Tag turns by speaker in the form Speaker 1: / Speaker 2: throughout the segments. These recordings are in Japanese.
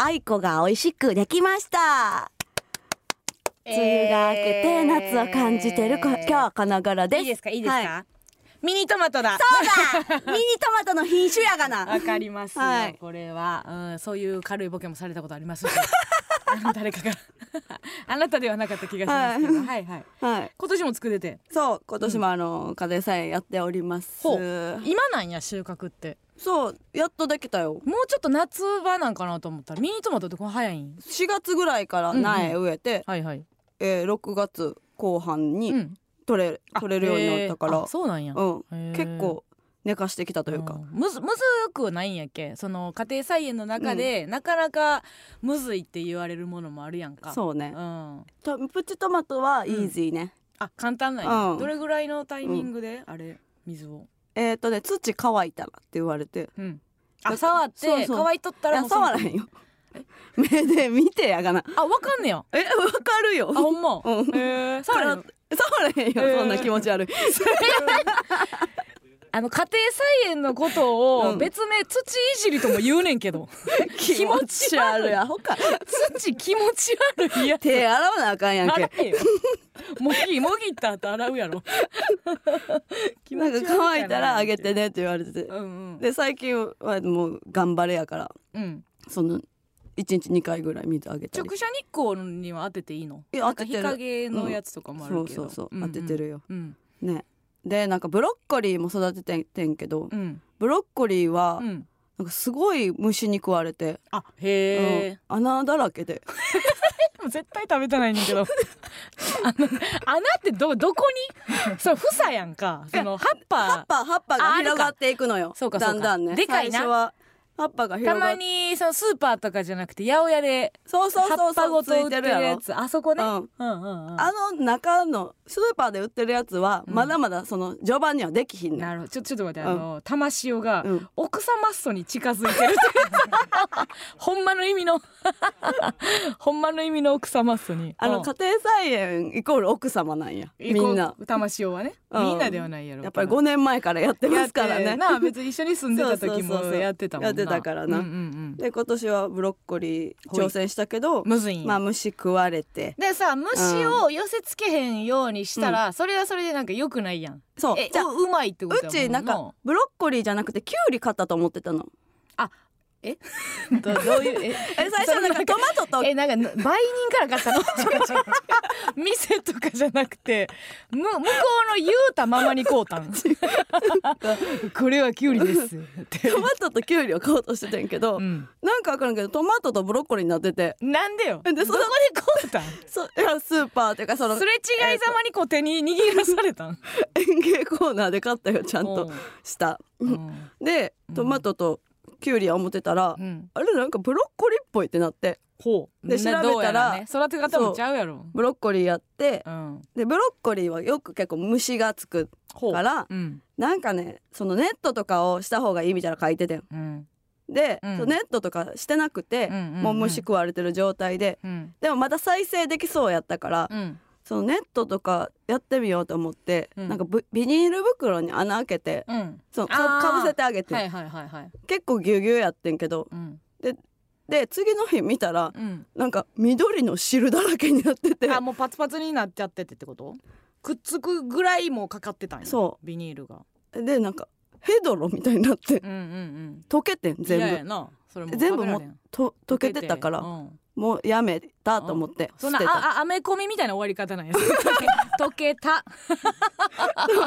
Speaker 1: あいこが美味しくできました梅雨が明けて夏を感じてるこ、
Speaker 2: えー
Speaker 1: 今日この頃です
Speaker 2: いいですかいいですか、
Speaker 1: は
Speaker 2: ミニトマトだ
Speaker 1: そうだミニトマトの品種やがな
Speaker 2: わかりますよ、
Speaker 1: はい
Speaker 2: これは、うん、そういう軽いボケもされたことあります しあの誰かが あなたではなかった気がしますけど、
Speaker 1: は
Speaker 2: はいい、はい
Speaker 1: はい
Speaker 2: 今年も作れて
Speaker 1: そう今年もあの、家庭菜園やっております
Speaker 2: ほう今なんや収穫って
Speaker 1: そうやっとできたよ
Speaker 2: もうちょっと夏場なんかなと思ったらミニトマトってこう早いん
Speaker 1: 4月ぐらいから苗植えて、
Speaker 2: はいはい、
Speaker 1: えー、6月後半
Speaker 2: う
Speaker 1: に
Speaker 2: ん、
Speaker 1: 取れ,、
Speaker 2: あ
Speaker 1: 取れるようになったから、
Speaker 2: へーあそうなんや、
Speaker 1: うん
Speaker 2: へー
Speaker 1: 結構寝かしてきたというか
Speaker 2: ん、むずむずくないんやっけその家庭菜園の中で、なかなかむずいって言われるものもあるやんかう、
Speaker 1: そうね
Speaker 2: ん、、あ
Speaker 1: とプチトマトはイージーね、
Speaker 2: 簡単なんや、
Speaker 1: うん
Speaker 2: どれぐらいのタイミングで、あれ水を、
Speaker 1: えっ、ー、とね土乾いたらって言われて
Speaker 2: うん、あ触って
Speaker 1: そうそう
Speaker 2: 乾いとった
Speaker 1: い
Speaker 2: ら
Speaker 1: や
Speaker 2: もう
Speaker 1: 触らへんよ 目で見てやがな
Speaker 2: あわかんねや
Speaker 1: えわかるよ
Speaker 2: あほんま、
Speaker 1: うん
Speaker 2: へー触らへんの
Speaker 1: 触らへんよ、
Speaker 2: えー
Speaker 1: そんな気持ち悪い
Speaker 2: あの家庭菜園のこと
Speaker 1: う
Speaker 2: を
Speaker 1: ん
Speaker 2: 別名土いじりとも言うねん けど気持ち悪い
Speaker 1: アホか
Speaker 2: 土気持ち悪いやつ
Speaker 1: 手洗わなあかんやん
Speaker 2: 洗
Speaker 1: け
Speaker 2: えよもぎもぎった後洗 うやろ気
Speaker 1: な
Speaker 2: 持
Speaker 1: ん
Speaker 2: ち
Speaker 1: か
Speaker 2: 悪
Speaker 1: 乾いたらあげて
Speaker 2: ね
Speaker 1: ねって言われてて
Speaker 2: うんうん
Speaker 1: で最近はもう頑張れやから
Speaker 2: うん
Speaker 1: その一日二回ぐらい水あげたり
Speaker 2: 直射日光には当てていいの
Speaker 1: いや
Speaker 2: なんか
Speaker 1: 当ててる
Speaker 2: 日陰のやつとかもあ
Speaker 1: そ
Speaker 2: る
Speaker 1: う
Speaker 2: け
Speaker 1: そ
Speaker 2: ど
Speaker 1: うそう、
Speaker 2: んん
Speaker 1: 当ててるよ
Speaker 2: うん
Speaker 1: ねでなんかブロッコリーも育ててんてんけど
Speaker 2: うん
Speaker 1: ブロッコリーは
Speaker 2: うん
Speaker 1: なんかすごい虫に食われて、
Speaker 2: あへえ
Speaker 1: うん穴だらけで
Speaker 2: でも絶対食べてないねん だけどあの穴ってどどこにそう房やんかその葉っ
Speaker 1: 葉っ
Speaker 2: ぱ
Speaker 1: ぱ葉っぱが広がっていくのよ
Speaker 2: そうかそ
Speaker 1: だ
Speaker 2: うか
Speaker 1: んだんね
Speaker 2: でかいな
Speaker 1: 最初は葉っぱが
Speaker 2: た
Speaker 1: 広が
Speaker 2: ま
Speaker 1: って
Speaker 2: にそのスーパーとかじゃなくて八百屋で
Speaker 1: そうそう
Speaker 2: 葉
Speaker 1: そう
Speaker 2: っぱ
Speaker 1: そう
Speaker 2: ご
Speaker 1: つ
Speaker 2: と売
Speaker 1: い
Speaker 2: ってて
Speaker 1: る
Speaker 2: る
Speaker 1: や
Speaker 2: や
Speaker 1: ろ
Speaker 2: つあそこね、
Speaker 1: うん
Speaker 2: うんうんうん
Speaker 1: あの中のスーパーで売ってるやつは
Speaker 2: うん
Speaker 1: まだまだその序盤にはできひんねん、
Speaker 2: なるほどちょちょっと待って、
Speaker 1: うん
Speaker 2: あの玉潮が
Speaker 1: うん
Speaker 2: 奥様マッソに近づいてるっていう ほんまの意味の ほんまの意味の奥様マッソに
Speaker 1: あ
Speaker 2: う
Speaker 1: の
Speaker 2: ん
Speaker 1: 家庭菜園イコール奥様なんやみんな
Speaker 2: 玉潮はね、
Speaker 1: うん
Speaker 2: みんなではないやろう
Speaker 1: やっ
Speaker 2: けど
Speaker 1: ぱり5年前からやって
Speaker 2: や
Speaker 1: ま
Speaker 2: っ
Speaker 1: す
Speaker 2: て
Speaker 1: からね
Speaker 2: なあ別に一緒に住んでた時
Speaker 1: そうそうそうそ
Speaker 2: も
Speaker 1: う
Speaker 2: やってたもんな
Speaker 1: やってたからな
Speaker 2: うんうんう ん
Speaker 1: で今年はブロッコリー挑戦したけど
Speaker 2: むずいんや
Speaker 1: まあ虫食われて
Speaker 2: でさ虫を寄せつけへんようにしたら、それはそれでなんか良くないやん
Speaker 1: そう
Speaker 2: え
Speaker 1: じゃあ
Speaker 2: ううまいってことや
Speaker 1: う
Speaker 2: もん
Speaker 1: ち なんかブロッコリーじゃなくてキュウリ買ったと思ってたの
Speaker 2: どどういうえ
Speaker 1: え最初なんかトマトと
Speaker 2: えなんか売人から買ったの 違う違う違う店とかじゃなくてむ向こうの言うたままにこうたん これはキュウリですっ て
Speaker 1: トマトとキュウリを買おうとしてたんやけど、
Speaker 2: うん
Speaker 1: なんかわからんけどトマトとブロッコリーになってて
Speaker 2: なんでよ
Speaker 1: でその
Speaker 2: どこでこうたん
Speaker 1: そいやスーパーっていうかその
Speaker 2: すれ違いざまにこう手に握らされたん
Speaker 1: 園芸コーナーで買ったよちゃんとした。
Speaker 2: うんうん
Speaker 1: で
Speaker 2: うん
Speaker 1: トマトとキュウリは思ってたら、
Speaker 2: うん
Speaker 1: あれなんかブロッコリーっぽいってなって
Speaker 2: ほう
Speaker 1: で調べたら
Speaker 2: どうやね育て方もちゃうやろ
Speaker 1: ブロッコリーやって
Speaker 2: うん
Speaker 1: でブロッコリーはよく結構虫がつく
Speaker 2: ほう
Speaker 1: から
Speaker 2: うん
Speaker 1: なんかねそのネットとかをした方がいいみたいなの書いててん
Speaker 2: うん
Speaker 1: で、
Speaker 2: うん
Speaker 1: そのネットとかしてなくて、
Speaker 2: うんうんうん
Speaker 1: もう虫食われてる状態で
Speaker 2: うん
Speaker 1: でもまた再生できそうやったから、
Speaker 2: うん
Speaker 1: そのネットとかやってみようと思って、
Speaker 2: うん
Speaker 1: なんかブビニール袋に穴開けて
Speaker 2: うん
Speaker 1: その
Speaker 2: あ
Speaker 1: か
Speaker 2: ー
Speaker 1: かぶせてあげて、
Speaker 2: はいはいはいはい
Speaker 1: 結構ギュギュやってんけど
Speaker 2: うん
Speaker 1: で次の日見たら
Speaker 2: うん
Speaker 1: なんか緑の汁だらけになってて
Speaker 2: あもうパツパツになっちゃっててってことくっつくぐらいもうかかってたんや
Speaker 1: そう
Speaker 2: ビニールが
Speaker 1: でなんかヘドロみたいになって
Speaker 2: うんうんうん
Speaker 1: 溶けてん
Speaker 2: 嫌や
Speaker 1: 全部
Speaker 2: なそれも
Speaker 1: 全部も
Speaker 2: 食べられん
Speaker 1: と溶けてたから
Speaker 2: うん
Speaker 1: もうやめたと思って
Speaker 2: そ
Speaker 1: 捨
Speaker 2: んな
Speaker 1: てた
Speaker 2: ああアメコミみたいな終わり方なんや溶けた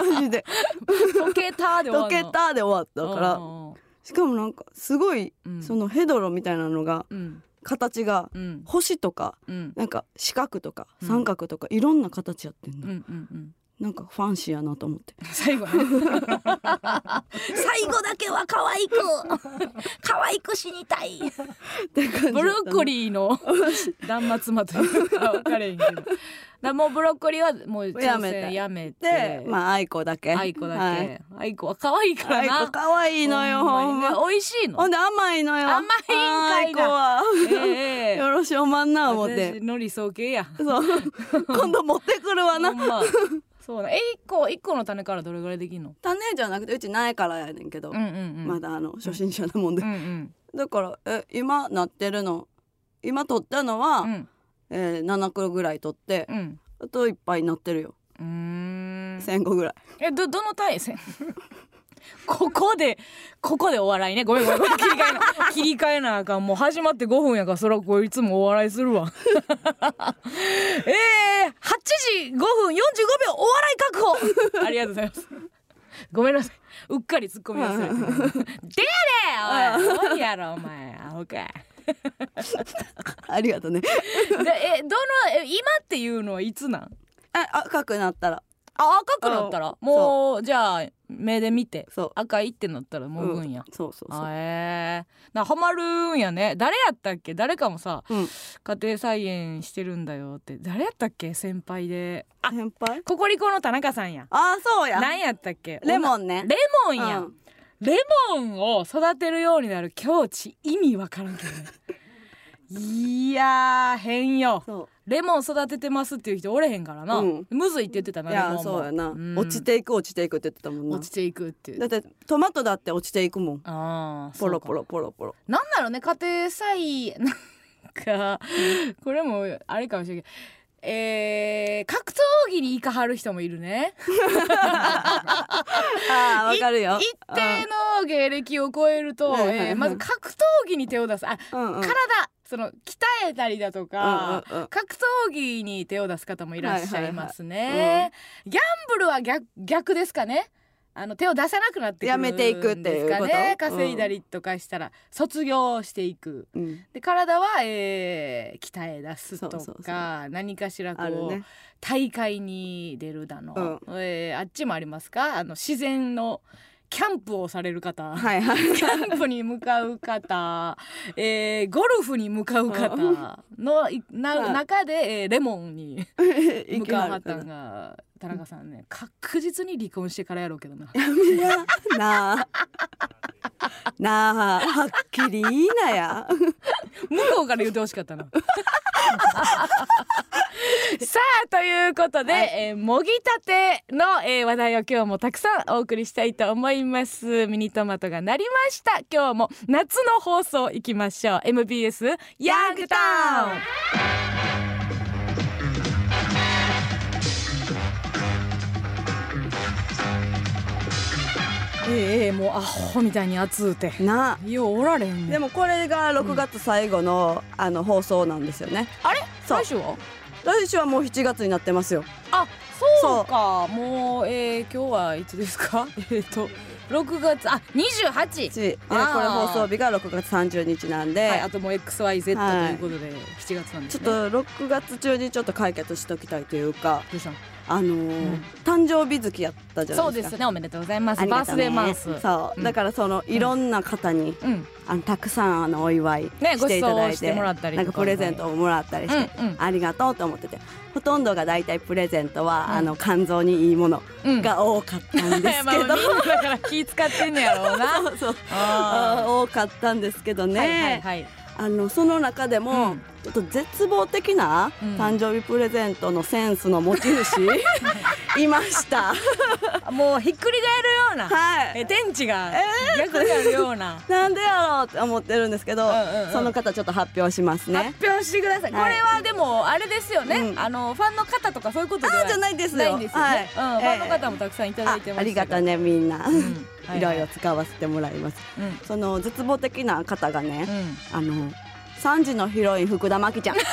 Speaker 1: マジで
Speaker 2: 溶けたで終わ
Speaker 1: 溶
Speaker 2: る
Speaker 1: け
Speaker 2: の
Speaker 1: たで終わったか
Speaker 2: う
Speaker 1: ら
Speaker 2: んうん
Speaker 1: しかもなんかすごい
Speaker 2: うん
Speaker 1: そのヘドロみたいなのが
Speaker 2: うん
Speaker 1: 形が
Speaker 2: うん
Speaker 1: 星とか
Speaker 2: うん
Speaker 1: なんか四角とか
Speaker 2: うん
Speaker 1: 三角とかいろんな形やってん
Speaker 2: う
Speaker 1: の、
Speaker 2: んうんうん
Speaker 1: なんかファンシーやなと思 って
Speaker 2: 最後ね最後だけは可愛く可愛く死にたいブロッコ
Speaker 1: ー
Speaker 2: リーの断末魔というか分かれへんけどだからもうブロッコリーはもう
Speaker 1: や
Speaker 2: 挑
Speaker 1: めた
Speaker 2: 戦やめて
Speaker 1: でまあ愛子だけ
Speaker 2: 愛子だ
Speaker 1: はい
Speaker 2: け、愛子は可愛いから
Speaker 1: 愛
Speaker 2: な
Speaker 1: 子可愛いのよほ
Speaker 2: ほ
Speaker 1: ん
Speaker 2: んま
Speaker 1: ま
Speaker 2: にね美味しいの
Speaker 1: ほんで甘いのよ
Speaker 2: 甘いんかいな
Speaker 1: あー愛子は、
Speaker 2: ええ
Speaker 1: よろしおまんな思って
Speaker 2: 私の理想系や
Speaker 1: そう 今度持ってくるわ
Speaker 2: ほ
Speaker 1: なん
Speaker 2: まそうなえ一個一個の種からどれぐらいできんの
Speaker 1: 種じゃなくてうち苗からやねんけど、
Speaker 2: うんうんうん
Speaker 1: まだあの初心者なもんで、
Speaker 2: うんうん
Speaker 1: だからえ今なってるの今取ったのは、
Speaker 2: うん
Speaker 1: えー、7キロぐらい取って、
Speaker 2: うん
Speaker 1: あといっぱい乗ってるよ
Speaker 2: うーん
Speaker 1: 1000個ぐらい
Speaker 2: えどどの単位せん ここでここでお笑いねごめんごめんごめん切り替えな 切り替えなあかんもう始まって5分やからそらこいつもお笑いするわ えー、8時5分45秒お笑い確保ありがとうございますごめんなさいうっかり突っ込み忘れてたでやでおいそうやろお前アホか
Speaker 1: ありがとうね
Speaker 2: でえどのえ今っていうのはいつなん
Speaker 1: あ赤くなったら
Speaker 2: あ赤くなったらもうじゃあ目で見て
Speaker 1: そう
Speaker 2: 赤いってなったらもぐんや、
Speaker 1: そうそうそう
Speaker 2: あえー、なハマるんやね誰やったっけ誰かもさ
Speaker 1: うん
Speaker 2: 家庭菜園してるんだよって誰やったっけ先輩であ
Speaker 1: 先輩
Speaker 2: ココリコの田中さんや
Speaker 1: あーそうや
Speaker 2: 何やったっけ
Speaker 1: レモ
Speaker 2: ン
Speaker 1: ンね
Speaker 2: レモンや、
Speaker 1: うん
Speaker 2: レモンを育てるようになる境地意味わからんけどねいやー変よ
Speaker 1: そ
Speaker 2: レモン育ててますっていう人おれへんからな、
Speaker 1: うん
Speaker 2: むずいって言ってた
Speaker 1: う
Speaker 2: ないレモン
Speaker 1: や
Speaker 2: も
Speaker 1: そうやな、
Speaker 2: うん
Speaker 1: 落ちていく落ちていくって言ってたもんな
Speaker 2: 落ちていくっていう
Speaker 1: だってトマトだって落ちていくもん
Speaker 2: ああ
Speaker 1: ポロポロポロ ポロ
Speaker 2: なんだろうね家庭菜なんかこれもあれかもしれんけどえー、格闘技に行かはる人もいるね
Speaker 1: あーわかるよ
Speaker 2: 一定の芸歴を超えると、
Speaker 1: はいはいはい
Speaker 2: えーまず格闘技に手を出すあ、
Speaker 1: うんうん
Speaker 2: 体その鍛えたりだとか、
Speaker 1: うんうんうん
Speaker 2: 格闘技に手を出す方もいらっしゃいますね、
Speaker 1: はいはいは
Speaker 2: ギャンブルは逆逆ですかねあの手を出さなくなってくるんですかね
Speaker 1: やめていくっていうことうん
Speaker 2: 稼いだりとかしたら卒業していく
Speaker 1: うん
Speaker 2: で体は、えー鍛え出すとか
Speaker 1: そうそうそ
Speaker 2: 何かしらこ
Speaker 1: ある
Speaker 2: う、
Speaker 1: ね
Speaker 2: 大会に出るだの、
Speaker 1: うん
Speaker 2: えーあっちもありますかあの自然のキャンプをされる方、
Speaker 1: はいはい
Speaker 2: キャンプに向かう方、えーゴルフに向かう方
Speaker 1: う
Speaker 2: のいな
Speaker 1: はい
Speaker 2: 中で、えーレモンに向
Speaker 1: 向
Speaker 2: かうはったんが田中さんね確実に離婚してからやろうけどな。
Speaker 1: いやなあなあはっきり言いなや
Speaker 2: 向こうから言ってほしか ったな。さあということで、
Speaker 1: はい
Speaker 2: えーもぎたての、えー話題を今日もたくさんお送りしたいと思いますミニトマトがなりました今日も夏の放送いきましょう MBS ヤングタウンええもうアホみたいに暑うて
Speaker 1: なあ
Speaker 2: ようおられんね
Speaker 1: でもこれが6月最後の、あの放送なんですよね
Speaker 2: あれ
Speaker 1: そう
Speaker 2: 最初は
Speaker 1: 来週はもう7月になってますよ
Speaker 2: あそうかもう、えー、今日はいつですか えっと6月あ
Speaker 1: ち
Speaker 2: 28
Speaker 1: えこ
Speaker 2: あ
Speaker 1: れ
Speaker 2: ー
Speaker 1: 放送日が6月30日なんで、
Speaker 2: はいあともう XYZ
Speaker 1: はい
Speaker 2: ということで7月なんで
Speaker 1: ち
Speaker 2: す
Speaker 1: ょっと
Speaker 2: ね
Speaker 1: 6月中にちょっと解決しときたいというか
Speaker 2: どうしたの
Speaker 1: あのー
Speaker 2: ん
Speaker 1: 誕生日月やったじゃな
Speaker 2: そ
Speaker 1: いうで
Speaker 2: です
Speaker 1: か
Speaker 2: すねおめでとうございます
Speaker 1: あり
Speaker 2: バ
Speaker 1: が
Speaker 2: ー
Speaker 1: と
Speaker 2: ス
Speaker 1: う
Speaker 2: デ
Speaker 1: ね
Speaker 2: ーマウス
Speaker 1: そう、
Speaker 2: うん
Speaker 1: だからそのいろんな方に、
Speaker 2: うん
Speaker 1: あのたくさんあのお祝い
Speaker 2: ね
Speaker 1: していただ
Speaker 2: ごちそ
Speaker 1: いう,、
Speaker 2: しててもらったり
Speaker 1: な
Speaker 2: と
Speaker 1: ん
Speaker 2: か
Speaker 1: かプレゼントをもらったりして、
Speaker 2: うんうん
Speaker 1: ありがとうと思っててほとんどが大体プレゼントは、
Speaker 2: うん
Speaker 1: あの肝臓にいいもの
Speaker 2: うん
Speaker 1: が多かったんですけ
Speaker 2: まあ
Speaker 1: ど、
Speaker 2: みんなだから気使ってんねやろうな
Speaker 1: そうそうあ
Speaker 2: あ
Speaker 1: ー多かったんですけど
Speaker 2: ー
Speaker 1: ね、
Speaker 2: はいはいはい
Speaker 1: あのその中でも、
Speaker 2: うん
Speaker 1: ちょっと絶望的な
Speaker 2: うん
Speaker 1: 誕生日プレゼントのセンスの持ち 主、いました。
Speaker 2: あもうひっくり返るような、
Speaker 1: はい
Speaker 2: え天地が逆になるような、
Speaker 1: なんでやろうって思ってるんですけど、
Speaker 2: うんうんうん
Speaker 1: その方ちょっと発表しますね。
Speaker 2: 発表してください、
Speaker 1: はい
Speaker 2: これはでもあれですよね、
Speaker 1: うん
Speaker 2: あのファンの方とかそういうことで
Speaker 1: あ
Speaker 2: は
Speaker 1: ーじゃないです
Speaker 2: ない
Speaker 1: よ。
Speaker 2: んですよね、うん
Speaker 1: ええ
Speaker 2: ファンの方もたくさんいただいて
Speaker 1: あ
Speaker 2: ま
Speaker 1: あ
Speaker 2: し
Speaker 1: り
Speaker 2: た
Speaker 1: が
Speaker 2: が
Speaker 1: とねみんな、
Speaker 2: うんはい
Speaker 1: いろいろ
Speaker 2: はい
Speaker 1: 使わせてもらいます
Speaker 2: うん
Speaker 1: その絶望的な方がね、
Speaker 2: うん
Speaker 1: あの3時のヒロイン福田真紀ちゃん真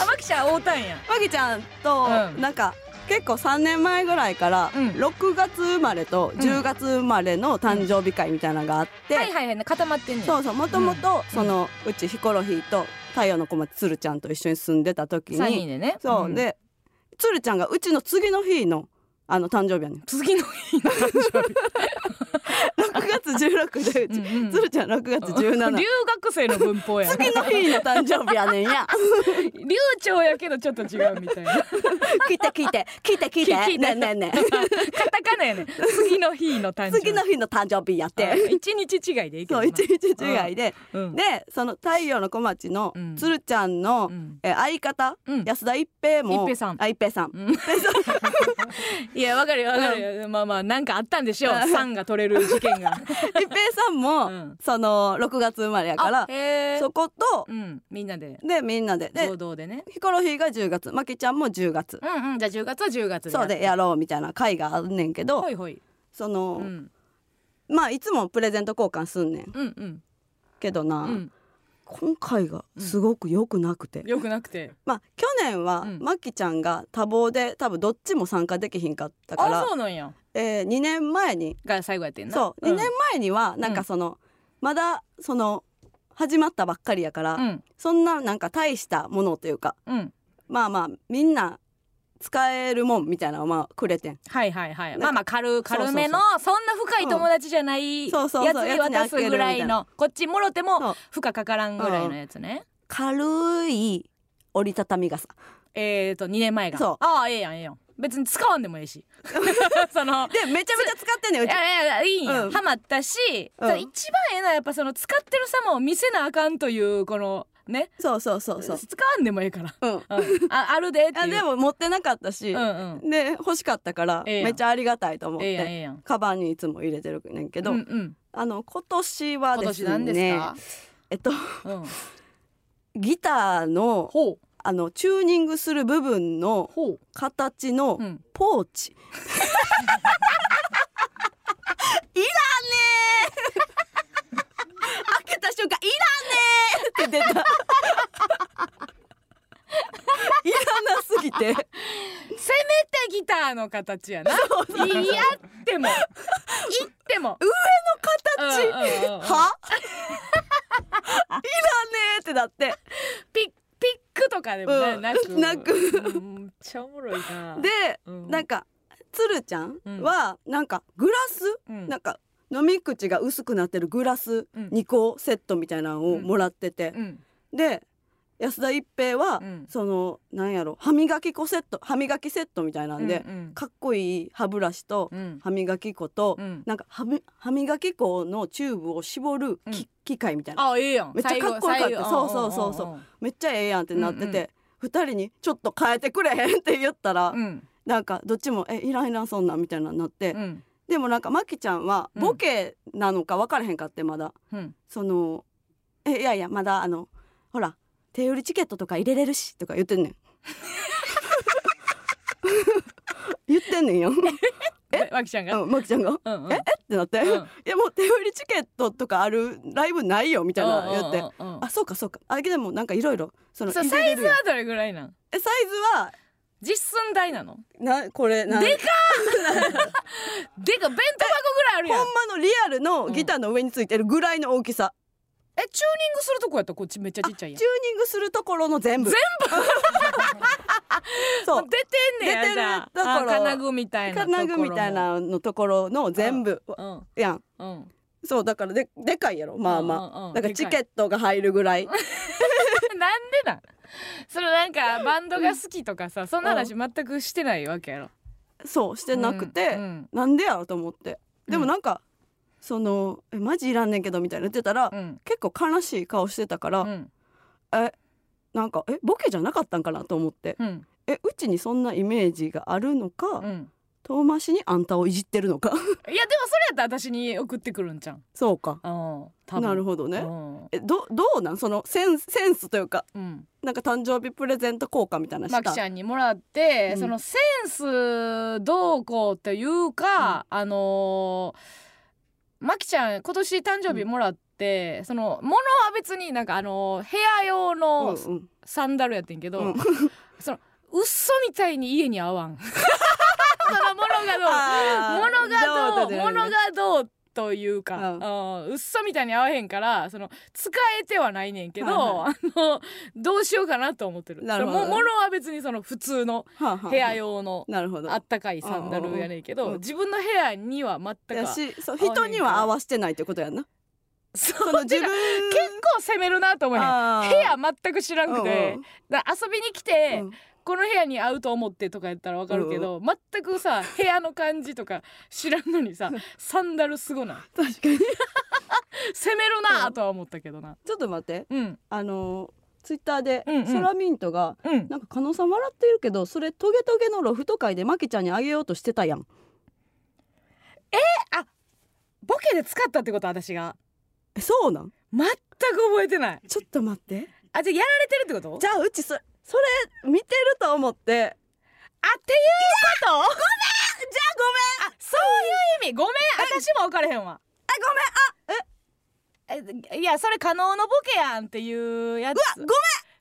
Speaker 2: あマキちゃん会うたんや
Speaker 1: 紀ちゃんと、
Speaker 2: うん
Speaker 1: なんか結構3年前ぐらいから、
Speaker 2: うん
Speaker 1: 6月生まれと10月生まれの誕生日会みたいなのがあって、
Speaker 2: はいはいはい固まってんねん
Speaker 1: そうそうもともと
Speaker 2: ん
Speaker 1: そのうちヒコロヒーと太陽の子町つるちゃんと一緒に住んでた時
Speaker 2: 3人
Speaker 1: に
Speaker 2: でね
Speaker 1: そう、
Speaker 2: ん
Speaker 1: でつるちゃんがうちの次の日のあの誕生日やねん
Speaker 2: 次の日の誕
Speaker 1: 6月16でうち、
Speaker 2: 生日うんうん
Speaker 1: つるちゃん6月
Speaker 2: 留
Speaker 1: 17
Speaker 2: 学生の文法や
Speaker 1: 次の日の誕生日やねん や
Speaker 2: 流暢やけどちょっと違う みたいな
Speaker 1: 聞いて聞いて聞いて 聞いて
Speaker 2: 聞いて
Speaker 1: ねえねえねえ
Speaker 2: カタカナやねん次の日の誕生日
Speaker 1: 次の日の誕生日やっ
Speaker 2: あ
Speaker 1: て
Speaker 2: 一日違いでいいけど
Speaker 1: そう
Speaker 2: な
Speaker 1: 一日違いで、
Speaker 2: うん
Speaker 1: でその太陽の小町の
Speaker 2: うん
Speaker 1: つるちゃんの、
Speaker 2: うん
Speaker 1: え相方、
Speaker 2: うん
Speaker 1: 安田一平も
Speaker 2: 一平さん
Speaker 1: あ一平さん
Speaker 2: うん一いやわかるよわかるよ、まあまあなんかあったんでしょう酸が取れる 事件が
Speaker 1: 一平さんも、
Speaker 2: うん
Speaker 1: その6月生まれやから
Speaker 2: あへー
Speaker 1: そこと
Speaker 2: うんみんなで
Speaker 1: でみんなでで
Speaker 2: 合同でね
Speaker 1: ヒコロヒーが10月マキちゃんも10月
Speaker 2: うんうんじゃあ10月は10月
Speaker 1: そうでやろうみたいな会があんねんけど
Speaker 2: ほいほい、
Speaker 1: そうの、
Speaker 2: ん、
Speaker 1: まあいつもプレゼント交換すんねん
Speaker 2: うんうん
Speaker 1: けどな、
Speaker 2: うん
Speaker 1: 今回がすごく良くなくて、
Speaker 2: よくなくて
Speaker 1: まあ去年は
Speaker 2: うん
Speaker 1: マキちゃんが多忙で多分どっちも参加できひんかったか
Speaker 2: あ
Speaker 1: ら
Speaker 2: そうなんや
Speaker 1: えー、2年前に
Speaker 2: が最後やってんな
Speaker 1: そう、
Speaker 2: ん
Speaker 1: 2年前にはなんかその、まだその始まったばっかりやから、
Speaker 2: うん
Speaker 1: そんななんか大したものというか
Speaker 2: うん
Speaker 1: まあまあみんな使えるもんみたいなのをまあくれてん
Speaker 2: はいはいはい
Speaker 1: なんか
Speaker 2: まあまあ軽軽めのそんな深い友達じゃな
Speaker 1: ん
Speaker 2: いや
Speaker 1: そう
Speaker 2: つ
Speaker 1: そうそう
Speaker 2: に渡す
Speaker 1: やつにあ
Speaker 2: ぐらい
Speaker 1: げるみたい
Speaker 2: のこっちもろても
Speaker 1: そう
Speaker 2: 負荷かからんぐらいのやつね
Speaker 1: 軽い折りたたみ傘
Speaker 2: えーと2年前が
Speaker 1: そう
Speaker 2: ああええやんええやん別に使わんでもえ えしその
Speaker 1: でめちゃめちゃ使ってんねん
Speaker 2: いう
Speaker 1: ち
Speaker 2: やいやいいんや、
Speaker 1: うん
Speaker 2: ハマったし、
Speaker 1: うん
Speaker 2: その一番ええのはやっぱその使ってる様を見せなあかんというこのね
Speaker 1: そうそうそうそう
Speaker 2: 使わんでもええから、
Speaker 1: うん
Speaker 2: うん、ああるでってい
Speaker 1: あ
Speaker 2: う
Speaker 1: でも持ってなかったし、
Speaker 2: うんうん
Speaker 1: で欲しかったから
Speaker 2: ええやん
Speaker 1: めっちゃありがたいと思っ
Speaker 2: え
Speaker 1: て、
Speaker 2: えやんええやん
Speaker 1: カバンにいつも入れてるねんけど、
Speaker 2: うんうん、
Speaker 1: あの今年は
Speaker 2: 今
Speaker 1: で
Speaker 2: 年
Speaker 1: す
Speaker 2: なんです
Speaker 1: ね
Speaker 2: か、
Speaker 1: えっと
Speaker 2: うん、
Speaker 1: ギターの
Speaker 2: ほう
Speaker 1: あのチューニングする部分の
Speaker 2: ほう
Speaker 1: 形の
Speaker 2: うん
Speaker 1: ポー チ、いらんねー開けた瞬間いらん ねーって出たいらなすぎて
Speaker 2: せめてギターの形やな。いや っても、いっても。
Speaker 1: 形、
Speaker 2: うんうんうんうん
Speaker 1: はいらねーってなって
Speaker 2: ピッピックとかでもな,、
Speaker 1: うん
Speaker 2: なく。
Speaker 1: なく
Speaker 2: うんめっちゃおもろいな。
Speaker 1: で、
Speaker 2: うん
Speaker 1: なんかつるちゃん
Speaker 2: うん
Speaker 1: はなんかグラス、
Speaker 2: うん
Speaker 1: なんか飲み口が薄くなってるグラス
Speaker 2: うん
Speaker 1: 2個セットみたいなのをもらってて、
Speaker 2: うん、
Speaker 1: で安田一平は、
Speaker 2: うん
Speaker 1: そのなんやろ歯磨き粉セット歯磨きセットみたいなんで、
Speaker 2: うん
Speaker 1: かっこいい歯ブラシと
Speaker 2: うん
Speaker 1: 歯磨き粉と、
Speaker 2: うん
Speaker 1: なんか歯み歯磨き粉のチューブを絞るき、
Speaker 2: うん
Speaker 1: 機械みたいな
Speaker 2: あ、ええやん。
Speaker 1: めっちゃかっこよかった
Speaker 2: 最後
Speaker 1: そうそうそうそめっちゃええやんってなってて、二人に「ちょっと変えてくれへん」って言ったら、
Speaker 2: うんうん
Speaker 1: なんかどっちも「えいらんいらんそんなん」みたいなのになって、
Speaker 2: うん
Speaker 1: でもなんかまきちゃんは
Speaker 2: うん
Speaker 1: ボケなのか分からへんかってまだ、
Speaker 2: うん
Speaker 1: その「えいやいやまだあのほら手売りチケットとか入れれるし」とか言ってんねん。 言ってんねんよ、
Speaker 2: え、わきちゃんが。
Speaker 1: うん、まきちゃんが「っ
Speaker 2: うんうん、え、
Speaker 1: てなって「
Speaker 2: うん
Speaker 1: いやもう手売りチケットとかあるライブないよ」みたいなの言って。
Speaker 2: うんうんうん
Speaker 1: あそうかそうかあでもなんかいろいろその
Speaker 2: そう
Speaker 1: 入れ
Speaker 2: サ
Speaker 1: れ
Speaker 2: イ
Speaker 1: る
Speaker 2: ズ
Speaker 1: やん
Speaker 2: はどれぐらいなん。
Speaker 1: えサイズは
Speaker 2: 実寸大なの。
Speaker 1: なこれな
Speaker 2: ででか弁当箱ぐらいある
Speaker 1: ほん
Speaker 2: やん。
Speaker 1: まのリアルのギターの上についてるぐらいの大きさ、
Speaker 2: え、チューニングするとこやったらこっちめっちゃちっちゃいやん
Speaker 1: チュー。ニングするところの全部全 部そう
Speaker 2: 出てんねや
Speaker 1: 出てる
Speaker 2: じゃあ
Speaker 1: ところ
Speaker 2: あ金具みたいなところ
Speaker 1: 金具
Speaker 2: も
Speaker 1: みたいなのところの全部
Speaker 2: うん
Speaker 1: やん
Speaker 2: うん
Speaker 1: そうだからででかいやろまあま
Speaker 2: うんうんう
Speaker 1: あ
Speaker 2: ん
Speaker 1: なんかチケットが入るぐ らい
Speaker 2: なんでなんそのなんかバンドが好きとかさそんな話全くしてないわけやろ
Speaker 1: そうしてなくて、
Speaker 2: うんうん
Speaker 1: なんでやろと思ってでも
Speaker 2: うん
Speaker 1: なんか、そのえマジいらんねんけどみたいな言ってたら、
Speaker 2: うん
Speaker 1: 結構悲しい顔してたから、
Speaker 2: うん
Speaker 1: えなんかえボケじゃなかったんかなと思って、
Speaker 2: うん
Speaker 1: えうちにそんなイメージがあるのか、
Speaker 2: うん
Speaker 1: 遠回しにあんたをいじってるの か
Speaker 2: いやでもそれやったら私に送ってくるんじゃん
Speaker 1: そうか
Speaker 2: うん多分
Speaker 1: なるほどね、
Speaker 2: ね
Speaker 1: えどどうなんそのセンスセンスというか
Speaker 2: うん
Speaker 1: なんか誕生日プレゼント交換みたいなの
Speaker 2: マ
Speaker 1: し
Speaker 2: キ
Speaker 1: た
Speaker 2: ちゃんにもらって
Speaker 1: うん
Speaker 2: そのセンスどうこうっていうかあのーマキちゃん今年誕生日もらってその物は別になんかあのー部屋用
Speaker 1: うんう
Speaker 2: の
Speaker 1: ん
Speaker 2: サンダルやってんけど、
Speaker 1: うん
Speaker 2: その嘘みたいに家に 合わんそのものがどう
Speaker 1: あ
Speaker 2: ものがどう
Speaker 1: どうだ
Speaker 2: ものがどうというか、
Speaker 1: うん
Speaker 2: うん、嘘みたいに合わへんからその使えてはないねんけど、
Speaker 1: は
Speaker 2: あのどうしようかなと思ってる
Speaker 1: なるほどね
Speaker 2: そのもものは別にその普通の
Speaker 1: はあはあ
Speaker 2: 部屋用の
Speaker 1: なるほど
Speaker 2: あったかいサンダルやねんけ
Speaker 1: うん
Speaker 2: ど
Speaker 1: うん
Speaker 2: 自分の部屋には全
Speaker 1: や
Speaker 2: く
Speaker 1: しそう
Speaker 2: 合わへんか
Speaker 1: 人には合わせてないってこと やんな
Speaker 2: そ
Speaker 1: そうの
Speaker 2: て
Speaker 1: 自
Speaker 2: か
Speaker 1: 分
Speaker 2: 結構攻めるなと思うねん
Speaker 1: あー
Speaker 2: 部屋全く知らんくて、
Speaker 1: うんうん
Speaker 2: だから遊びに来て、
Speaker 1: うん
Speaker 2: この部屋に合うと思ってとかやったらわかるけど、全くさ部屋の感じとか知らんのに さサンダルすごない
Speaker 1: 確かに
Speaker 2: 攻めるなとは思ったけどな
Speaker 1: ちょっと待って
Speaker 2: うん
Speaker 1: あのーツイッターで、
Speaker 2: うんうん
Speaker 1: ソラミントが
Speaker 2: うん
Speaker 1: なんか加納さん笑っているけどそれトゲトゲのロフト会でマキちゃんにあげようとしてたやん
Speaker 2: ボケで使ったってこと私が
Speaker 1: えそうなん
Speaker 2: 全く覚えてない
Speaker 1: ちょっと待って
Speaker 2: あじゃあやられてるってこと
Speaker 1: じゃあうちそそれ見てると思って
Speaker 2: あっていうことごめんじゃあごめんあそういう意味ごめん私も分からへんわあごめんあえいやそれ可能のボケやんっていうやつ
Speaker 1: ごめん
Speaker 2: っ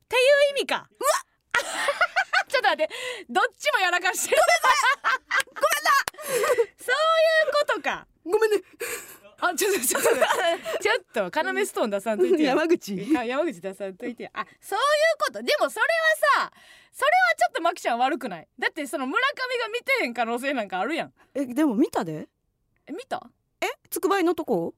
Speaker 2: ていう意味かうわ ちょっと待ってどっちもやらかしてるごめんなごめんな そういうことか
Speaker 1: ごめんね
Speaker 2: あちょっとちょっとちょっと要ストーン出さんと いてよ
Speaker 1: 山口
Speaker 2: か山口出さんといてよあそういうことでもそれはさそれはちょっとマキちゃん悪くないだってその村上が見てへん可能性なんかあるやん
Speaker 1: えでも見たで
Speaker 2: え見た
Speaker 1: つくばいのとこ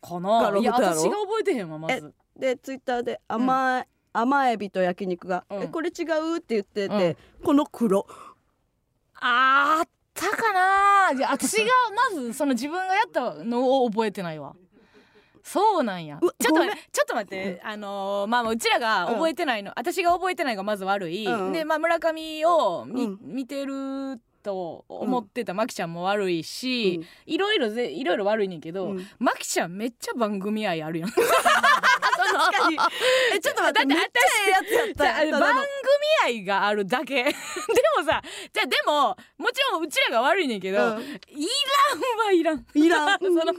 Speaker 2: か
Speaker 1: ガ
Speaker 2: な
Speaker 1: ロ
Speaker 2: いや
Speaker 1: フトやろ
Speaker 2: 私が覚えてへんわまず
Speaker 1: でツイッターで甘い、甘エビと焼肉が、
Speaker 2: うん
Speaker 1: えこれ違うって言ってて、この 黒
Speaker 2: あーあったかなじゃあ私がまずその自分がやったのを覚えてないわそうなんや
Speaker 1: うわ
Speaker 2: ちょっ
Speaker 1: ご
Speaker 2: と
Speaker 1: め
Speaker 2: 待ってちょっと待ってあのーまあうちらが覚えてないの、私が覚えてないがまず悪い、
Speaker 1: うんうん
Speaker 2: でまあ村上をみ、
Speaker 1: うん
Speaker 2: 見てると思ってたまきちゃんも悪いし
Speaker 1: うん、
Speaker 2: いろいろぜいろいろ悪いねんけど、
Speaker 1: うん
Speaker 2: まきちゃんめっちゃ番組愛あるや ん
Speaker 1: 確かにえちょっと待ってめ
Speaker 2: だ
Speaker 1: っ
Speaker 2: っ
Speaker 1: ちゃええやつ
Speaker 2: じ
Speaker 1: や
Speaker 2: ゃあ
Speaker 1: ったただ
Speaker 2: 番
Speaker 1: の
Speaker 2: 組愛があるだけ でもさじゃあでももちろんうちらが悪いねんけど、
Speaker 1: うん
Speaker 2: いらんはいらん
Speaker 1: いらん
Speaker 2: そのいらん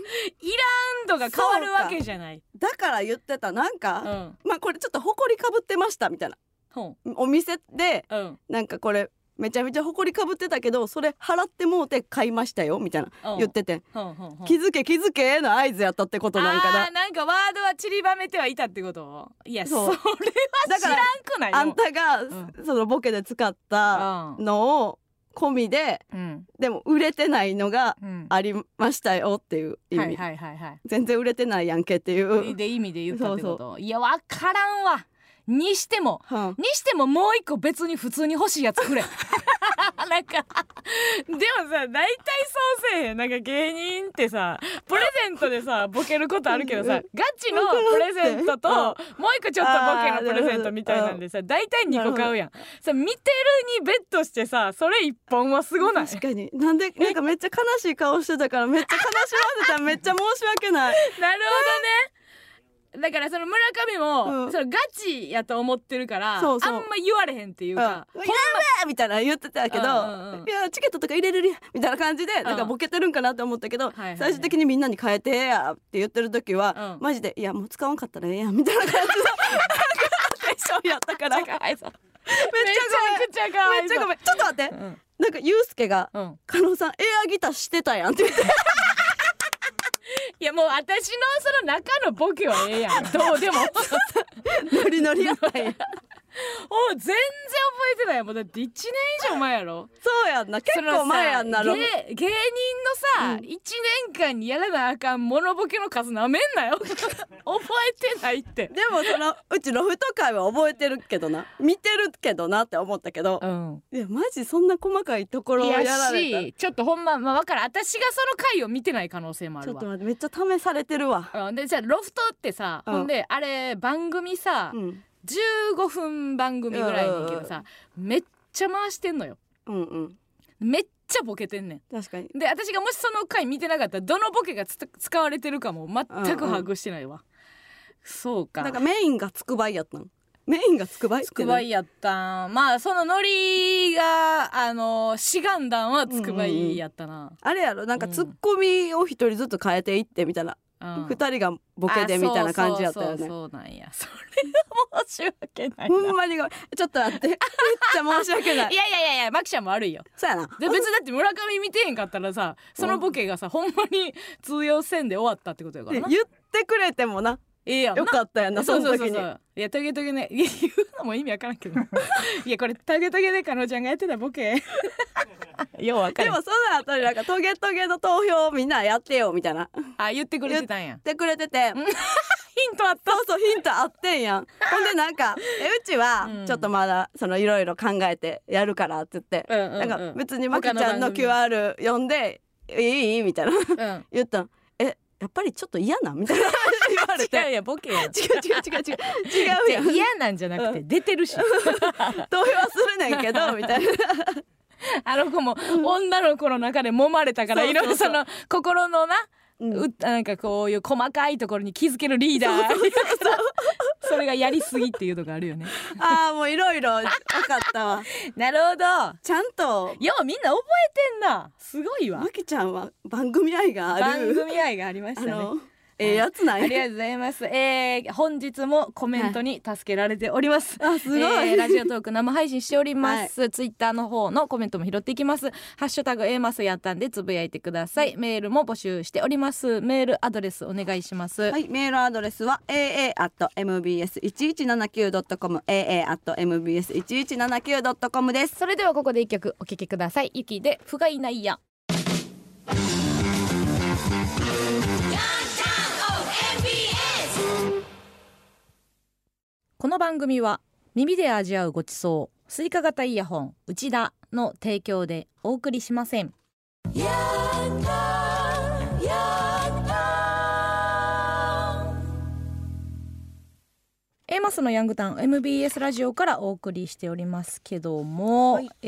Speaker 2: 度が変わるわけじゃない
Speaker 1: だから言ってたなん
Speaker 2: う
Speaker 1: か、
Speaker 2: ん
Speaker 1: まあこれちょっと埃かぶってましたみたいな
Speaker 2: ほん
Speaker 1: お店で
Speaker 2: うんうん
Speaker 1: なんかこれめちゃめちゃ埃かぶってたけどそれ払ってもうて買いましたよみたいな
Speaker 2: うん
Speaker 1: 言ってて
Speaker 2: ほんほんほん
Speaker 1: 気づけ気づけの合図やったってことなんか
Speaker 2: あ
Speaker 1: な
Speaker 2: ーなんかワードは散りばめてはいたってこといや
Speaker 1: そ
Speaker 2: そうれは
Speaker 1: だ
Speaker 2: 知
Speaker 1: からら
Speaker 2: んくない
Speaker 1: あんたが
Speaker 2: ん
Speaker 1: そのボケで使った
Speaker 2: うん
Speaker 1: のを込みで
Speaker 2: うん
Speaker 1: でも売れてないのが
Speaker 2: うん
Speaker 1: ありましたよっていう意
Speaker 2: はい
Speaker 1: 味
Speaker 2: はいはいはい
Speaker 1: 全然売れてないやんけっていう
Speaker 2: で意味で言ったってこと
Speaker 1: そ
Speaker 2: いやわからんわにしても
Speaker 1: は
Speaker 2: にしてももう一個別に普通に欲しいやつくれ なんかでもさ大体そうせえへんなんか芸人ってさプレゼントでさボケることあるけど
Speaker 1: う
Speaker 2: さ
Speaker 1: ん
Speaker 2: ガチのプレゼントと
Speaker 1: うん
Speaker 2: もう一個ちょっとボケのプレゼントみたいなんでさ大体2個買うやんさ見てるにベットしてさそれ一本はすご ない
Speaker 1: 確かになんでなんかめっちゃ悲しい顔してたからめっちゃ悲しませためっちゃ申し訳ない
Speaker 2: なるほどね。だからその村上も、
Speaker 1: うん
Speaker 2: そのガチやと思ってるから
Speaker 1: そうそう
Speaker 2: あんま言われへんっていう
Speaker 1: うん、いら
Speaker 2: か
Speaker 1: ん、わみたいなの言ってたけど、
Speaker 2: うんうんうん
Speaker 1: いやチケットとか入れれるやんみたいな感じで、
Speaker 2: ん
Speaker 1: なんかボケてるんかなって思ったけど、
Speaker 2: いはいはい
Speaker 1: 最終的にみんなに変えてやって言ってる時は、
Speaker 2: うん
Speaker 1: マジでいやもう使わんかったらええやんみたい な感じのテンションやったからめっちゃ
Speaker 2: かわいそうめ
Speaker 1: ご
Speaker 2: ちゃくちゃかわ
Speaker 1: めんめ
Speaker 2: い
Speaker 1: っ
Speaker 2: そ
Speaker 1: ちゃ
Speaker 2: う
Speaker 1: ごめんちょっと待って、
Speaker 2: うん
Speaker 1: なんかユうスケ が
Speaker 2: うん、
Speaker 1: 「加納さんエアギターしてたやん」って言って
Speaker 2: いやもう私のその中のボケはええや んどうでももう
Speaker 1: ノリノリやったんや
Speaker 2: 全然覚えてないもうだって1年以上前やろ
Speaker 1: そうやんな結構前やんな
Speaker 2: その
Speaker 1: ロ
Speaker 2: さ
Speaker 1: ム
Speaker 2: 芸芸人の
Speaker 1: う
Speaker 2: さ、
Speaker 1: ん
Speaker 2: 1年間にやらなあかんモノボケの数なめんなよ 覚えてないって
Speaker 1: でもそのうちロフト会は覚えてるけどな見てるけどなって思ったけど、
Speaker 2: うん
Speaker 1: いやマジそんな細かいところをや
Speaker 2: い
Speaker 1: ら
Speaker 2: や
Speaker 1: れたら
Speaker 2: しちょっとほんま、まあ、わからん私がその回を見てない可能性もあ
Speaker 1: ちょ
Speaker 2: る
Speaker 1: っ
Speaker 2: わ
Speaker 1: と待ってめっちゃ試されてるわ。
Speaker 2: うんでじゃあロフトってさ、
Speaker 1: うん
Speaker 2: ほんであれ番組さ、
Speaker 1: うん
Speaker 2: 15分番組ぐらいやねんけどさ、めっちゃ回してんのよ
Speaker 1: うんうん
Speaker 2: めっちゃボケてんね
Speaker 1: 確かに。
Speaker 2: んで私がもしその回見てなかったらどのボケがつ使われてるかも全く把握してないわ、そうか
Speaker 1: なんかメインがつくばいやったの。メインがつくばいって
Speaker 2: つくばい
Speaker 1: い。
Speaker 2: やったんまあそのノリがあの志願団はつくばいやったな、
Speaker 1: あれやろなんかツッコミを一人ずつ変えていってみたいな
Speaker 2: うん
Speaker 1: 二、人がボケでみたいな感じやったよ
Speaker 2: あそうそう
Speaker 1: ね。
Speaker 2: そうなんやそれは申し訳ないな、
Speaker 1: ほんまにごめんちょっと 待ってめっちゃ申し訳ないい。
Speaker 2: やいやいやいやマキちゃんも悪いよ
Speaker 1: そうやな。
Speaker 2: で別にだって村上見てへんかったらさそのボケがさほんまに通用せんで終わったってことやから
Speaker 1: 言
Speaker 2: な
Speaker 1: ってくれてもな
Speaker 2: ええやんな
Speaker 1: よかったやんなそ
Speaker 2: そう
Speaker 1: の
Speaker 2: そうそ
Speaker 1: 時
Speaker 2: う
Speaker 1: に。
Speaker 2: そういやトゲトゲね いや言うのも意味わからんけどいやこれトゲトゲでかのちゃんがやってたボケようわか
Speaker 1: で
Speaker 2: る
Speaker 1: もその後になんかトゲトゲの投票をみんなやってよみたいな言っ
Speaker 2: あ言ってくれてたんや
Speaker 1: てくれてて。
Speaker 2: ヒントあった
Speaker 1: そうそうヒントあってんや んほんでなんかえうちは
Speaker 2: うん
Speaker 1: ちょっとまだそのいろいろ考えてやるからって言って、
Speaker 2: うんうんうん
Speaker 1: なんか別にまきちゃ
Speaker 2: 他
Speaker 1: ん
Speaker 2: の
Speaker 1: の
Speaker 2: 番組
Speaker 1: QR 読んでいいみたいな
Speaker 2: うん
Speaker 1: 言ったんえ
Speaker 3: やっぱりちょっと嫌なみ たいな感じで言われて
Speaker 2: 違うやボケや
Speaker 1: 違う違う違う違う違う
Speaker 2: じゃ
Speaker 1: や
Speaker 2: あ
Speaker 1: ん
Speaker 2: 嫌なんじゃなくて出てるし
Speaker 1: 投票はするねんけどみたいな
Speaker 2: あの子も女の子の中で揉まれたから
Speaker 1: そう
Speaker 2: い
Speaker 1: そう
Speaker 2: ろ
Speaker 1: そ
Speaker 2: いうろその心のな
Speaker 3: うん
Speaker 2: うなんかこういう細かいところに気づけるリーダー それがやりすぎっていうのがあるよね
Speaker 1: ああもういろいろ分かったわ
Speaker 2: なるほど
Speaker 1: ちゃんと
Speaker 2: ようみんな覚えてんなすご いわ
Speaker 1: まきちゃんは番組愛があ
Speaker 2: 番
Speaker 1: る
Speaker 2: 組愛がありまし
Speaker 1: あ
Speaker 2: たね
Speaker 1: のええやつな
Speaker 2: あ
Speaker 1: ん
Speaker 2: り
Speaker 1: や
Speaker 2: がとうございます。えー、本日もコメントに助けられております。
Speaker 1: あすごい、
Speaker 2: えーラジオトーク生配信しております、ツイッターの方のコメントも拾っていきますハッシュタグ A マスやったんでつぶやいてくださいメールも募集しておりますメールアドレスお願いします、
Speaker 1: はい、メールアドレスは aa at mbs 一一七九ドットコム aa at mbs 一一七九ドットコムです。
Speaker 2: それではここで一曲お聴きくださいゆきで不甲斐ないやこの番組は耳で味わうごちそうスイカ型イヤホン内田の提供でお送りしませんエマスのヤングタウン MBS ラジオからお送りしておりますけども、
Speaker 1: はい
Speaker 2: え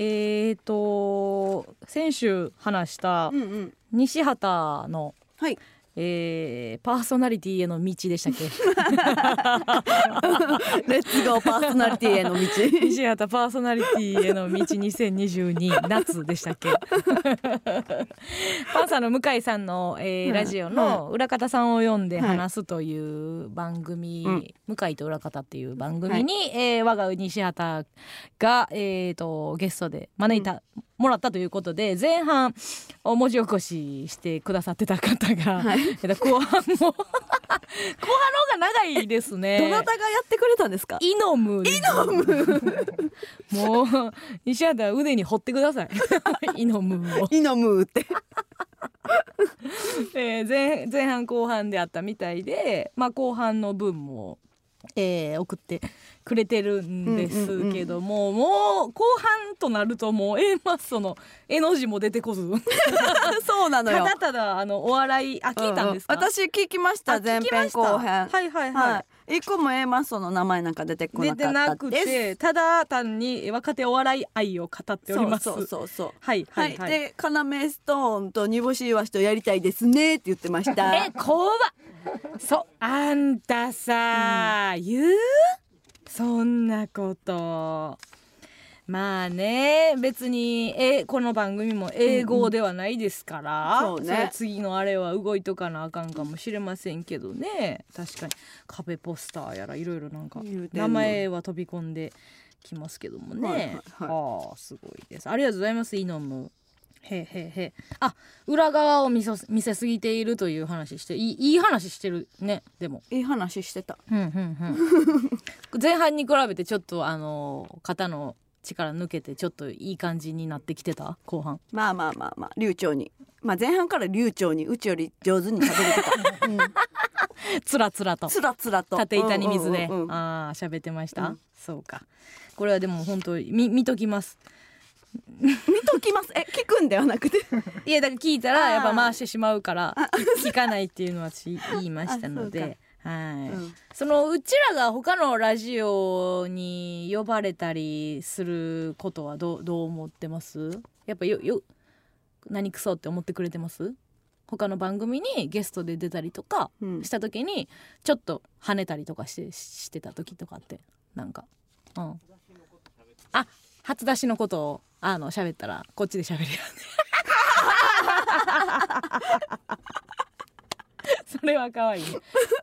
Speaker 2: ーと先週話した
Speaker 1: うんうん。
Speaker 2: 西畑の、
Speaker 1: はい。
Speaker 2: えーパーソナリティへの道でしたっけ
Speaker 1: レッツゴーパーソナリティ への道。
Speaker 2: 西畑パーソナリティへの道2022夏でしたっけ パンサーの向井さんの、えー
Speaker 1: うん
Speaker 2: ラジオの裏方さんを読んで話すという番組、
Speaker 1: うん
Speaker 2: 向井と裏方っていう番組に、えー我が西畑が、えー、とゲストで招いた、もらったということで前半お文字起こししてくださってた方が、
Speaker 1: はい
Speaker 2: えっと後半も 後半の方が長いですね。
Speaker 1: どなたがやってくれたんですか。
Speaker 2: イノムイノムもう西畑は腕に掘ってくだ さいイノムを、
Speaker 1: イノムーって。
Speaker 2: えー前前半後半であったみたいで、まあ、後半の分も、えー送ってくれてるんですけども、もう後半となるともう A マッソの絵の字も出てこ ず
Speaker 1: そうなの
Speaker 2: た
Speaker 1: よ。
Speaker 2: だただあのお笑いあ聞いたんですか、
Speaker 1: うう私聞きまし
Speaker 2: あ
Speaker 1: た。前
Speaker 2: 聞きま
Speaker 1: 編
Speaker 2: した
Speaker 1: 後編。
Speaker 2: はいはいはい、
Speaker 1: はい。一個も A マッソの名前なんか出てこ
Speaker 2: 出
Speaker 1: な
Speaker 2: て
Speaker 1: か
Speaker 2: な
Speaker 1: った
Speaker 2: く
Speaker 1: です。
Speaker 2: てただ単に若手お笑い愛を語っております
Speaker 1: そうそうそうそう。
Speaker 2: はいは
Speaker 1: はいい、
Speaker 2: はい、
Speaker 1: で、カナメストーンと煮干しイワシとやりたいですねって言ってました
Speaker 2: え。怖っそうあんたさ、言うそんなことまあね別にえこの番組も英語ではないですから、
Speaker 1: うんうんそうね
Speaker 2: れは次のあれは動いとかなあかんかもしれませんけどね確かに壁ポスターやらいろいろなんか
Speaker 1: 言うてんの
Speaker 2: 名前は飛び込んできますけどもね、
Speaker 1: はいはい
Speaker 2: ああすごいですありがとうございますイノムへーへーへーあ裏側を見そ見せすぎているという話していいいい話してるねでも、
Speaker 1: いい話してた。
Speaker 2: うんうんうん、 前半に比べてちょっとあの肩の力抜けてちょっといい感じになってきてた後半
Speaker 1: まあまあまあまあ流暢にまあ前半から流暢にうちより上手に食べれてた、うん、
Speaker 2: つら つらと
Speaker 1: つらつらと
Speaker 2: 縦板に水で、
Speaker 1: うんうんうんうん
Speaker 2: ああ喋ってました、
Speaker 1: うん
Speaker 2: そうかこれはでも本当見見ときます
Speaker 1: 見ときますえ聞くんではな くて
Speaker 2: いやだから聞いたら
Speaker 1: あー
Speaker 2: やっぱ回してしまうから 聞かないっていうのは私言いました
Speaker 1: あ
Speaker 2: の
Speaker 1: そ
Speaker 2: で
Speaker 1: う
Speaker 2: はい、
Speaker 1: うん
Speaker 2: そのうちらが他のラジオに呼ばれたりすることはどうどう思ってますやっぱよよ何クソって思ってくれてます他の番組にゲストで出たりとか
Speaker 1: うん
Speaker 2: した時にちょっと跳ねたりとかしてししてた時とかってなんかうんあ初出しのことをあの喋ったらこっちで喋るよね それは可愛いね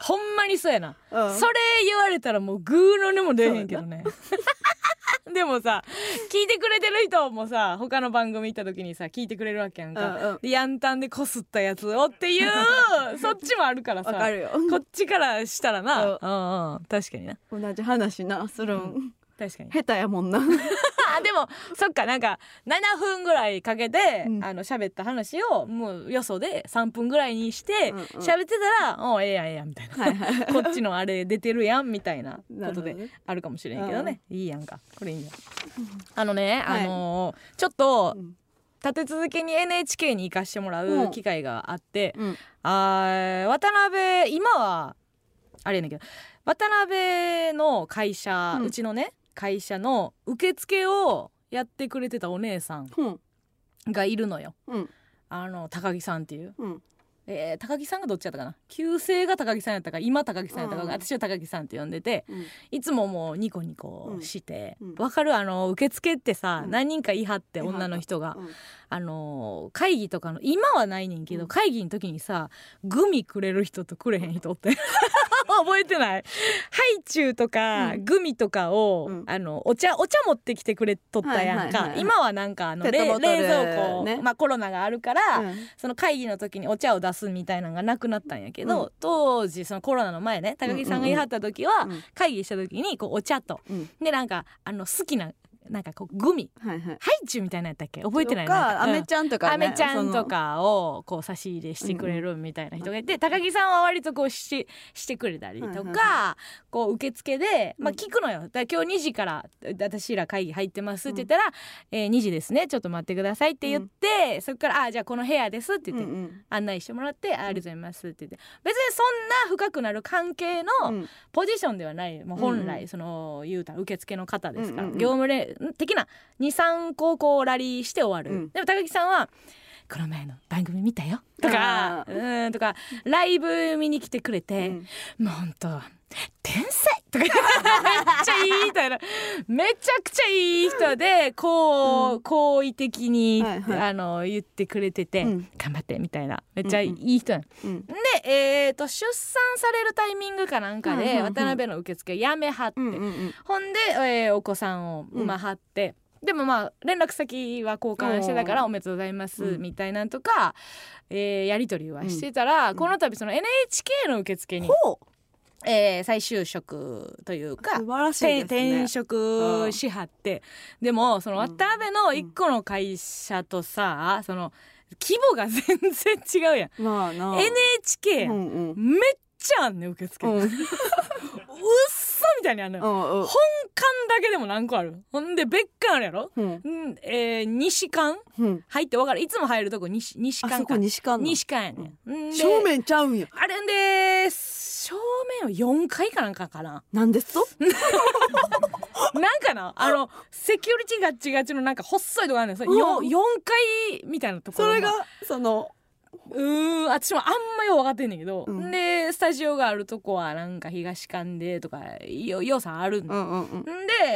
Speaker 2: ほんまにそうやな
Speaker 1: うん
Speaker 2: それ言われたらもうグーの音も出えへんけどね でもさ聞いてくれてる人もさ他の番組行った時にさ聞いてくれるわけやんか、
Speaker 1: うんうん
Speaker 2: でヤンタンでこすったやつをって いうそっちもあるからさ
Speaker 1: わかるよ
Speaker 2: こっちからしたらな、うんうん、確かにな
Speaker 1: 同じ話なするん、
Speaker 2: 確かに
Speaker 1: 下手やもんな
Speaker 2: あでもそっかなんか7分ぐらいかけて、
Speaker 1: うん
Speaker 2: あの喋った話をもうよそで3分ぐらいにして
Speaker 1: うんうん
Speaker 2: 喋、ってたら「おうええやんええやん」みたいな、 こっちのあれ出てるやんみたいなこと
Speaker 1: なる
Speaker 2: で
Speaker 1: ほどね
Speaker 2: あるかもしれんけどねいいやんかこれいいやんあのね、あのーちょっと
Speaker 1: ん
Speaker 2: 立て続けに NHK に行かしてもら
Speaker 1: う
Speaker 2: うん機会があって、
Speaker 1: うん
Speaker 2: あー渡辺今はあれやねんけど渡辺の会社、
Speaker 1: う
Speaker 2: うんちのね会社の受付をやってくれてたお姉さん
Speaker 1: うん
Speaker 2: がいるのよ
Speaker 1: うん
Speaker 2: あの高木さんっていう。
Speaker 1: うん
Speaker 2: えー高木さんがどっちやったかな旧姓が高木さんやったか今高木さんやったか、
Speaker 1: うん
Speaker 2: 私は高木さんって呼んでて
Speaker 1: うん
Speaker 2: いつももうニコニコして
Speaker 1: うんうん
Speaker 2: わ、かるあの受付ってさ、
Speaker 1: うん
Speaker 2: 何人か言い張って
Speaker 1: 言い張った
Speaker 2: 女の人が、
Speaker 1: うん
Speaker 2: あの会議とかの今はないねんけど、
Speaker 1: うん
Speaker 2: 会議の時にさグミくれる人とくれへん人って 覚えてないハイチュウとか、
Speaker 1: うん
Speaker 2: グミとかを、
Speaker 1: うん
Speaker 2: あのお茶お茶持ってきてくれとったやんか、
Speaker 1: はいはいはい
Speaker 2: 今はなんかあの
Speaker 1: ペット
Speaker 2: 冷
Speaker 1: ボトル
Speaker 2: 冷蔵庫、
Speaker 1: ね
Speaker 2: まあ、コロナがあるから、
Speaker 1: うん
Speaker 2: その会議の時にお茶を出すみたいなのがなくなったんやけど、
Speaker 1: う
Speaker 2: 当時そのコロナの前ね高木さんが言い張った時は、
Speaker 1: うん
Speaker 2: 会議した時にこうお茶と
Speaker 1: うん
Speaker 2: でなんかあの好きななんかこうグミ
Speaker 1: はいはい
Speaker 2: ハイチュウみたいなやったっけ覚えてない
Speaker 1: とか
Speaker 2: な
Speaker 1: ア
Speaker 2: んか
Speaker 1: メちゃんと
Speaker 2: うん
Speaker 1: かね
Speaker 2: 飴ちゃん
Speaker 1: そ
Speaker 2: と
Speaker 1: の
Speaker 2: かをこう差し入れしてくれるみたいな人がいて、高木さんは割とこうししてくれたりとか、
Speaker 1: はいはいは
Speaker 2: こう受付で、まあ、
Speaker 1: うん
Speaker 2: 聞くのよだから今日2時から私ら会議入ってますって言ったら「えー2時ですねちょっと待ってください」って言って、そこから「あじゃあこの部屋です」って言って、
Speaker 1: うんうん
Speaker 2: 案内してもらって「あありがとうございます」って言って別にそんな深くなる関係の
Speaker 1: うん
Speaker 2: ポジションではない、もう本
Speaker 1: うんう
Speaker 2: 来その言うたら受付の方ですから、
Speaker 1: うんうんうん
Speaker 2: 業務連的な23個こうラリーして終わる、
Speaker 1: うん
Speaker 2: でも高木さんは「この前の番組見たよ」とか
Speaker 1: あ
Speaker 2: 「うん」とか「ライブ見に来てくれて、
Speaker 1: うん
Speaker 2: もうほんと天才!」とかめっちゃいいみたいなめちゃくちゃいい人でこう、好意的に、
Speaker 1: はいはい
Speaker 2: あの言ってくれてて、
Speaker 1: うん
Speaker 2: 頑張ってみたいなめっちゃいい人なの
Speaker 1: うん
Speaker 2: で、えー、と出産されるタイミングかなんか
Speaker 1: うんうん
Speaker 2: で
Speaker 1: うん
Speaker 2: 渡辺の受付やめはって、
Speaker 1: うんうんうん
Speaker 2: ほんで、えーお子さんを産まはって、でもまあ連絡先は交換してたから
Speaker 1: おー
Speaker 2: おめでとうございます
Speaker 1: うん
Speaker 2: みたいなんとか、えーやり取りはしてたら、この度その NHK の受付に、
Speaker 1: ほう
Speaker 2: えー再就職というか
Speaker 1: 素。晴らしいで
Speaker 2: 転転
Speaker 1: すね
Speaker 2: 職しはってでもその
Speaker 1: うん
Speaker 2: 渡辺の一個の会社とさ、その規模が全然違うやん
Speaker 1: まあな
Speaker 2: NHK やん、
Speaker 1: うんうん
Speaker 2: めっちゃあんねん受付、
Speaker 1: う
Speaker 2: うんっそみたいにあんのよ、
Speaker 1: うんうん
Speaker 2: 本館だけでも何個あるほんで別館あるやろ、
Speaker 1: うん
Speaker 2: んえー、西館
Speaker 1: うん
Speaker 2: 入って分かるいつも入るとこ西西
Speaker 1: あ
Speaker 2: 館
Speaker 1: そ
Speaker 2: か
Speaker 1: こ西館
Speaker 2: 西館やね、んで、
Speaker 1: 正面ちゃうんや
Speaker 2: あれんで正面を4階かなんかかな
Speaker 1: なんですと
Speaker 2: なんかなあのセキュリティガッチガチのなんか細いとこあるのよそれよ
Speaker 1: うん
Speaker 2: 4階みたいなとこ
Speaker 1: そ
Speaker 2: ろの
Speaker 1: れがその
Speaker 2: うーん私もあんまよう分かってんねんけど、
Speaker 1: うん
Speaker 2: でスタジオがあるとこはなんか東館でとかよようさんあるん
Speaker 1: う
Speaker 2: で、
Speaker 1: んうんうん
Speaker 2: んで、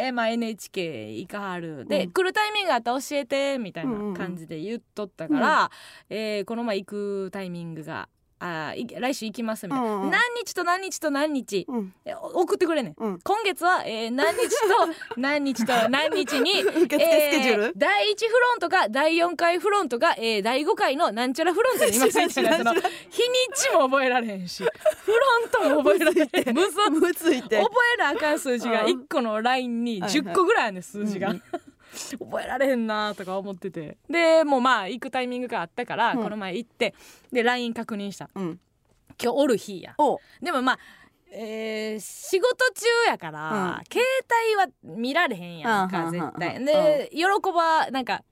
Speaker 2: えまあ、NHK 行かはるで、
Speaker 1: うん
Speaker 2: 来るタイミングあったら教えてみたいな感じで言っとったから、えーこの前行くタイミングが。あーい来週行きますみたいな、
Speaker 1: うんうん
Speaker 2: 何日と何日と何日、
Speaker 1: うん
Speaker 2: えお送ってくれんねん、
Speaker 1: うん
Speaker 2: 今月は、えー何日と何 日と何日に
Speaker 1: 受付スケジュール
Speaker 2: え第1フロントか第4回フロントか、えー第5回のなんちゃらフロントにいますみたい なその日にちも覚えられへんしフロントも覚えられ へんむずっ
Speaker 1: むついて
Speaker 2: 覚えなあかん数字が
Speaker 1: うん
Speaker 2: 1個のラインに
Speaker 1: はいはい
Speaker 2: 10個ぐらいあるねん数字が。
Speaker 1: うんう
Speaker 2: 覚えられへんなとか思っててでもうまあ行くタイミングがあったから、
Speaker 1: うん
Speaker 2: この前行ってで LINE 確認した
Speaker 1: うん
Speaker 2: 今日おる日や
Speaker 1: お
Speaker 2: でもまあ、えー仕事中やから、
Speaker 1: うん
Speaker 2: 携帯は見られへんやんか、
Speaker 1: うん
Speaker 2: 絶対、
Speaker 1: うん
Speaker 2: で、喜ばなんか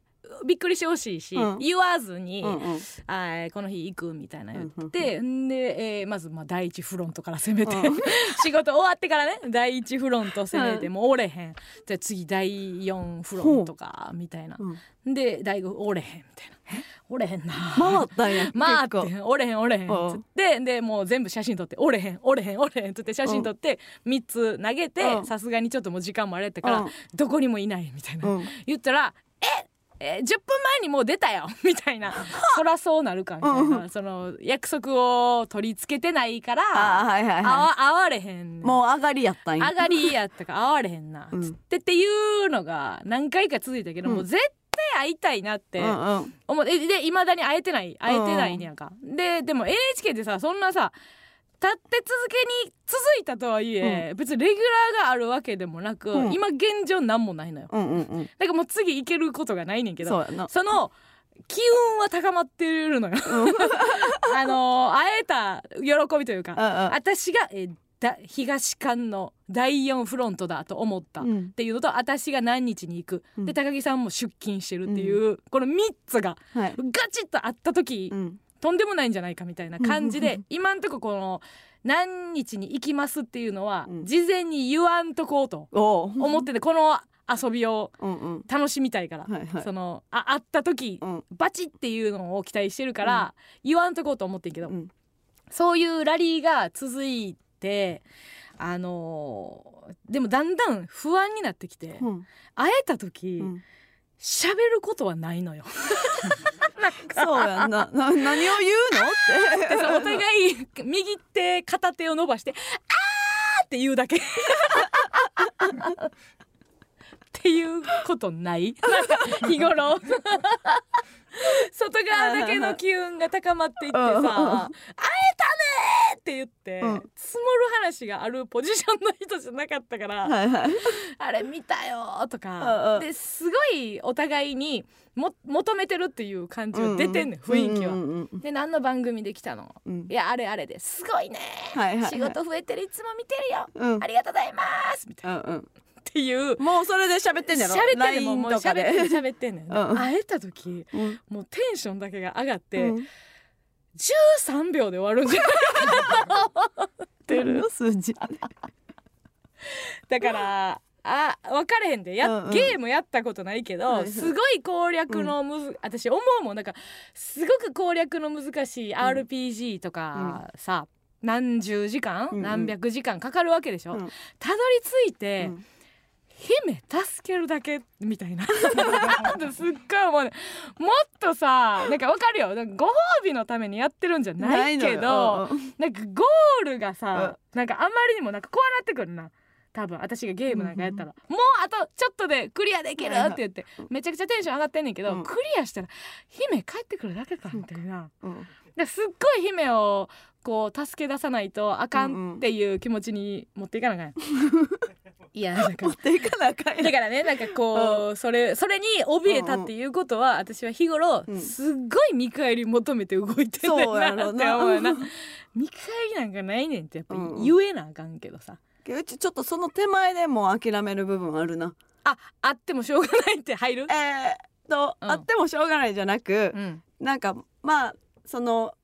Speaker 2: びっくりしてほしいし、
Speaker 1: うん
Speaker 2: 言わずに、
Speaker 1: うんうん
Speaker 2: あーこの日行くみたいな言って、んで、えーまずまあ第一フロントから攻めて、 仕事終わってからね第一フロント攻めて、
Speaker 1: う
Speaker 2: もう折れへんじゃあ次第四フロントかみたいな、
Speaker 1: うん
Speaker 2: で第五折れへんみたいな折れへんな
Speaker 1: 回ったんや
Speaker 2: まあっ
Speaker 1: 結構
Speaker 2: て折れへん折れへんっつってでもう全部写真撮って折れへん折れへん折れへんっつって写真撮って3つ投げ
Speaker 1: う
Speaker 2: て
Speaker 1: ん
Speaker 2: さすがにちょっともう時間もあれやったから、
Speaker 1: うん
Speaker 2: どこにもいないみたいな、
Speaker 1: うん
Speaker 2: 言ったら「ええ10分前にもう出たよ」 みた いな「そらそうなるか」みたいな、
Speaker 1: う
Speaker 2: その約束を取り付けてないから
Speaker 1: あーはいはい
Speaker 2: あ
Speaker 1: は
Speaker 2: わ会われへん
Speaker 1: いもう上がりやったんや
Speaker 2: 上がりやったから会われへんな、
Speaker 1: うん
Speaker 2: つってっていうのが何回か続いたけど、
Speaker 1: うん
Speaker 2: もう絶対会いたいなって。
Speaker 1: うんうん
Speaker 2: 思ってでいまだに会えてない会えてないねやんか、ででも NHK ってさそんなさ立って続けに続いたとはいえ、別にレギュラーがあるわけでもなく、
Speaker 1: うん
Speaker 2: 今現状なんもないのよ
Speaker 1: うんうんうん
Speaker 2: だからもう次行けることがないねんけど
Speaker 1: そうやな
Speaker 2: その機運は高まって るのよあの会えた喜びというか
Speaker 1: うんうん
Speaker 2: 私が、えーだ東館の第4フロントだと思った、っ
Speaker 3: ん
Speaker 2: ていうのと私が何日に行く、
Speaker 3: うん
Speaker 2: で高木さんも出勤してるっていう、この3つが
Speaker 3: はい
Speaker 2: ガチッとあった時、
Speaker 3: うん
Speaker 2: とんでもないんじゃないかみたいな感じ
Speaker 3: うんうん
Speaker 2: で
Speaker 3: うん
Speaker 2: 今んとここの何日に行きますっていうのは
Speaker 3: うん
Speaker 2: 事前に言わんとこうと
Speaker 3: おう
Speaker 2: 思っててこの遊びを
Speaker 3: うんうん
Speaker 2: 楽しみたいから
Speaker 3: はいはい
Speaker 2: そのあ会った時
Speaker 3: うん
Speaker 2: バチっていうのを期待してるから言わんとこうと思ってんけど
Speaker 3: うん
Speaker 2: そういうラリーが続いてあのーでもだんだん不安になってきて
Speaker 3: うん
Speaker 2: 会えた時
Speaker 3: うん
Speaker 2: 喋ることはないのよ。
Speaker 3: そうやん なな何を言うのって
Speaker 2: でそうお互い右手片手を伸ばして「あー!」って言うだけ。っていうことないなんか日頃外側だけの機運が高まっていって
Speaker 3: うんうんうん
Speaker 2: さ「会えたね!」って言って、
Speaker 3: うん
Speaker 2: 積もる話があるポジションの人じゃなかったから「
Speaker 3: はいはい
Speaker 2: あれ見たよ!」
Speaker 3: うん
Speaker 2: と
Speaker 3: う
Speaker 2: か
Speaker 3: ん
Speaker 2: ですごいお互いにも求めてるっていう感じが出てんね、ん、雰囲気は。
Speaker 3: うんうんうん
Speaker 2: で何の番組で来たの
Speaker 3: うん
Speaker 2: いやあれあれですごいね、
Speaker 3: はいはいはい
Speaker 2: 仕事増えてるいつも見てるよ
Speaker 3: うん
Speaker 2: ありがとうございますみたいな
Speaker 3: うんうん
Speaker 2: っていう
Speaker 3: もうそれで喋ってんねやろ
Speaker 2: 喋ってんねんもう
Speaker 3: LINE
Speaker 2: もう
Speaker 3: と
Speaker 2: 喋
Speaker 3: か
Speaker 2: って
Speaker 3: で
Speaker 2: んねん喋ってんねん、
Speaker 3: うん
Speaker 2: 会えた時
Speaker 3: うん
Speaker 2: もうテンションだけが上がって、
Speaker 3: うん
Speaker 2: 13秒で終わるんじ ゃない
Speaker 3: ってる数字
Speaker 2: だからあ分かれへんでや、
Speaker 3: うんうん
Speaker 2: ゲームやったことないけど、
Speaker 3: はいはい
Speaker 2: すごい攻略のむず、私思うもんなんかすごく攻略の難しい RPG とかさ、何十時間、
Speaker 3: うんうん
Speaker 2: 何百時間かかるわけでしょ、
Speaker 3: うん
Speaker 2: たどり着いて、
Speaker 3: うん
Speaker 2: 姫助けるだけみたいな すっごい思うねもっとさなんかわかるよなんかご褒美のためにやってるんじゃないけどなんかゴールがさ、なんかあんまりにもなんかこうなってくるな多分私がゲームなんかやったら、もうあとちょっとでクリアできる
Speaker 3: はいは
Speaker 2: っ
Speaker 3: い
Speaker 2: て言って、めちゃくちゃテンション上がってんねんけど、
Speaker 3: うん
Speaker 2: クリアしたら姫帰ってくるだけかみたいな。
Speaker 3: うんうん
Speaker 2: ですっごい姫をこう助け出さないとあかんっていう気持ちに持っていかなあかん、 いやなんか
Speaker 3: 持っていかなあかん やん
Speaker 2: だからねなんかこう、それそれに怯えたっていうことは、私は日頃、
Speaker 3: うん
Speaker 2: すっごい見返り求めて動いてんねん
Speaker 3: そうや
Speaker 2: な
Speaker 3: ろ
Speaker 2: っ
Speaker 3: な
Speaker 2: て思うよな 見返りなんかないねんってやっぱ
Speaker 3: うん
Speaker 2: 言えなあかんけどさ、
Speaker 3: うちちょっとその手前でもう諦める部分あるな
Speaker 2: ああってもしょうがないって入る
Speaker 3: え、ーっと、
Speaker 2: うん
Speaker 3: あってもしょうがないじゃなく
Speaker 2: う、ん
Speaker 3: なんかまあその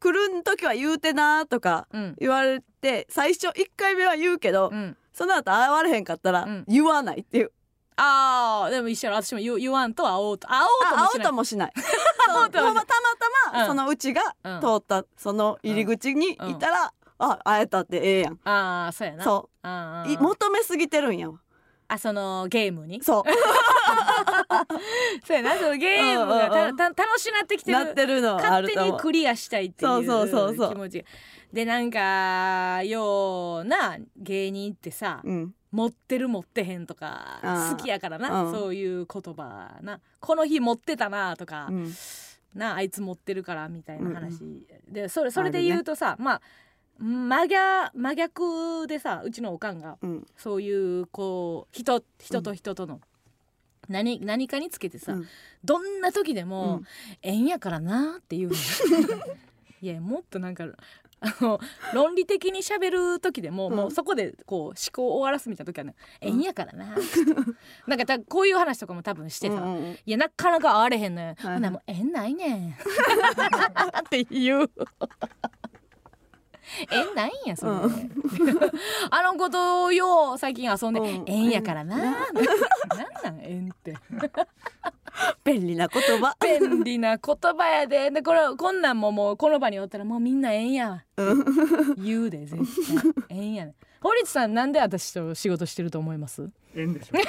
Speaker 3: 来る時は言うてなとか
Speaker 2: うん
Speaker 3: 言われて最初1回目は言うけど、
Speaker 2: うん、
Speaker 3: その後会われへんかったら
Speaker 2: うん
Speaker 3: 言わないっていう、
Speaker 2: あーでも一緒やろ私も言う言わんと会おうと会おうと
Speaker 3: あ
Speaker 2: も
Speaker 3: 会
Speaker 2: し
Speaker 3: おう
Speaker 2: ない
Speaker 3: ともしない
Speaker 2: 会おうともしない
Speaker 3: そうまあたまた
Speaker 2: う
Speaker 3: ま
Speaker 2: ん
Speaker 3: そのうちが
Speaker 2: うん
Speaker 3: 通ったその入り口にいたら、あ会えたってええやん
Speaker 2: ああそうやな
Speaker 3: そ
Speaker 2: あ
Speaker 3: う
Speaker 2: ー
Speaker 3: い求めすぎてるんやわ
Speaker 2: あそのゲームに
Speaker 3: そう
Speaker 2: そうやなそのゲームが
Speaker 3: うんう
Speaker 2: た
Speaker 3: ん
Speaker 2: た楽しなってきてる
Speaker 3: なってるのはあ
Speaker 2: 勝
Speaker 3: る
Speaker 2: 手
Speaker 3: と思
Speaker 2: に
Speaker 3: う
Speaker 2: クリアしたいってい
Speaker 3: そうう
Speaker 2: 気
Speaker 3: そうそうそう
Speaker 2: 持ちがでなんかような芸人ってさ、
Speaker 3: うん
Speaker 2: 持ってる持ってへんとか
Speaker 3: あー
Speaker 2: 好きやからな、
Speaker 3: うん
Speaker 2: そういう言葉なこの日持ってたなとか、
Speaker 3: うん
Speaker 2: なあいつ持ってるからみたいな話、
Speaker 3: う
Speaker 2: でそれそれで
Speaker 3: あるね
Speaker 2: 言うとさ、まあ真逆真逆でさうちのおかんが
Speaker 3: うん
Speaker 2: そういうこう人人と人との、何何かにつけてさ、
Speaker 3: うん
Speaker 2: どんな時でも、
Speaker 3: うん
Speaker 2: 縁やからなっていうのいやもっとなんか あの論理的に喋る時でも、
Speaker 3: うん
Speaker 2: もうそこでこう思考を終わらすみたいな時はね「
Speaker 3: うん
Speaker 2: 縁やからな」 なんかたこういう話とかも多分してさ「
Speaker 3: うんうんうん
Speaker 2: いやなかなか会われへんのよ、
Speaker 3: はい
Speaker 2: ほなもう縁ない ねん」っていう。縁ないんやそれ、
Speaker 3: う
Speaker 2: あのことよう最近遊んで
Speaker 3: うん
Speaker 2: 「縁やから な」なんなん縁って。
Speaker 3: 便利な言 葉
Speaker 2: 便利な言葉やででこれこんなんももうこの場におったらもうみんなええんやわ言うで絶対ええんやね堀内さんなんで私と仕事してると思います
Speaker 4: 縁でしょう。
Speaker 2: え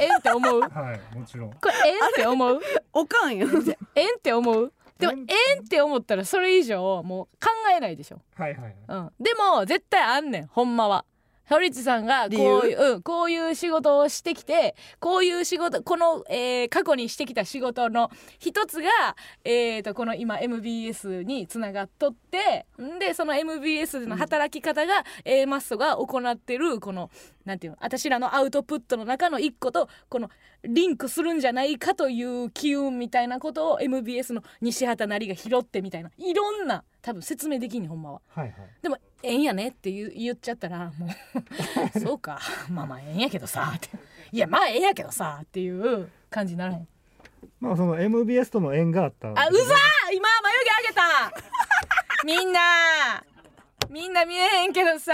Speaker 2: ええんって思うこ
Speaker 4: はい、もちろん。
Speaker 2: れええんって思う
Speaker 3: おかんよ
Speaker 2: ええんって思うでも
Speaker 4: えん
Speaker 2: ええんって思ったらそれ以上もう考えないでしょ、
Speaker 4: はいはいはい。
Speaker 2: うん、でも絶対あんねんほんまは堀内さんがこう
Speaker 3: 理
Speaker 2: いう、うん、こういう仕事をしてきてこういう仕事この、えー過去にしてきた仕事の一つが、えー、とこの今 MBS につながっとってんでその MBS の働き方が、A マッソが行ってるこのなんていうの私らのアウトプットの中の一個とこのリンクするんじゃないかという機運みたいなことを MBS の西畑成が拾ってみたいないろんな多分説明できんねんほんまは。
Speaker 4: はいはい。
Speaker 2: でもええんやねって言う言っちゃったらも うそうかまあまあええんやけどさっていやまあええんやけどさっていう感じにならへん
Speaker 4: まあその MBS との縁があったんで
Speaker 2: あうざー今眉毛上げたみんなみんな見えへんけどさ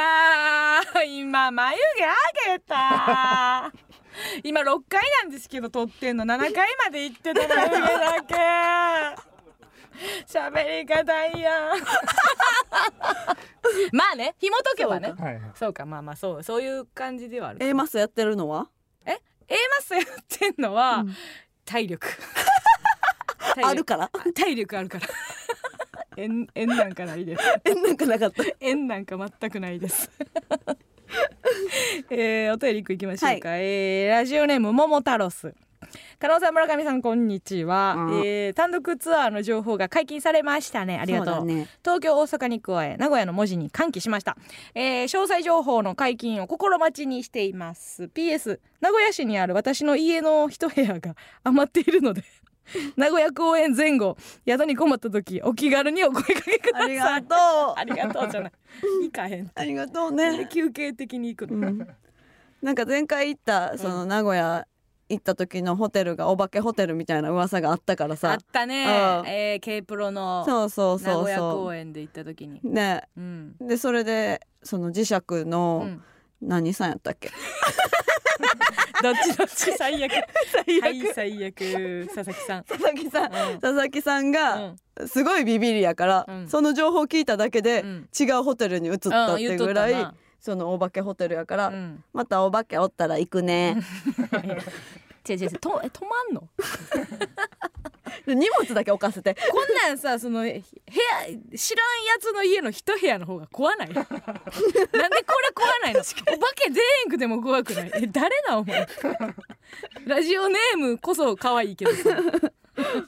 Speaker 2: 今眉毛上げた今6階なんですけど撮ってんの7階まで行ってた眉毛だ け喋り方いい やんまあね紐解けばね
Speaker 4: はいはい
Speaker 2: そうかまあまあそうそういう感じではある
Speaker 1: A マスやってるのは
Speaker 2: A マスやってんのは、
Speaker 1: うん
Speaker 2: 体 力体
Speaker 1: あ
Speaker 2: 力
Speaker 1: るから
Speaker 2: 体力あるから 縁縁なんかないです
Speaker 1: えなんかなかった
Speaker 2: 縁なんか全くないです えー、お便り一個いきましょうか、えーラジオネームももたろす加納さん村上さんこんにちは、
Speaker 1: うん
Speaker 2: えー単独ツアーの情報が解禁されましたねありがとう
Speaker 1: そうだね
Speaker 2: 東京大阪に加え名古屋の文字に歓喜しました、えー詳細情報の解禁を心待ちにしています PS 名古屋市にある私の家の一部屋が余っているの で名古屋公演前後宿に困った時お気軽にお声かけくだ
Speaker 1: あ
Speaker 2: さい
Speaker 1: りが とう
Speaker 2: ありがとう じゃない行かへん
Speaker 1: ありがとう
Speaker 2: で
Speaker 1: ね
Speaker 2: 休憩的に行くの、
Speaker 1: なんか前回行ったその名古屋行った時のホテルがお化けホテルみたいな噂があったから
Speaker 2: あ
Speaker 1: さ
Speaker 2: ったね
Speaker 1: うん
Speaker 2: えー、K プロの
Speaker 1: そうそう
Speaker 2: 名
Speaker 1: そう
Speaker 2: 古屋
Speaker 1: そ
Speaker 2: 公演で行った時に
Speaker 1: うね
Speaker 2: うん、
Speaker 1: でそれでその磁石
Speaker 2: う
Speaker 1: の
Speaker 2: ん、
Speaker 1: 何さんやったっけ、
Speaker 2: どっちどっち最悪
Speaker 1: 最悪
Speaker 2: はい最悪佐々木さん
Speaker 1: 佐々木さん
Speaker 2: うん
Speaker 1: 佐々木さんが
Speaker 2: う
Speaker 1: すごいビビりやから、
Speaker 2: うん
Speaker 1: その情報聞いただけで、
Speaker 2: ん
Speaker 1: 違うホテルに移ったってぐらい、
Speaker 2: うん言っと
Speaker 1: そのお化けホテルやから、
Speaker 2: ったなうん
Speaker 1: またお化けおったら行く ね、
Speaker 2: 違う違う違うとえ止まんの
Speaker 1: で荷物だけ置かせて
Speaker 2: こんなんさその部屋知らんやつの家の一部屋の方が怖 ないなんでこれ怖ないのお化け全員区でも怖くないえ誰なお前ラジオネームこそ可愛いけどさ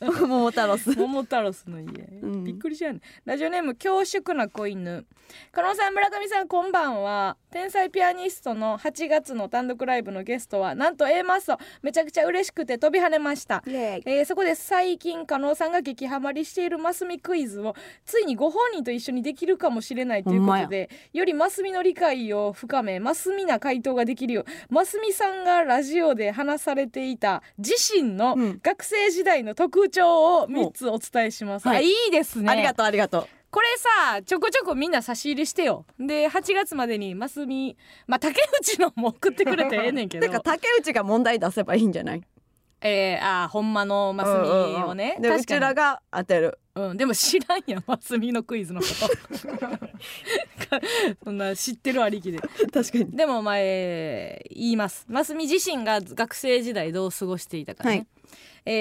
Speaker 1: 桃太郎す
Speaker 2: 桃太郎の家、
Speaker 1: ん
Speaker 2: びっくりしちゃうねラジオネーム恐縮な子犬加納さん村上さんこんばんは天才ピアニストの8月の単独ライブのゲストはなんと A マッソめちゃくちゃ嬉しくて飛び跳 ねましたえーそこで最近加納さんが激ハマりしているマスミクイズをついにご本人と一緒にできるかもしれないという
Speaker 1: ほん
Speaker 2: こ
Speaker 1: ま
Speaker 2: と
Speaker 1: や
Speaker 2: でよりマスミの理解を深めマスミな回答ができるようマスミさんがラジオで話されていた自身の
Speaker 1: うん
Speaker 2: 学生時代の特徴を3つお伝えします、
Speaker 1: お
Speaker 2: あ
Speaker 1: はい
Speaker 2: いいですね
Speaker 1: ありがとうありがと
Speaker 2: これさちょこちょこみんな差し入れしてよで8月までにマスミまあ竹内のも送ってくれてええねんけ
Speaker 1: う
Speaker 2: ど
Speaker 1: てか竹内が問題出せばいいんじゃない
Speaker 2: えー、あーほんまのマスミをね、
Speaker 1: うんうんうんでう
Speaker 2: 確かに
Speaker 1: ちらが当て る
Speaker 2: うん、でも知らんやん ますみのクイズのこと そんな知ってるありきで
Speaker 1: 確かに
Speaker 2: でも前言いますますみ自身が学生時代どう過ごしていたかね、
Speaker 1: はい
Speaker 2: え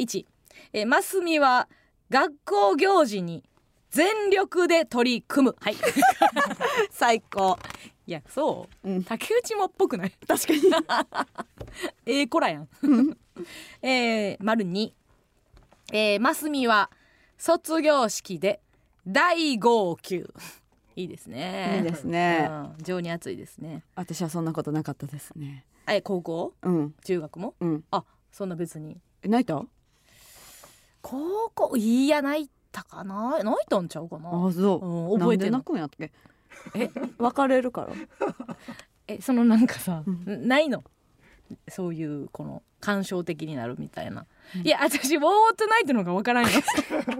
Speaker 2: ー、1、えー、ますみは学校行事に全力で取り組むはい
Speaker 1: 最高
Speaker 2: いやそう
Speaker 1: うん
Speaker 2: 竹内もっぽくない
Speaker 1: 確かに
Speaker 2: ええ子ら やん。えー、丸二。えー、ますみは卒業式で大号泣。いいですね。
Speaker 1: いいですね
Speaker 2: うん、情に熱いですね。
Speaker 1: 私はそんなことなかったですね
Speaker 2: え、高校、
Speaker 1: うん
Speaker 2: 中学も。
Speaker 1: うん
Speaker 2: あ、そんな別に。
Speaker 1: え泣いた
Speaker 2: 高校、いいやないったかな、泣いたんちゃうかな。
Speaker 1: あそう、
Speaker 2: うん、覚えて
Speaker 1: なで
Speaker 2: なんい
Speaker 1: 泣くんやったっけ
Speaker 2: え
Speaker 1: 別れる から
Speaker 2: え、そのなんかさ、
Speaker 1: うん
Speaker 2: ないの。そういうこの感傷的になるみたいな。
Speaker 1: うん
Speaker 2: いや、私、ウォーウォートゥナイトの方がわから んよ。ウォーウォートゥ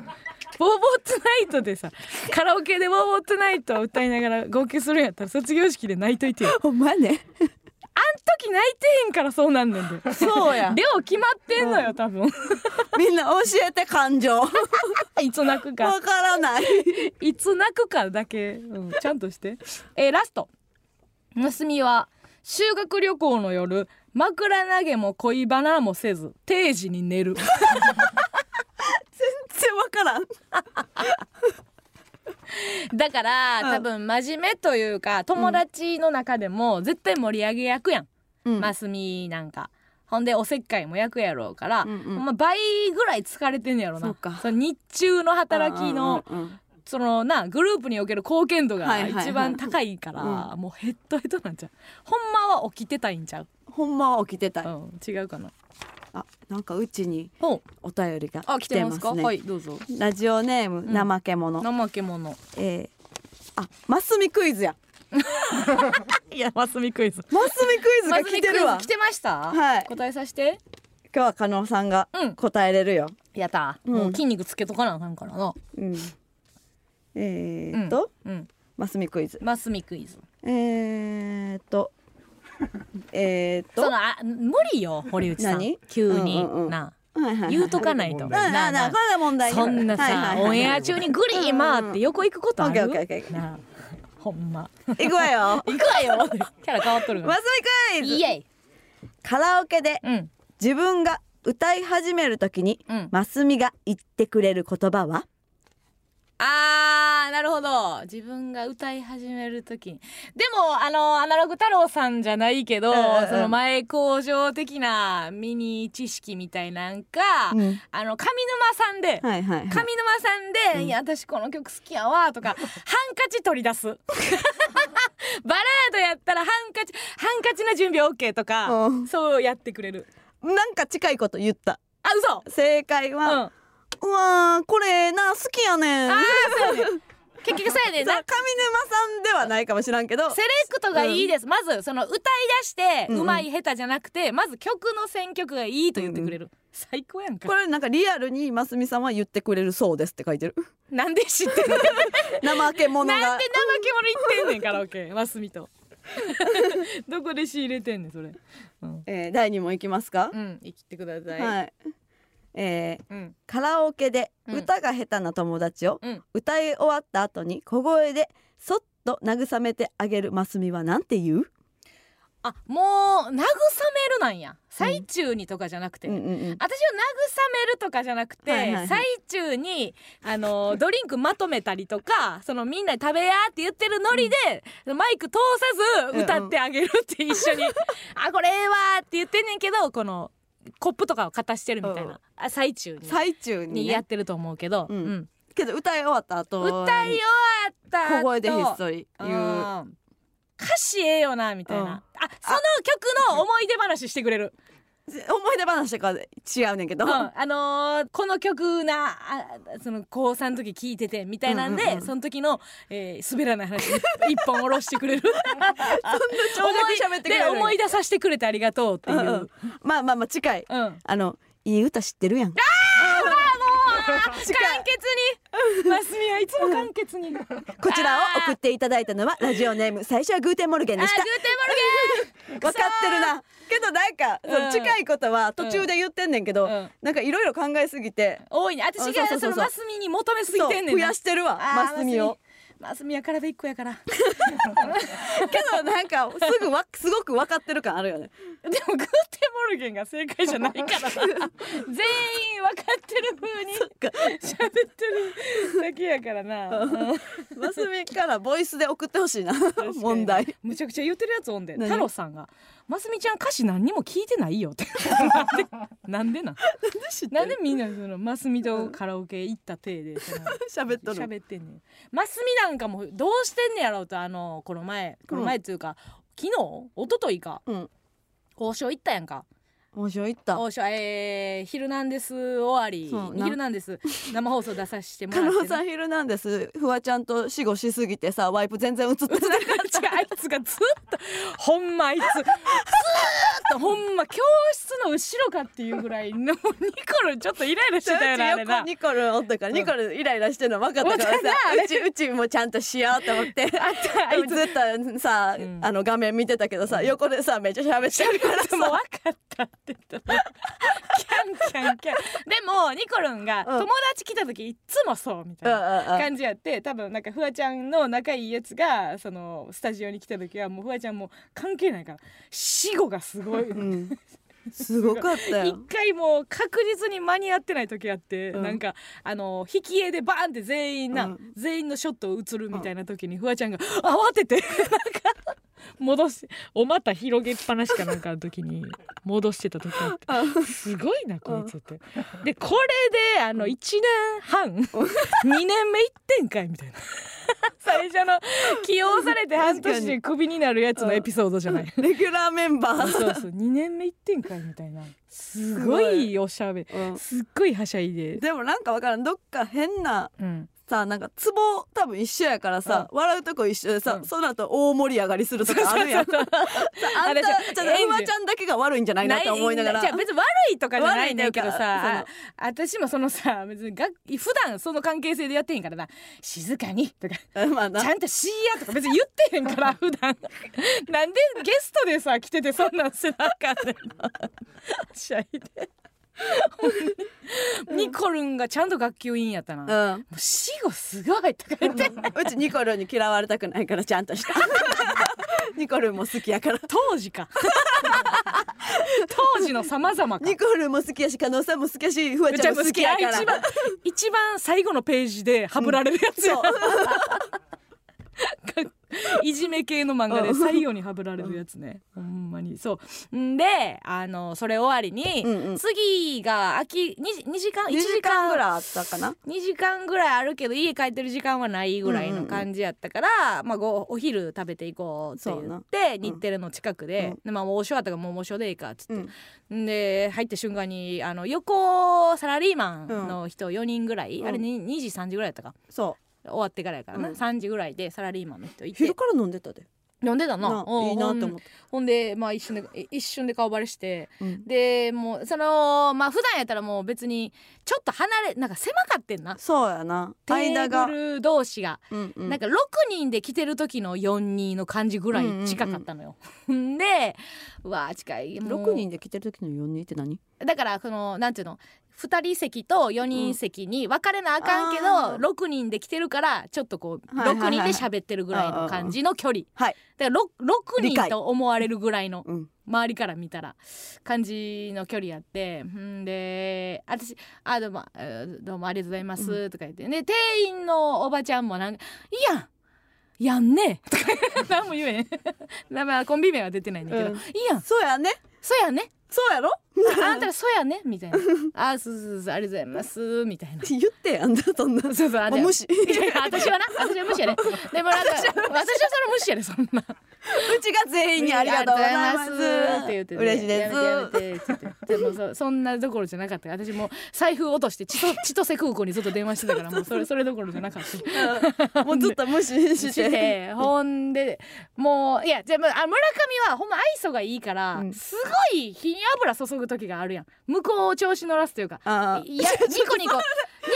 Speaker 2: ナイトでさ、カラオケでウォーウォートゥナイトを歌いながら号泣するんやったら卒業式で泣いといてよ。
Speaker 1: お前ね
Speaker 2: 時泣いてへんからそうなんねん で。
Speaker 1: そうや
Speaker 2: 量決まってんのよ、多 分。
Speaker 1: みんな教えて感情わ
Speaker 2: いつ泣くか。
Speaker 1: からない
Speaker 2: いつ泣くかだけ、うん、ちゃんとして。 えーラスト。娘は修学旅行の夜、枕投げも恋バナもせず、定時に寝 る。
Speaker 1: 全然わからん
Speaker 2: だから、
Speaker 1: うん
Speaker 2: 多分真面目というか友達の中でも絶対盛り上げ役やん、
Speaker 1: うん
Speaker 2: マスミなんかほんでおせっかいも役やろうから、
Speaker 1: うんうん
Speaker 2: まあ、倍ぐらい疲れてんやろな
Speaker 1: そうか
Speaker 2: の日中の働きの、
Speaker 1: うんうんうん
Speaker 2: そのなグループにおける貢献度
Speaker 1: はい
Speaker 2: が
Speaker 1: はいはい
Speaker 2: 一番高いから、
Speaker 1: う
Speaker 2: もうヘッドヘッドなんちゃうほんまは起きてたいんちゃう、
Speaker 1: ほんまは起きてたい、
Speaker 2: うん、違うかな
Speaker 1: あなんかうちに
Speaker 2: ほう
Speaker 1: お便りが
Speaker 2: あ
Speaker 1: 来
Speaker 2: 来
Speaker 1: て
Speaker 2: て
Speaker 1: ま
Speaker 2: ますす
Speaker 1: ね
Speaker 2: かはいどうぞ
Speaker 1: ラジオネーム、
Speaker 2: ん
Speaker 1: 怠け者、
Speaker 2: 怠け者
Speaker 1: えーあマスミクイズや
Speaker 2: いやマスミクイズ
Speaker 1: マスミクイズ
Speaker 2: マ
Speaker 1: が
Speaker 2: ス
Speaker 1: 来
Speaker 2: ミク
Speaker 1: て
Speaker 2: イズ
Speaker 1: るわ
Speaker 2: 来てました
Speaker 1: はい
Speaker 2: 答えさせて
Speaker 1: 今日は加納さんが
Speaker 2: うん
Speaker 1: 答えれるよ、
Speaker 2: やった、
Speaker 1: うん
Speaker 2: もう筋肉つけとかなあかんからな
Speaker 1: うんえー、っと、
Speaker 2: うん
Speaker 1: マスミクイズ
Speaker 2: マスミクイズ
Speaker 1: えー、っ とえー、っと
Speaker 2: そのあ無理よ堀内さん
Speaker 1: 何
Speaker 2: 急に、
Speaker 1: うんうんうん
Speaker 2: な
Speaker 1: はいはい
Speaker 2: あ言うとかないと
Speaker 4: はい
Speaker 1: なあなあなあこれが問題
Speaker 2: そんなさ、
Speaker 1: はいはいはい
Speaker 2: オンエア中にグリーン回って横行くことある、
Speaker 1: うんうんうんオッケーオッケーオッケー
Speaker 2: なあほ んま
Speaker 1: いくわ よ
Speaker 2: 行くわよキャラ変わっとる
Speaker 1: マスミクイズ
Speaker 2: イエイ
Speaker 1: カラオケで
Speaker 2: うん
Speaker 1: 自分が歌い始めるときに、
Speaker 2: うん
Speaker 1: マスミが言ってくれる言葉は
Speaker 2: あーなるほど自分が歌い始める時にでもあのアナログ太郎さんじゃないけど、
Speaker 1: うんうんうん
Speaker 2: その前工場的なミニ知識みたいなんか、
Speaker 1: うん
Speaker 2: あの上沼さんで、
Speaker 1: はいはい、
Speaker 2: 上沼さんで「いや私この曲好きやわ」とか ハンカチ取り出す バラードやったらハンカチハンカチの準備 OK とか
Speaker 1: うん
Speaker 2: そうやってくれる
Speaker 1: なんか近いこと言った
Speaker 2: あ嘘
Speaker 1: 正解
Speaker 2: うん
Speaker 1: は、
Speaker 2: あ
Speaker 1: うわーこれな好きやねん
Speaker 2: ーそうやね結局 そうやねん
Speaker 1: そう上
Speaker 2: な
Speaker 1: 沼さんではないかもしらんけど
Speaker 2: セレクトがいいです、まずその歌い出して
Speaker 1: うんうん
Speaker 2: うまい下手じゃなくて、まず曲の選曲がいいと言ってくれる、最高やんか
Speaker 1: これなんかリアルにますみさんは言ってくれるそうですって書い てる
Speaker 2: なんで知ってる なんで
Speaker 1: 怠け者
Speaker 2: 生
Speaker 1: が
Speaker 2: け物言ってんねんカラオ ケマスミとどこで仕入れてんねんそれうん、
Speaker 1: えー、第二問いきますか、
Speaker 2: うん、生きてください、
Speaker 1: はいえー、
Speaker 2: うん
Speaker 1: カラオケで
Speaker 2: うん
Speaker 1: 歌が下手な友達を
Speaker 2: うん
Speaker 1: 歌い終わった後に小声でそっと慰めてあげるますみはなんて言う、
Speaker 2: あもう慰めるなんや最中にとかじゃなくて、
Speaker 1: うんうんうん、
Speaker 2: 私は慰めるとかじゃなくて、
Speaker 1: はいはいはい
Speaker 2: 最中にあの ドリンクまとめたりとかそのみんなで食べやって言ってるノリで、マイク通さず歌ってあげるって一緒に「 あこれええわ」って言ってんねんけどこのコップとかをかたしてるみたいな、
Speaker 1: うん
Speaker 2: あ最中に
Speaker 1: 最中に、
Speaker 2: にや
Speaker 1: ね
Speaker 2: っ、てると思うけど、
Speaker 1: うん
Speaker 2: うん
Speaker 1: けど歌い終わった後に
Speaker 2: 歌い終わった後
Speaker 1: 小声でひっそり言う、
Speaker 2: うん歌詞ええよなみたいな、
Speaker 1: うん
Speaker 2: あその曲の思い出話してくれる
Speaker 1: 思い出話とか違うねんけど、
Speaker 2: うん、あのーこの曲なあその高3の時聴いててみたいなんで、
Speaker 1: うんうんうん
Speaker 2: その時の、えー滑らない話一本下ろして くれる
Speaker 1: 長尺喋ってくれる
Speaker 2: 思いで思い出させてくれてありがとうっていう、うん
Speaker 1: うんうんまあまあまあ近い
Speaker 2: 完
Speaker 1: あのいい歌知ってるやん
Speaker 2: 結にマスミはいつも簡潔にこ
Speaker 1: こちらを送っていただいたのはラジオネーム最初はグーテンモルゲン
Speaker 2: あーグ
Speaker 1: で
Speaker 2: ー
Speaker 1: した
Speaker 2: テ ンモルゲン
Speaker 1: 分かってるなけどなんか、その近いことは途中で言ってんねんけど、
Speaker 2: うんうん
Speaker 1: なんかいろいろ考えすぎて
Speaker 2: 多いね私
Speaker 1: あ
Speaker 2: が
Speaker 1: そうそうそう
Speaker 2: そのマスミに求めすぎ
Speaker 1: そう
Speaker 2: てんねん
Speaker 1: 増やしてるわマスミを
Speaker 2: マスミは体一個やからで
Speaker 1: けどなんかすぐわ すごく分かってる感あるよね
Speaker 2: もグーテンモルゲンが正解じゃないからな 全員分かってる風に喋ってるだけやから な
Speaker 1: マスミからボイスで送ってほしいな
Speaker 2: うん
Speaker 1: 問題
Speaker 2: むちゃくちゃ言ってるやつおんで
Speaker 1: 何
Speaker 2: 太郎さんが「ますみちゃん歌詞何にも聞いてないよ」 ってなんでなんなんでみんなそのますみとカラオケ行った体でその
Speaker 1: 喋っとる
Speaker 2: 喋ってんねんますみなんかもどうしてんねやろうとあのこの前この前っていうか、昨日一昨日か
Speaker 1: うん
Speaker 2: 王将行ったやんか
Speaker 1: 面白いった
Speaker 2: 王将えー「ヒルナンデス」終わり
Speaker 1: そう
Speaker 2: に「
Speaker 1: な
Speaker 2: ヒルナンデス」生放送出させても
Speaker 1: 加
Speaker 2: らって
Speaker 1: 納
Speaker 2: ね
Speaker 1: さんヒルナンデスフワちゃんと死後しすぎてさワイプ全然映ってない
Speaker 2: 違うあいつがずっとほんまあいつずーっとほんま教室の後ろかっていうぐらいのニコルちょっとイライラしてたよなあれ
Speaker 1: 横
Speaker 2: な
Speaker 1: ニコルおったから、ニコルイライラしてるの分かったからさ うちうちもちゃんとしようと思って
Speaker 2: あったあ
Speaker 1: あ
Speaker 2: い
Speaker 1: いつずっとさ、
Speaker 2: うん
Speaker 1: あの画面見てたけどさ、横でさめっちゃ喋ってるから
Speaker 2: つ
Speaker 1: さ
Speaker 2: もう分かったって言ったらキャンキャンキャンでもニコルンが
Speaker 1: うん
Speaker 2: 友達来た時いっつもそうみたいな
Speaker 1: うんうん
Speaker 2: 感じやって多分なんかフワちゃんの仲いいやつがそのスタジオに来た時はもうフワちゃんもう関係ないから死後がすごい
Speaker 1: うんうんすごかった
Speaker 2: 一
Speaker 1: よ
Speaker 2: 回もう確実に間に合ってない時あって、
Speaker 1: うん
Speaker 2: なんかあの引き絵でバーンって全員な、
Speaker 1: うん
Speaker 2: 全員のショットを映るみたいな時にフワちゃんが慌ててなんか戻してお股広げっぱなしかなんかの時に戻してた時あってすごいなこいつって。でこれであの1年半2年目いってんかいみたいな。最初の起用されて半年でクビになるやつのエピソードじゃない。
Speaker 1: レギュラーメンバー
Speaker 2: そうそう2年目行ってんかいみたいなす
Speaker 1: ご
Speaker 2: ご
Speaker 1: い
Speaker 2: いおしゃべり
Speaker 1: うん
Speaker 2: すっごいはしゃいで、
Speaker 1: でもなんかわからんどっか変な
Speaker 2: うん、
Speaker 1: さなんかツボ多分一緒やからさ、笑うとこ一緒でさ、
Speaker 2: うん
Speaker 1: その後大盛り上がりするとかあるやんさあんた
Speaker 2: 私
Speaker 1: ちょっと
Speaker 2: エンジン
Speaker 1: フワちゃんだけが悪いんじゃないなって思いながら
Speaker 2: じゃあ別に悪いとかじゃないんだけど
Speaker 1: 悪い
Speaker 2: さあ私もそのさ別にが普段その関係性でやってへんからな静かにとか
Speaker 1: まあな
Speaker 2: ちゃんとしいやとか別に言ってへんから 普段なんでゲストでさ来ててそんなんせなあ かんねんな試合でほんまにニコルンがちゃんと学級委員やったな、も
Speaker 1: うん、
Speaker 2: う死後すごいとか言って
Speaker 1: うちニコルに嫌われたくないからちゃんとしたニコルも好きやから
Speaker 2: 当時か 当時のさまざまか
Speaker 1: ニコルも好きやし加納さんも好きやしフワちゃんも好きやから
Speaker 2: 一番一番最後のページでハブられるやつや、
Speaker 1: そう
Speaker 2: いじめ系の漫画で最後にハブられるやつね、ほんまにそうんであのそれ終わりに、
Speaker 1: うんうん
Speaker 2: 次が秋 2, 時間1
Speaker 1: 2時
Speaker 2: 時
Speaker 1: 間
Speaker 2: 間
Speaker 1: ぐ
Speaker 2: ぐ
Speaker 1: ら
Speaker 2: らい
Speaker 1: いあったかな
Speaker 2: 2時間ぐらいあるけど家帰ってる時間はないぐらいの感じやったから、まあ、ごお昼食べていこうって
Speaker 1: そう
Speaker 2: 言
Speaker 1: な
Speaker 2: って
Speaker 1: ん
Speaker 2: 日テレの近くで,、
Speaker 1: うん
Speaker 2: でまあ、もうおしょあったからもうおしょでいいかっつって、
Speaker 1: うん
Speaker 2: で入った瞬間にあの横サラリーマンの人4人ぐらい、
Speaker 1: うん
Speaker 2: あれに2時3時ぐらいやったか
Speaker 1: そ
Speaker 2: 終わってからやからな、
Speaker 1: うん
Speaker 2: 3時ぐらいでサラリーマンの人
Speaker 1: う
Speaker 2: いて
Speaker 1: 昼から飲んでたで
Speaker 2: 飲んでたな
Speaker 1: な
Speaker 2: うん
Speaker 1: いいなって思って、
Speaker 2: ほんでまあ一瞬でい一瞬で顔バレして
Speaker 1: うん
Speaker 2: でもうそのまあ普段やったらもう別にちょっと離れなんか狭かってんな
Speaker 1: そうやな
Speaker 2: テー
Speaker 1: 間が
Speaker 2: ブル同士が。
Speaker 1: うんうん
Speaker 2: なんか6人で来てる時の4人の感じぐらい近かったのよ。 でうわー近いもう
Speaker 1: 6人で来てる時の4人って何
Speaker 2: だからこのなんていうの2人席と4人席に分かれなあかんけ
Speaker 1: あー
Speaker 2: ど、六6人で来てるからちょっとこう
Speaker 1: はいはいは
Speaker 2: 6
Speaker 1: い
Speaker 2: 人で喋ってるぐらいの感じの距離、
Speaker 1: はい
Speaker 2: だから 6,
Speaker 1: 理
Speaker 2: 人
Speaker 1: 解
Speaker 2: と思われるぐらいの
Speaker 1: うん
Speaker 2: 周りから見たら感じの距離やってんで私「あどうもえーどうもありがとうございます」とか言って、で店員のおばちゃんもなんか「いやんやんね」とか何も言えへんまあコンビ名は出てないんだけど
Speaker 1: う
Speaker 2: 「
Speaker 1: ん
Speaker 2: いいやん
Speaker 1: そうやね
Speaker 2: そやね」
Speaker 1: そうやろ
Speaker 2: ああんたらそうやねみたいな「あそうそうそうありがとうございます」みたいな。
Speaker 1: 言ってやんだそんな
Speaker 2: そうそうあ
Speaker 1: も
Speaker 2: れ
Speaker 1: う無視う
Speaker 2: いや 私はな私は無視やねでもなんか私はそれ無視やねそんな
Speaker 1: ちが全員にありがとうございます
Speaker 2: って言って、ね、
Speaker 1: 嬉しいで
Speaker 2: や
Speaker 1: す
Speaker 2: めてやめてって言ってでもそそんなどころじゃなかったから私もう財布落として千 歳千歳空港にずっと電話してたからもうそれそれどころじゃなかった
Speaker 1: うんもうずっと無視
Speaker 2: し
Speaker 1: して
Speaker 2: てほんでもういやじゃあもうあ村上はほんま愛想がいいから、
Speaker 1: うん
Speaker 2: すごい火に油注ぐ時があるやん向こうを調子乗らすというか
Speaker 1: ああ
Speaker 2: いやニコニコニ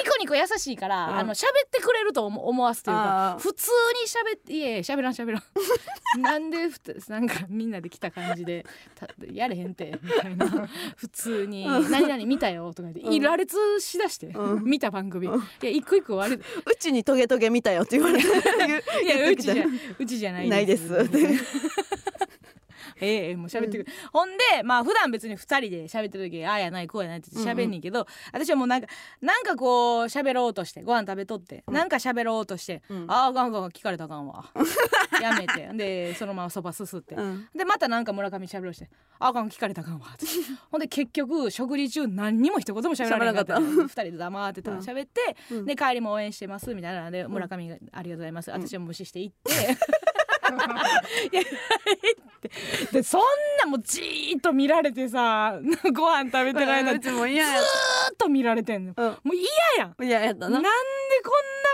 Speaker 2: コニコ優しいから、
Speaker 1: うん
Speaker 2: あの喋ってくれると思思わすという
Speaker 1: あ
Speaker 2: か
Speaker 1: ー
Speaker 2: 普通に喋っていやいや喋らん喋ら んなんでふつなんかみんなで来た感じでたやれへんてみた いな普通に「何々見たよ」とか言って、
Speaker 1: うん
Speaker 2: い羅列しだして、
Speaker 1: うん
Speaker 2: 見た番組、
Speaker 1: うん
Speaker 2: いや一個一個割れ
Speaker 1: うちにトゲトゲ見たよって言われて
Speaker 2: い
Speaker 1: 言
Speaker 2: や
Speaker 1: 言
Speaker 2: う
Speaker 1: って
Speaker 2: ち
Speaker 1: き
Speaker 2: じ
Speaker 1: た
Speaker 2: ゃうちじゃない
Speaker 1: ないです
Speaker 2: ええもう喋ってくる、ほんでまあ普段別に2人で喋ってる時ああやないこうやないって喋んねんけど、私はもうなんかなんかこう喋ろうとしてご飯食べとって、なんか喋ろうとして、
Speaker 1: うん
Speaker 2: ああガンガン聞かれたらあかん わやめてでそのままそばすすって、
Speaker 1: うん
Speaker 2: でまたなんか村上喋ろうして「あかん聞かれたらあかんわ」 ってほんで結局食事中何にも一言も喋らなかった
Speaker 1: 喋らなか
Speaker 2: 2人で黙ってたら
Speaker 1: うん
Speaker 2: 喋って、
Speaker 1: うん
Speaker 2: で帰りも応援してますみたいなので村上が「ありがとうございます」私は無視して行 って。いやってでそんなもうじーっと見られてさご飯食べてる間
Speaker 1: う
Speaker 2: ずー
Speaker 1: ちも嫌やっ
Speaker 2: っと見られてんの
Speaker 1: たうん
Speaker 2: もう嫌やん
Speaker 1: 嫌やった
Speaker 2: な
Speaker 1: なん
Speaker 2: で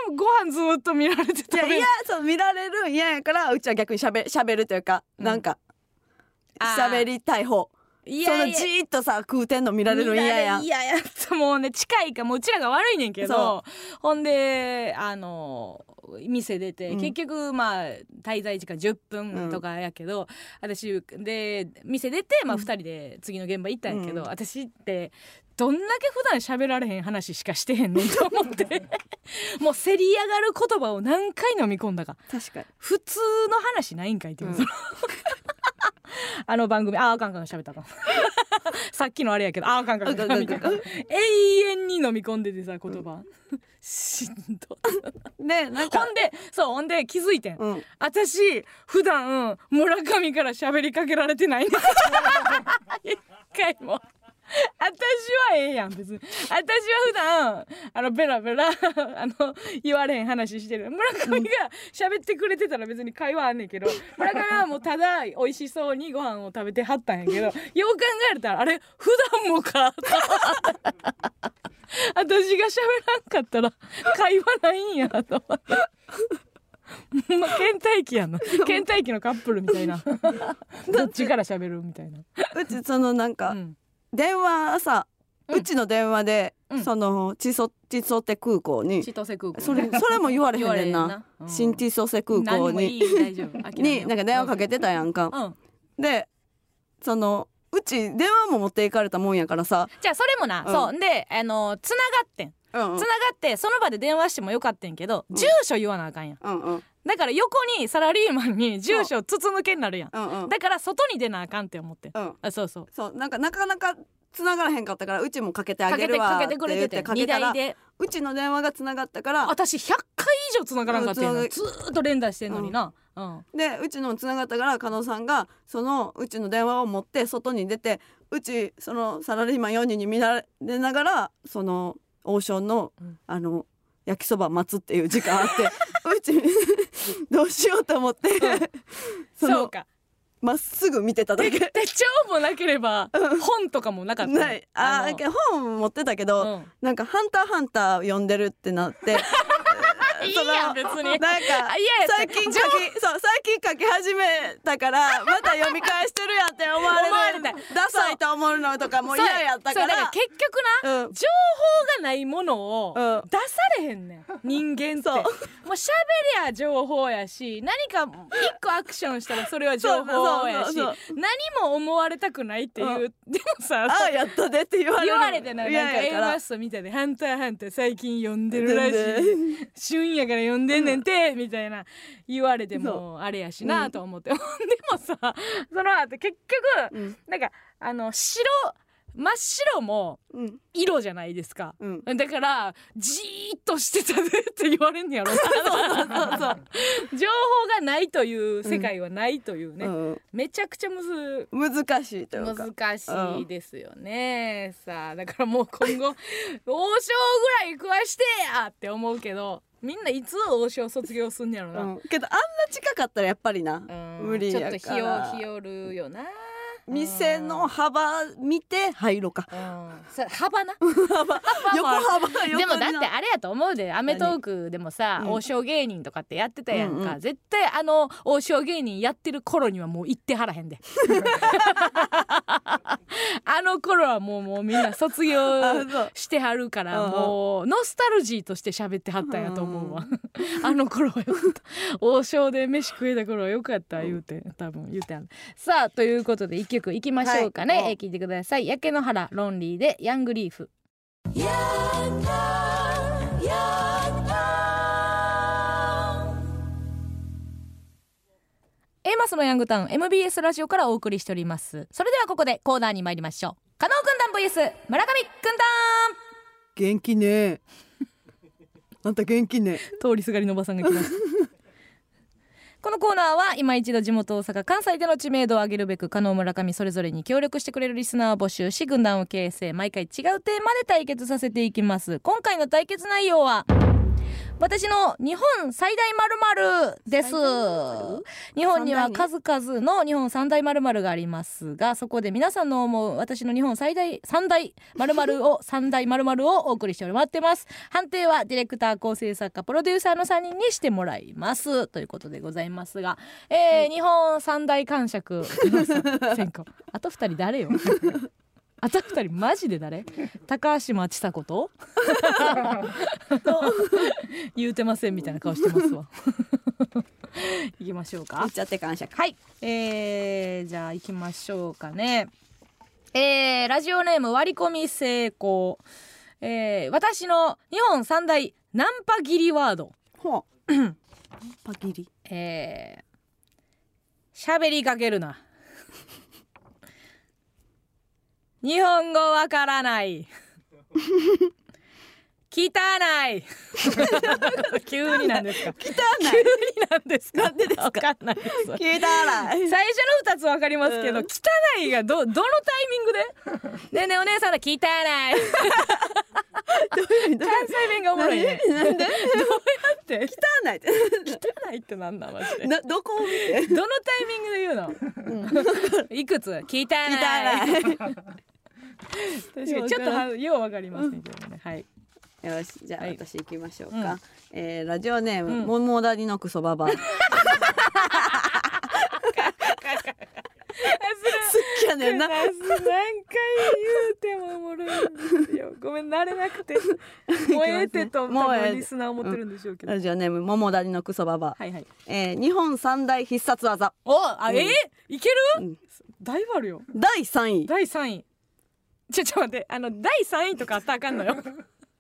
Speaker 2: こんなご飯ずーっと見られて
Speaker 1: い
Speaker 2: た
Speaker 1: やいやそう見られるん嫌やからうちは逆にしゃべしゃべるというか、
Speaker 2: うん
Speaker 1: なんか
Speaker 2: あ
Speaker 1: し
Speaker 2: ー
Speaker 1: ゃべりたい方
Speaker 2: いやいや
Speaker 1: そのじーっとさ食うてんの見られるん嫌やん
Speaker 2: いやいやもうね近いかもううちらが悪いねんけどほんであの店出て、
Speaker 1: うん
Speaker 2: 結局まあ滞在時間10分とかやけど、私で店出て、まあ、2人で次の現場行ったんやけど、
Speaker 1: うん
Speaker 2: 私ってどんだけ普段喋られへん話しかしてへんねんと思って もうせり上がる言葉を何回飲み込んだか
Speaker 1: 確かに
Speaker 2: 普通の話ないんかいっていう、
Speaker 1: うん
Speaker 2: その あの番組あーあかんあかん喋ったらあかん さっきのあれやけどあーあかんあかんあかんみたいな永遠に飲み込んでてさ言葉、 しんどい
Speaker 1: でなんか
Speaker 2: ほんでそうほんで気づいてん、
Speaker 1: うん
Speaker 2: 私普段村上から喋りかけられてないね一回も私はええやん別に私は普段あのベラベラあの言われへん話してる村上が喋ってくれてたら別に会話あんねんけど村上はもうただ美味しそうにご飯を食べてはったんやけどよう考えたらあれ普段もか 私が喋らんかったら会話ないんやと思って。 まあ、倦怠期やな倦怠期のカップルみた いなどっちから喋るみたいな、
Speaker 1: うちそのなんか、
Speaker 2: うん
Speaker 1: 電話朝、
Speaker 2: う
Speaker 1: うんちの電話で、
Speaker 2: うん
Speaker 1: その千歳千歳空港に
Speaker 2: 千歳空港
Speaker 1: それそれも言われへ
Speaker 2: 言
Speaker 1: ん
Speaker 2: わ
Speaker 1: ね
Speaker 2: れ
Speaker 1: ん
Speaker 2: ん
Speaker 1: な
Speaker 2: な、うん
Speaker 1: 新千歳空港
Speaker 2: 何もい
Speaker 1: に
Speaker 2: い大丈夫諦めよ
Speaker 1: に
Speaker 2: う
Speaker 1: なんか電話かけてたやんか、
Speaker 2: うん
Speaker 1: でそのうち電話も持っていかれたもんやからさ、
Speaker 2: じゃあそれもな、
Speaker 1: うん
Speaker 2: そうであのつながってん
Speaker 1: うん
Speaker 2: つながってその場で電話してもよかったんけど、
Speaker 1: うん
Speaker 2: 住所言わなあかんやん
Speaker 1: うんうん
Speaker 2: だから横にサラリーマンに住所筒抜けになるやん
Speaker 1: うんうん
Speaker 2: だから外に出なあかんって思ってん
Speaker 1: うん
Speaker 2: あそうそう
Speaker 1: そうなんかなかなか繋がらへんかったからうちもかけてあ
Speaker 2: か
Speaker 1: げ
Speaker 2: け
Speaker 1: る
Speaker 2: て
Speaker 1: わ
Speaker 2: か
Speaker 1: って
Speaker 2: けてくれ
Speaker 1: 言ってて
Speaker 2: てて
Speaker 1: か
Speaker 2: 二
Speaker 1: けたら
Speaker 2: 台で
Speaker 1: うちの電話が繋がったから
Speaker 2: 私100回以上繋がらんかったんや
Speaker 1: う
Speaker 2: なんずーっと連打してんのにな、うん
Speaker 1: でうちのも繋がったから加納さんがそのうちの電話を持って外に出てうちそのサラリーマン4人に見られながらその王将の、
Speaker 2: うん
Speaker 1: あの焼きそば待つっていう時間あって うちどうしようと思ってそ
Speaker 2: そ
Speaker 1: の
Speaker 2: うか
Speaker 1: まっすぐ見てただ け。
Speaker 2: 手帳もなければ本とかもなかったの
Speaker 1: ないあー
Speaker 2: の
Speaker 1: け本持ってたけど、
Speaker 2: うん
Speaker 1: なんか「ハンターハンター」読んでるってなって
Speaker 2: いい
Speaker 1: その
Speaker 2: やん別に
Speaker 1: なんか
Speaker 2: あいやいや
Speaker 1: 最近書きそう最近書き始めたからまた読み返してるやんって思われる
Speaker 2: 思われたい
Speaker 1: ダサいと思うのとかもう嫌やった
Speaker 2: そ
Speaker 1: か
Speaker 2: うだから
Speaker 1: ら
Speaker 2: 結局な
Speaker 1: うん
Speaker 2: 情報がないものを
Speaker 1: うん
Speaker 2: 出されへんねん人間って
Speaker 1: そう
Speaker 2: もう喋りゃ情報やし何か一個アクションしたらそれは情報や
Speaker 1: そうそう
Speaker 2: し
Speaker 1: そうそう
Speaker 2: 何も思われたくないっていううでもさ
Speaker 1: ああやったでって言われる
Speaker 2: 言われてないなんか
Speaker 1: 嫌
Speaker 2: 映
Speaker 1: やら
Speaker 2: 画ストみたいで「ハンターハンター最近読んでるらしい」旬やから読んでんねんて、みたいな言われてもあれやしなと思って、 でもさその後結局
Speaker 1: うん
Speaker 2: なんかあの白真っ白も
Speaker 1: うん
Speaker 2: 色じゃないですか。
Speaker 1: うん
Speaker 2: だからじーっとしてたねって言われんねやろ 情報がないという世界はないというね、
Speaker 1: うん
Speaker 2: めちゃくちゃむず
Speaker 1: 難しいというか
Speaker 2: 難しいですよね、さあだからもう今後 王将ぐらい食わしてやって思うけどみんないつ王将卒業すんねやろな、
Speaker 1: うんけどあんな近かったらやっぱりな
Speaker 2: うん
Speaker 1: 無理やから
Speaker 2: ちょっと日を日和るよな
Speaker 1: 店の幅見て入ろうか
Speaker 2: うんさ幅な
Speaker 1: 横幅横にな
Speaker 2: でもだってあれやと思うで『アメトーク』でもさ、
Speaker 1: 何うん
Speaker 2: 王将芸人とかってやってたやんか、
Speaker 1: うんうん
Speaker 2: 絶対あの王将芸人やってる頃にはもう行ってはらへ んであの頃はもうもうみんな卒業
Speaker 1: あそう
Speaker 2: してはるから
Speaker 1: うんうん
Speaker 2: もうノスタルジーとして喋ってはったんやと思うわ あの頃はよかった王将で飯食えた頃はよかった言うて多分言うてはるさあということで一曲いきましょうかね、
Speaker 1: はい
Speaker 2: えー聞いてください焼け野原ロンリーでヤングリーフエマスのヤングタウン MBS ラジオからお送りしておりますそれではここでコーナーに参りましょう加納軍団 VS 村上軍団
Speaker 1: 元気ねあんた元気ね
Speaker 2: 通りすがりのおばさんが来ましたこのコーナーは今一度地元大阪関西での知名度を上げるべく加納村上それぞれに協力してくれるリスナーを募集し軍団を形成毎回違うテーマで対決させていきます今回の対決内容は私の日本最大まるです日本には数々の日本三大まるがありますがそこで皆さんの思う私の日本最大三大まるを三大まるをお送りしてもらってます判定はディレクター構成作家プロデューサーの3人にしてもらいますということでございますが、えー日本三大感触 選考あと2人誰よあと2人マジで誰高島千佐子と 言うてませんみたいな顔してますわ 行きましょうか
Speaker 1: 言っちゃって感謝か
Speaker 2: はい、えー、じゃあ行きましょうかね。えー、ラジオネーム割り込み成功。えー、私の日本三大ナンパ切りワード。
Speaker 1: ほ うパキリ
Speaker 2: えー、喋りかけるな。 日本語わからない。 汚い。 急になんですか。 急になんですか。なんでですか。わかんないです。
Speaker 1: 聞いたら
Speaker 2: 最初の二つわかりますけど、
Speaker 1: うん
Speaker 2: 汚いがどどのタイミングでねえねえお姉さんら汚い関西弁がおもろいねどうや って
Speaker 1: 汚いって
Speaker 2: 汚いってなんだマジで
Speaker 1: などこを見て
Speaker 2: どのタイミングで言うのいくつ汚
Speaker 1: 汚
Speaker 2: い
Speaker 1: い
Speaker 2: 確かにちょっとはようわかりませんけどね、はい
Speaker 1: よしじゃあ、
Speaker 2: はい
Speaker 1: 私行きましょう
Speaker 2: う
Speaker 1: か、えーラジオネーム、
Speaker 2: うん
Speaker 1: モンモーダリのクソババア好きやねん
Speaker 2: な
Speaker 1: な
Speaker 2: 何回言うてもおもろいんですよごめん慣れ なくて燃えてと
Speaker 1: も
Speaker 2: 多
Speaker 1: うええ
Speaker 2: 分リスナー思ってるんでしょうけど、
Speaker 1: ラジオネームモモダリのクソババア、
Speaker 2: はいはい
Speaker 1: えー日本三大必殺技
Speaker 2: おあ、えーいける、
Speaker 1: うん
Speaker 2: だいぶあるよ
Speaker 1: 第三位
Speaker 2: 第三位ちょちょ待ってあの第三位とかあったらあかん のよ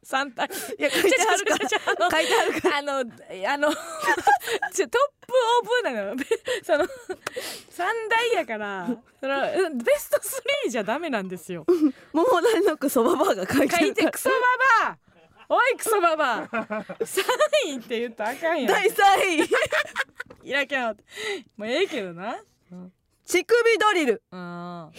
Speaker 2: 三体いや書いてあるから書いてあるからあのあの ちょトップオブなのべ その三大やからそのうんベストスリーじゃダメなんですよ
Speaker 1: モモダリのクソババアが書いて
Speaker 2: 書
Speaker 1: る
Speaker 2: いてクソババアおいクソババア三位って言ったらあかんやん
Speaker 1: 第三位
Speaker 2: いらきゃんもうええけどな
Speaker 1: 乳首ドリル
Speaker 2: うん
Speaker 3: あ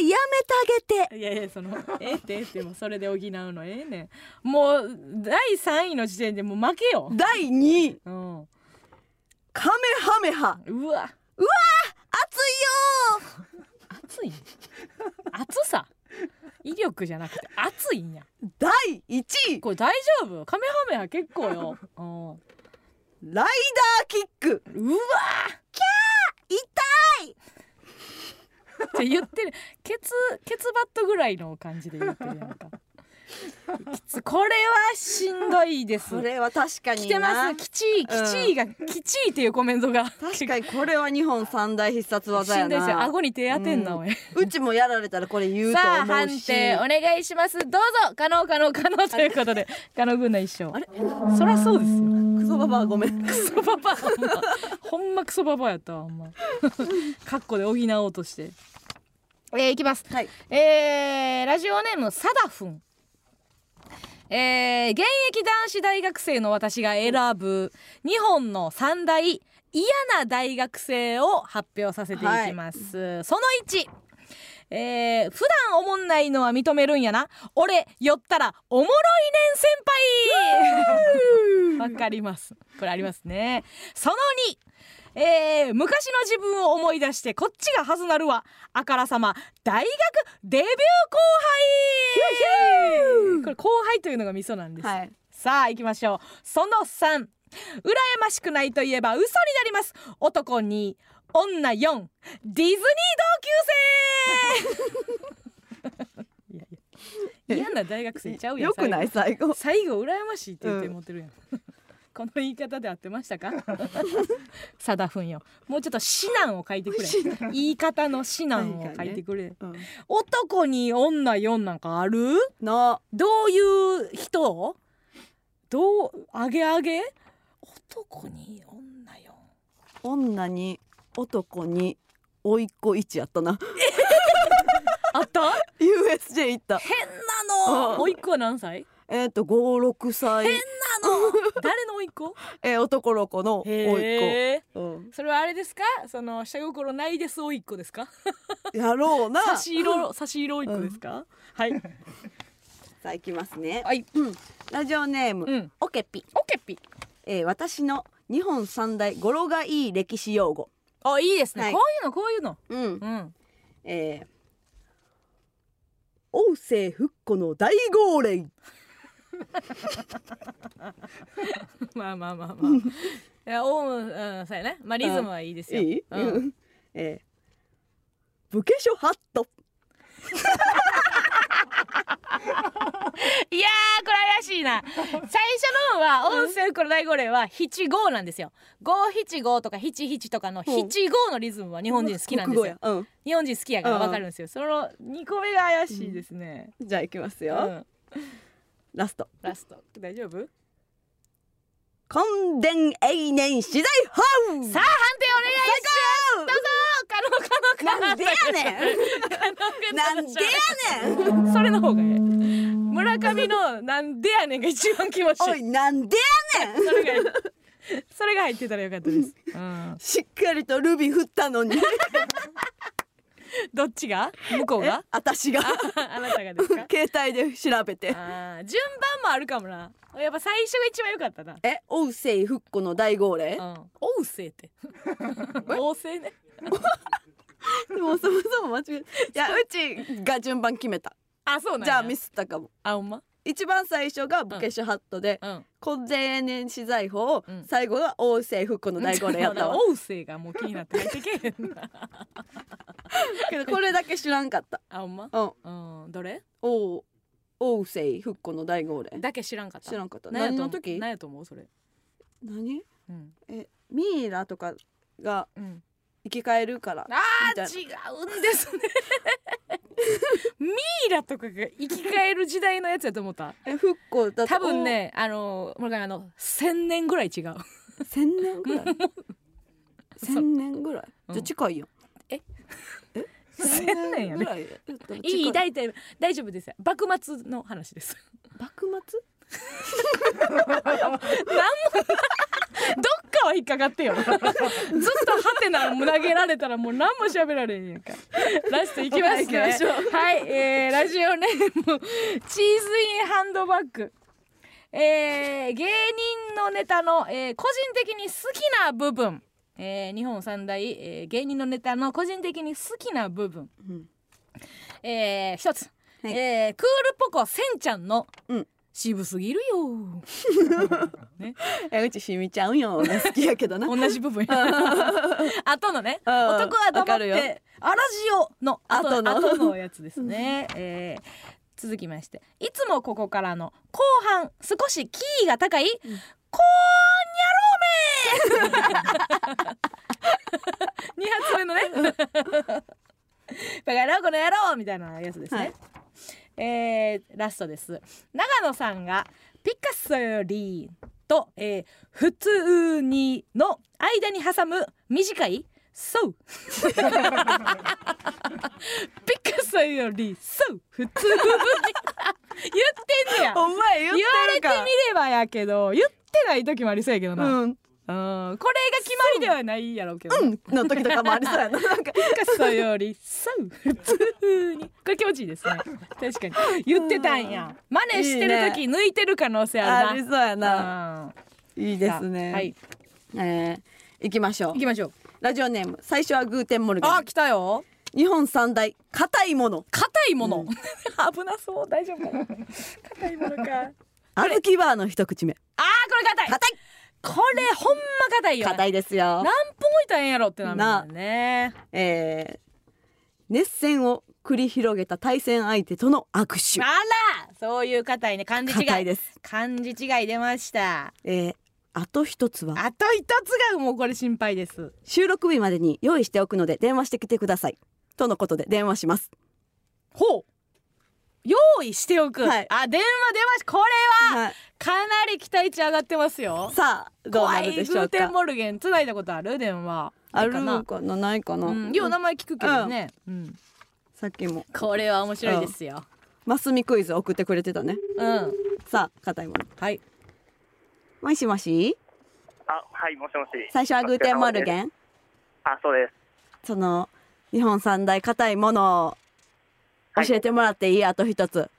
Speaker 3: やめてあげて
Speaker 2: いやいやその「ええってええって」もうそれで補うのええねんもう第3位の時点でもう負けよ、
Speaker 1: 第二位
Speaker 2: うん、う
Speaker 1: カメハメハ
Speaker 2: わ
Speaker 3: 熱いよ
Speaker 2: 熱い熱さ威力じゃなくて熱いんや
Speaker 1: 第一位
Speaker 2: これ大丈夫カメハメは結構よ、うん、うわ
Speaker 1: ライダーキック
Speaker 3: 痛い
Speaker 2: って言ってるケツケツバットぐらいの感じで言ってるやんかきつこれはしんどいです
Speaker 1: これは確か
Speaker 2: 来
Speaker 1: に
Speaker 2: てま
Speaker 1: な
Speaker 2: すきちいきちいが、きちいっていうコメントが
Speaker 1: 確かにこれは日本三大必殺技
Speaker 2: し
Speaker 1: や
Speaker 2: んどいですよ
Speaker 1: な
Speaker 2: 顎に手当てんな、おい。
Speaker 1: うちもやられたらこれ言うと
Speaker 2: さあ
Speaker 1: 思
Speaker 2: 判
Speaker 1: うし
Speaker 2: 定お願いしますどうぞ可能可能可能ということで可能軍の一生あれそりゃそうですよ
Speaker 1: クソババアごめん
Speaker 2: クソババアほんまほんまクソババアやったわほん まカッコで補おうとしてえー、いきます、
Speaker 1: はい
Speaker 2: えー、ラジオネームサダフンえー、現役男子大学生の私が選ぶ日本の三大嫌な大学生を発表させていきます、その1えー、普段おもんないのは認めるんやな俺寄ったらおもろいねん先輩 わかりますこれありますねその2えー、昔の自分を思い出してこっちがはずなるわあからさま大学デビュー後輩これ後輩というのがミソなんです、
Speaker 1: はい
Speaker 2: さあ行きましょうその3羨ましくないといえば嘘になります男に女4ディズニー同級生いやいや嫌な大学生ちゃうやん
Speaker 1: よくない最後
Speaker 2: 最後最後羨ましいって言って
Speaker 1: うん
Speaker 2: 持ってるやん、 この言い方で合ってましたか サダフンよもうちょっと 指南を書いてくれ言い方の指南を書いてくれ、
Speaker 1: うん
Speaker 2: 男に女4なんかある
Speaker 1: の
Speaker 2: どういう人どうあげあげ男に女よ
Speaker 1: 女に男に甥いっ子一やったな
Speaker 2: あった
Speaker 1: USJ 行った
Speaker 2: 変な
Speaker 1: う
Speaker 2: の
Speaker 1: ん
Speaker 2: おいっ子は何歳
Speaker 1: えっ、と五六歳
Speaker 2: なの誰のおいっ子
Speaker 1: えー男の子の甥いっ
Speaker 2: へえ
Speaker 1: 子、うん
Speaker 2: それはあれですかその下心ないですおいっ子ですか
Speaker 1: やろうな
Speaker 2: 差し色差し色おいっ子ですか、はい
Speaker 1: さあ行きますね
Speaker 2: はい
Speaker 1: うんラジオネーム、
Speaker 2: うん
Speaker 1: オケピ、
Speaker 2: オケピ
Speaker 1: えー、私の日本三大語呂がいい歴史用語
Speaker 2: あいいですね、
Speaker 1: はい
Speaker 2: こういうのこういうの
Speaker 1: うん
Speaker 2: うん
Speaker 1: えー、王政復古の大号令
Speaker 2: まあまあまあまあい やオウムうんそうやねまあリズムはいいで
Speaker 1: い
Speaker 2: すよ
Speaker 1: い、
Speaker 2: うん
Speaker 1: うんえー、武家書ハット
Speaker 2: いやーこれ怪しいな最初のは音声この大号令は七五なんですよ五七五とか七七とかの
Speaker 1: うん
Speaker 2: 七五のリズムは日本人好きなん
Speaker 1: 国
Speaker 2: ですよ
Speaker 1: 語や、
Speaker 2: 日本人好きやからわかるんですよその二個目が怪しいですね、
Speaker 1: うん、じゃあ行きます
Speaker 2: う
Speaker 1: よ、
Speaker 2: ん、
Speaker 1: ラスト
Speaker 2: ラスト大丈夫
Speaker 1: 根伝永年資材法
Speaker 2: さあ判定お願いしますどうぞ可能可能可能
Speaker 1: なんでやねん
Speaker 2: 可
Speaker 1: な
Speaker 2: 能
Speaker 1: んでやねん
Speaker 2: ねんそれの方がええ村上のなんでやねんが一番気持ち
Speaker 1: お
Speaker 2: いい
Speaker 1: いなんでやねん
Speaker 2: それがいいそれが入ってたらよかったです、うん、
Speaker 1: しっかりとルビ振ったの に
Speaker 2: どっちが向こうが
Speaker 1: 私が
Speaker 2: あなたがですか
Speaker 1: 携帯で調べて
Speaker 2: あー順番もあるかもなやっぱ最初が一番良かったな
Speaker 1: え、王政復古の大号令
Speaker 2: うん、おうせいって おうせいね
Speaker 1: でもそもそも間違えいやうちが順番決めた
Speaker 2: あそうなんや
Speaker 1: じゃあミスったかも
Speaker 2: あほんま
Speaker 1: 一番最初がボケシュハットで
Speaker 2: うん
Speaker 1: 婚前年資材法を
Speaker 2: うん
Speaker 1: 最後が王政復古の大号令やったわ
Speaker 2: おうせいがもう気になって入ってけえへんな
Speaker 1: け どこれだけ知らんかった
Speaker 2: あほんま
Speaker 1: うん
Speaker 2: うんどれ
Speaker 1: 王王政復古の大号令
Speaker 2: だけ知らんかった
Speaker 1: 知らんかった
Speaker 2: 何や
Speaker 1: 何
Speaker 2: と思
Speaker 1: の
Speaker 2: う
Speaker 1: 時
Speaker 2: 何やと思うそれ
Speaker 1: 何
Speaker 2: うん
Speaker 1: えミイラとかが
Speaker 2: うん
Speaker 1: 生き返るから
Speaker 2: あ
Speaker 1: み
Speaker 2: あ
Speaker 1: た
Speaker 2: 違うんですねミイラとかが生き返る時代のやつやと 思った
Speaker 1: え復古だと
Speaker 2: 多分ねあの村上あの千年 ぐらい違う
Speaker 1: お千年ぐら い千年ぐらいじゃあ近いよ
Speaker 2: え
Speaker 1: え
Speaker 2: 千年やね
Speaker 1: ぐらいやったら近
Speaker 2: いい大体大丈夫ですよ幕末の話です
Speaker 1: 幕末
Speaker 2: どっかは引っかかっ てよずっとハテナ投げられたらもう何も喋られへんやんかラストいきますね
Speaker 1: はい行きましょ
Speaker 2: はい、えー、ラジオネームチーズインハンドバッグえー、芸人のネタの、えー個人的に好きな部分、えー日本三大、えー芸人のネタの個人的に好きな部分、
Speaker 1: うん
Speaker 2: えー一つ、
Speaker 1: はい
Speaker 2: えークールポコせんちゃんの、
Speaker 1: うん
Speaker 2: 渋すぎるよね、
Speaker 1: えうちしみちゃんよ好きやけ どな
Speaker 2: 同じ部分やあとのね
Speaker 1: うん
Speaker 2: 男は
Speaker 1: わ
Speaker 2: 黙
Speaker 1: か
Speaker 2: っ
Speaker 1: るよ
Speaker 2: てアラジオの後
Speaker 1: 後
Speaker 2: の
Speaker 1: の
Speaker 2: 後のやつです ね、えー続きましていつもここからの後半少しキーが高い、こんにゃろうめ二発目のね バカ野郎この野郎みたいなやつですね、
Speaker 1: はい
Speaker 2: えーラストです長野さんがピカソよりと、えー普通にの間に挟む短いそう。 ピカソよりそう普通に言ってんねや。
Speaker 1: お前言
Speaker 2: 言
Speaker 1: っ
Speaker 2: わ
Speaker 1: て
Speaker 2: れ
Speaker 1: る
Speaker 2: て
Speaker 1: か
Speaker 2: みればやけど言ってない時もありそうやけどな。うん、こ
Speaker 1: うん
Speaker 2: れが決まりではないやろうけどな。
Speaker 1: うんの時とかもありそう やななんか
Speaker 2: ピカソよりそう普通にこれ気持ちいいですね確かに言ってたんや真似してる時抜いてる可能性あ
Speaker 1: あ
Speaker 2: る
Speaker 1: りそうや
Speaker 2: な
Speaker 1: な
Speaker 2: うん
Speaker 1: いいですね
Speaker 2: はい
Speaker 1: えー行きましょう
Speaker 2: 行きましょう
Speaker 1: ラジオネーム最初はグーテンモルゲ
Speaker 2: あ
Speaker 1: ン
Speaker 2: 来たよ
Speaker 1: 日本三大硬いもの
Speaker 2: 硬いもの、 危なそう大丈夫かな硬いも のかあーこ
Speaker 1: 歩きバーの一口目
Speaker 2: れ硬い
Speaker 1: 硬い
Speaker 2: これほんま硬いよ
Speaker 1: 硬いですよ
Speaker 2: 何分置いたらええんやろってなるもんね
Speaker 1: えー熱戦を繰り広げた対戦相手との握
Speaker 2: あ
Speaker 1: 手
Speaker 2: らそういう硬いね漢字違
Speaker 1: 硬い
Speaker 2: い
Speaker 1: です
Speaker 2: 漢字違い出ました
Speaker 1: えーあと一つは
Speaker 2: あと一つがもうこれ心配です
Speaker 1: 収録日までに用意しておくので電話してきてくださいとのことで電話します
Speaker 2: ほう用意しておく、
Speaker 1: はい
Speaker 2: あ電話出ましたこれは
Speaker 1: はい
Speaker 2: かなり期待値上がってますよ
Speaker 1: さあどうなるでしょ
Speaker 2: 怖
Speaker 1: う
Speaker 2: いグーテン
Speaker 1: か
Speaker 2: モルゲン繋いだことある電話
Speaker 1: ある
Speaker 2: かな
Speaker 1: のかなないかな、
Speaker 2: うん、よう名前聞くけどね、うん、
Speaker 1: さっきも
Speaker 2: これは面白いですよ
Speaker 1: マスミクイズ送ってくれてたね
Speaker 2: うん
Speaker 1: さあ硬いもの
Speaker 2: はい
Speaker 1: もしもし
Speaker 5: あ、はい、もしもし。
Speaker 1: 最初はグーテンモル
Speaker 5: ン。
Speaker 1: ゲン
Speaker 5: あ、そうです。
Speaker 1: その日本三大硬いもの
Speaker 5: は
Speaker 1: を
Speaker 5: い
Speaker 1: 教えてもらっていい、あと一つ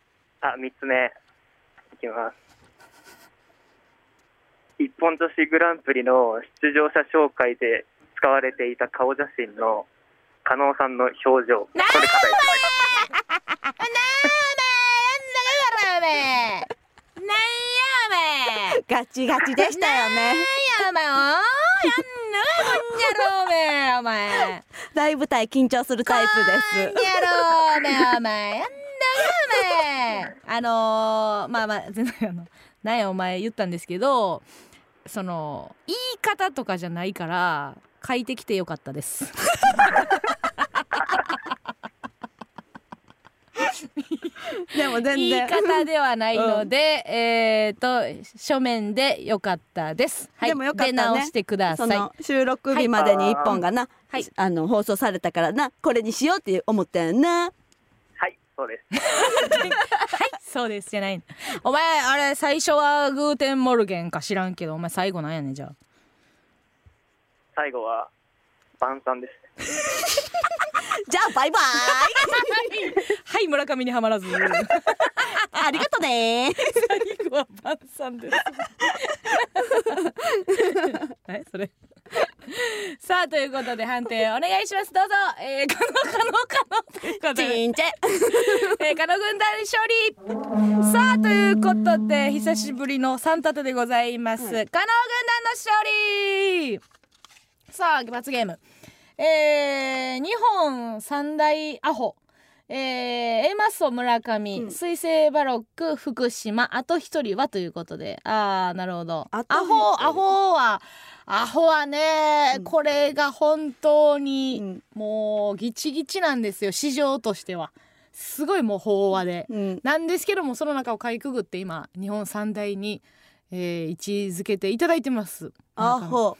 Speaker 5: あ、三つ目。いきます。一本女子グランプリの出場者紹介で使われていた顔写真の加納さんの表情。これ硬い
Speaker 2: なんだよおめなんやおめ
Speaker 1: ガチガチでしたよね
Speaker 2: なんやおめおーやんのこんやろおめお前
Speaker 1: 大舞台緊張するタイプ
Speaker 2: や
Speaker 1: です
Speaker 2: ろうねお前やんだお前あのー、まあまあ全然あのなんやお前言ったんですけどその言い方とかじゃないから書いてきてよかったです
Speaker 1: でも全
Speaker 2: 言い
Speaker 1: 然
Speaker 2: 方ではないので、えっ、と書面でよかったですはい
Speaker 1: でもよかったね
Speaker 2: 出直してくださ
Speaker 1: そ
Speaker 2: い
Speaker 1: の収録日までに一本がな、
Speaker 2: はい
Speaker 1: あの放送されたからなこれにしようって思ったよな
Speaker 5: はい、そうです。
Speaker 2: そうですじゃないお前あれ最初はグーテンモルゲンか知らんけどお前最後なんやねんじゃあ
Speaker 5: 最後は晩餐です。
Speaker 1: じゃあ バイバ
Speaker 2: はい村上にはまらず
Speaker 1: イありがとね
Speaker 2: 最 後は晩餐ですえそれさあということで判定お願いしますどうぞえー、可能可能可能ということ
Speaker 3: チ
Speaker 2: で
Speaker 3: ーンチェ
Speaker 2: えー、カノ軍団勝利さあということで久しぶりの三立てでございます、カノ軍団の勝利さあ罰ゲームえー、日本三大アホえー、エマソ村上、
Speaker 1: うん
Speaker 2: 水星バロック福島あと一人はということでああなるほどア
Speaker 1: あと一人
Speaker 2: ホアホはアホはね、
Speaker 1: うん
Speaker 2: これが本当に、
Speaker 1: うん
Speaker 2: もうギチギチなんですよ市場としてはすごいもう飽和で、
Speaker 1: うん
Speaker 2: なんですけどもその中をかいくぐって今日本三大に、えー位置づけていただいてます
Speaker 1: アホ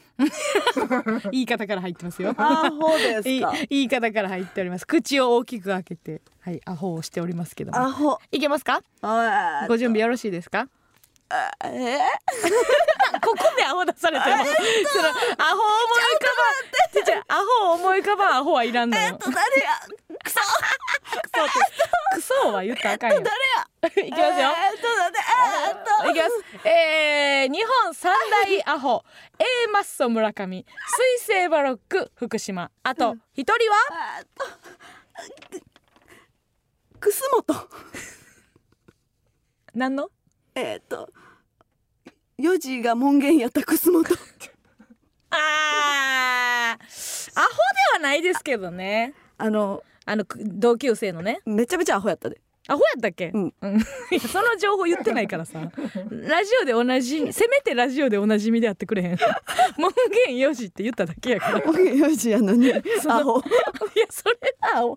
Speaker 2: 言い方から入ってますよ
Speaker 1: アホです
Speaker 2: い
Speaker 1: か
Speaker 2: 言い方から入っております口を大きく開けてはいアホをしておりますけども
Speaker 1: アホ
Speaker 2: いけますか
Speaker 1: あー
Speaker 2: ご準備よろしいですか
Speaker 1: え
Speaker 2: ここでアホ出されてもそのアホを思い浮かばちっちゃいアホを思い浮かばんアホはいらんのよ、
Speaker 1: ー、誰や
Speaker 2: そうクソは言ったらあかんよ。誰や。いき ます
Speaker 1: え
Speaker 2: よ。
Speaker 1: ーっと待ってえーっと
Speaker 2: いきます。えー、日本三大アホ、A マッソ村上、水星バロック福島、あと一人は
Speaker 1: あーっとくすもと
Speaker 2: 何の？
Speaker 1: えーっと四時が門限やったくすもと
Speaker 2: あー、アホではないですけどね。
Speaker 1: あの
Speaker 2: あのく同級生のね。
Speaker 1: めちゃめちゃアホや ったで
Speaker 2: アホやったっけ？
Speaker 1: うん
Speaker 2: いや その情報言ってないからさ。ラジオで同じ、せめてラジオでおなじみであってくれへん。 門限4時って言っただけやから。
Speaker 1: 門限四時やのに
Speaker 2: その
Speaker 1: アホ
Speaker 2: いやそれは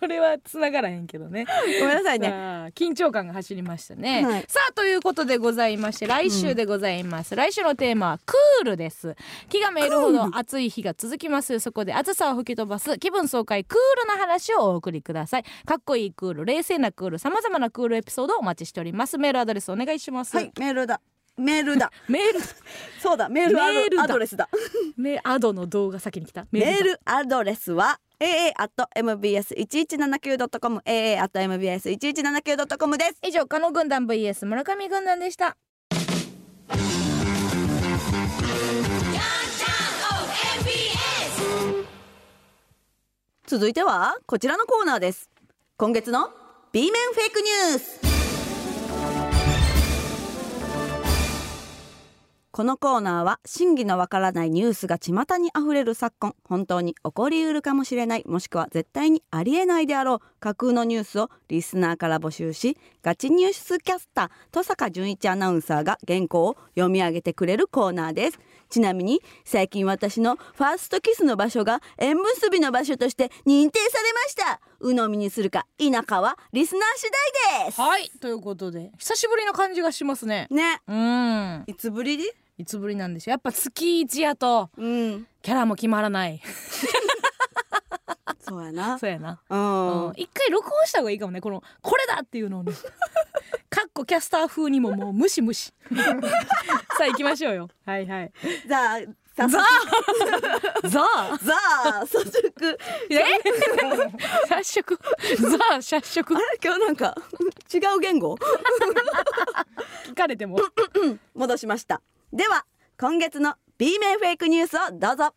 Speaker 2: それは繋がらへんけどね。
Speaker 1: ごめんなさいね
Speaker 2: さあ緊張感が走りましたね、
Speaker 1: はい
Speaker 2: さあということでございまして来週でございます、来週のテーマはクールです気がめいるほど暑い日が続きますそこで暑さを吹き飛ばす気分爽快クールな話をお送りくださいかっこいいクール冷静なクールさまざまなクールエピソードをお待ちしておりますメールアドレスお願いします、
Speaker 1: はいメールだメールだ
Speaker 2: メール
Speaker 1: そうだメールアド
Speaker 2: メールだ
Speaker 1: アドレスだ
Speaker 2: メアドの動画先に来た
Speaker 1: メー
Speaker 2: だ
Speaker 1: ルアドレスは aa.mbs1179.com aa.mbs1179.com です
Speaker 2: 以上加納軍団 vs 村上軍団でした
Speaker 1: 続いてはこちらのコーナーです今月の B 面フェイクニュースこのコーナーは真偽のわからないニュースが巷にあふれる昨今本当に起こりうるかもしれないもしくは絶対にありえないであろう架空のニュースをリスナーから募集しガチニュースキャスター登坂淳一アナウンサーが原稿を読み上げてくれるコーナーですちなみに最近私のファーストキスの場所が縁結びの場所として認定されました鵜呑みにするか否かはリスナー次第です
Speaker 2: はいということで久しぶりの感じがしますね
Speaker 1: ね
Speaker 2: うん
Speaker 1: いつぶりに
Speaker 2: いつぶりなんでしょうやっぱ月一やと
Speaker 1: うん
Speaker 2: キャラも決まらない
Speaker 1: そうやな
Speaker 2: そうやな、
Speaker 1: うん
Speaker 2: うん、一回録音した方がいいかもねこのこれだっていうのをね かっこキャスター風にももうムシムシ さあ行きましょうよはいはい
Speaker 1: じゃあ早
Speaker 2: ザ
Speaker 1: 速
Speaker 2: ーザー
Speaker 1: ザあ早速
Speaker 2: え 早速ザー早速
Speaker 1: あれ今日なんか違う言語
Speaker 2: 聞かれても
Speaker 1: 戻しましたでは今月の B 面フェイクニュースをどうぞ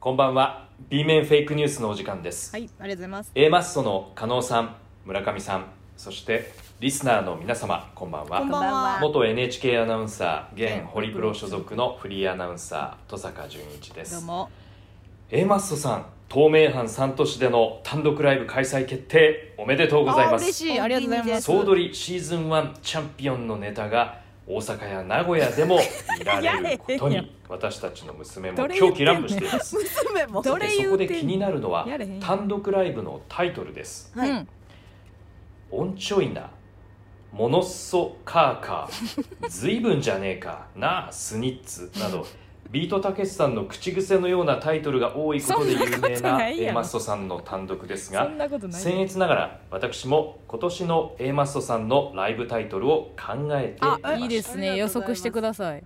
Speaker 6: こんばんは B 面フェイクニュースのお時間です、
Speaker 2: はいありがとうございます
Speaker 6: A マッソの加納さん村上さんそしてリスナーの皆様こんばんは
Speaker 1: こんばんは
Speaker 6: 元 NHK アナウンサー現ホリプロ所属のフリーアナウンサー戸坂淳一で
Speaker 2: どう
Speaker 6: す
Speaker 2: も
Speaker 6: A マッソさん透明版3都市での単独ライブ開催決定おめでとうございま
Speaker 2: あ嬉
Speaker 6: す
Speaker 2: しいありがとうございます
Speaker 6: 総取りシーズン1チャンピオンのネタが大阪や名古屋でも見られること
Speaker 2: やれへんやん
Speaker 6: に私たちの娘も
Speaker 2: どれ言っ
Speaker 6: 狂
Speaker 2: てん
Speaker 6: 気
Speaker 2: ねん
Speaker 6: 乱舞しています
Speaker 1: 娘も
Speaker 2: ど
Speaker 6: さ
Speaker 2: れ
Speaker 6: て
Speaker 2: 言
Speaker 6: そうこ
Speaker 2: てん
Speaker 6: で
Speaker 2: ねん
Speaker 6: 気になるのは
Speaker 2: やれへんやん
Speaker 6: 単独ライブのタイトルです
Speaker 1: はい
Speaker 2: うん
Speaker 6: 「オンチョイなものっそカーカ ーずいぶんじゃねえかなあスニッツ」などビートたけしさんの口癖のようなタイトルが多いことで有名
Speaker 2: そんなこと
Speaker 6: な
Speaker 2: ないや
Speaker 6: A
Speaker 2: ん
Speaker 6: マストさんの単独です
Speaker 2: そ
Speaker 6: が
Speaker 2: んなことない
Speaker 6: 僭越ながら私も今年の A マストさんのライブタイトルを考えていま
Speaker 2: あ
Speaker 6: した
Speaker 2: いいですね予測してください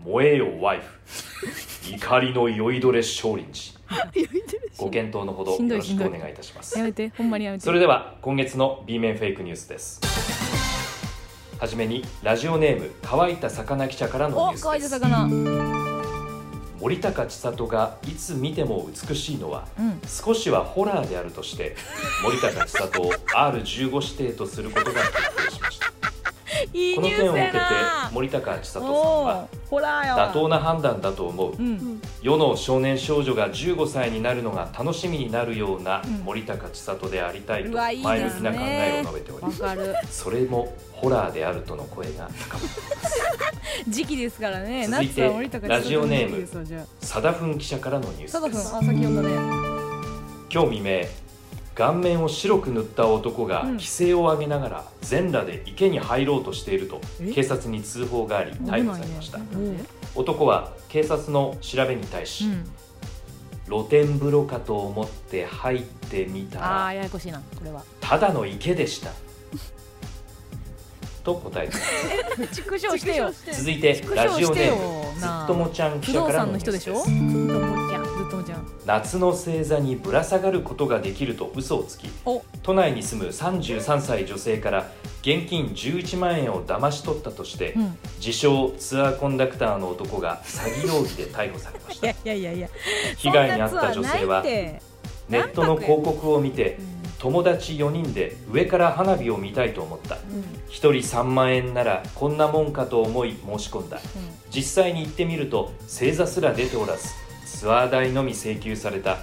Speaker 6: 燃えよ ワイフ怒りの酔いどれ少林寺ご検討のほどよろしくお願いいたします
Speaker 2: やめてほんまにやめて
Speaker 6: それでは今月の B 面フェイクニュースですはじめにラジオネーム乾いた魚記者からのニュ
Speaker 2: お
Speaker 6: ース
Speaker 2: 乾い
Speaker 6: で
Speaker 2: た
Speaker 6: す
Speaker 2: 魚うん
Speaker 6: 森高千里がいつ見ても美しいのは少しはホラーであるとして森高千里を R15 指定とすることが決定しました
Speaker 2: いい
Speaker 6: この
Speaker 2: ニュ
Speaker 6: 件を
Speaker 2: ース
Speaker 6: 受け
Speaker 2: や
Speaker 6: て
Speaker 2: な
Speaker 6: 森高千里さん
Speaker 2: お
Speaker 6: は
Speaker 2: おホラーや
Speaker 6: 妥当な判断だと思う
Speaker 2: うん
Speaker 6: 世の少年少女が15歳になるのが楽しみになるような
Speaker 2: うん
Speaker 6: 森高千里でありたいと
Speaker 2: うわいい
Speaker 6: 前
Speaker 2: ですね
Speaker 6: 向きな考えを述べており
Speaker 2: わ
Speaker 6: ます
Speaker 2: かる
Speaker 6: それもホラーであるとの声が高まる
Speaker 2: 時期ですからね
Speaker 6: 続いて
Speaker 2: 夏は森高千里
Speaker 6: ラジオネー
Speaker 2: の時
Speaker 6: ム
Speaker 2: 期ですわじゃあ
Speaker 6: サダフン記者からのニュ
Speaker 2: 佐
Speaker 6: ース
Speaker 2: 藤
Speaker 6: で
Speaker 2: 君あ
Speaker 6: す
Speaker 2: 先読んだね
Speaker 6: 今日未明顔面を白く塗った男が
Speaker 2: うん
Speaker 6: 規制を上げながら全裸で池に入ろうとしていると
Speaker 2: え
Speaker 6: 警察に通報があり逮捕されました
Speaker 2: 危ないね
Speaker 6: 男は警察の調べに対し、
Speaker 2: うん
Speaker 6: 露天風呂かと思って入ってみた
Speaker 2: ああ
Speaker 6: ら
Speaker 2: ややこしいなこれは
Speaker 6: ただの池でしたと答えています
Speaker 2: 畜生してよ
Speaker 6: 続いて
Speaker 2: 縮
Speaker 6: ラ
Speaker 2: 小
Speaker 6: ジオ
Speaker 2: して
Speaker 6: ネ
Speaker 2: よ
Speaker 6: ームず
Speaker 2: なあ
Speaker 6: っともちゃん
Speaker 2: 不
Speaker 6: 記者
Speaker 2: 動
Speaker 6: からの
Speaker 2: 産の
Speaker 6: ニ
Speaker 2: 人
Speaker 6: ュース
Speaker 2: で
Speaker 6: で
Speaker 2: し
Speaker 6: す
Speaker 2: ょずっともちゃんずっともちゃん
Speaker 6: 夏の星座にぶら下がることができると嘘をつき
Speaker 2: お
Speaker 6: 都内に住む33歳女性から現金11万円を騙し取ったとして、
Speaker 2: うん
Speaker 6: 自称ツアーコンダクターの男が詐欺容疑で逮捕されまし
Speaker 2: い
Speaker 6: た
Speaker 2: やいやいやいや
Speaker 6: 被害に遭った女性は
Speaker 2: そんなツアーないって
Speaker 6: ネットの広告を見て友達4人で上から花火を見たいと思った1人3万円ならこんなもんかと思い申し込んだ実際に行ってみると正座すら出ておらずツアー代のみ請求された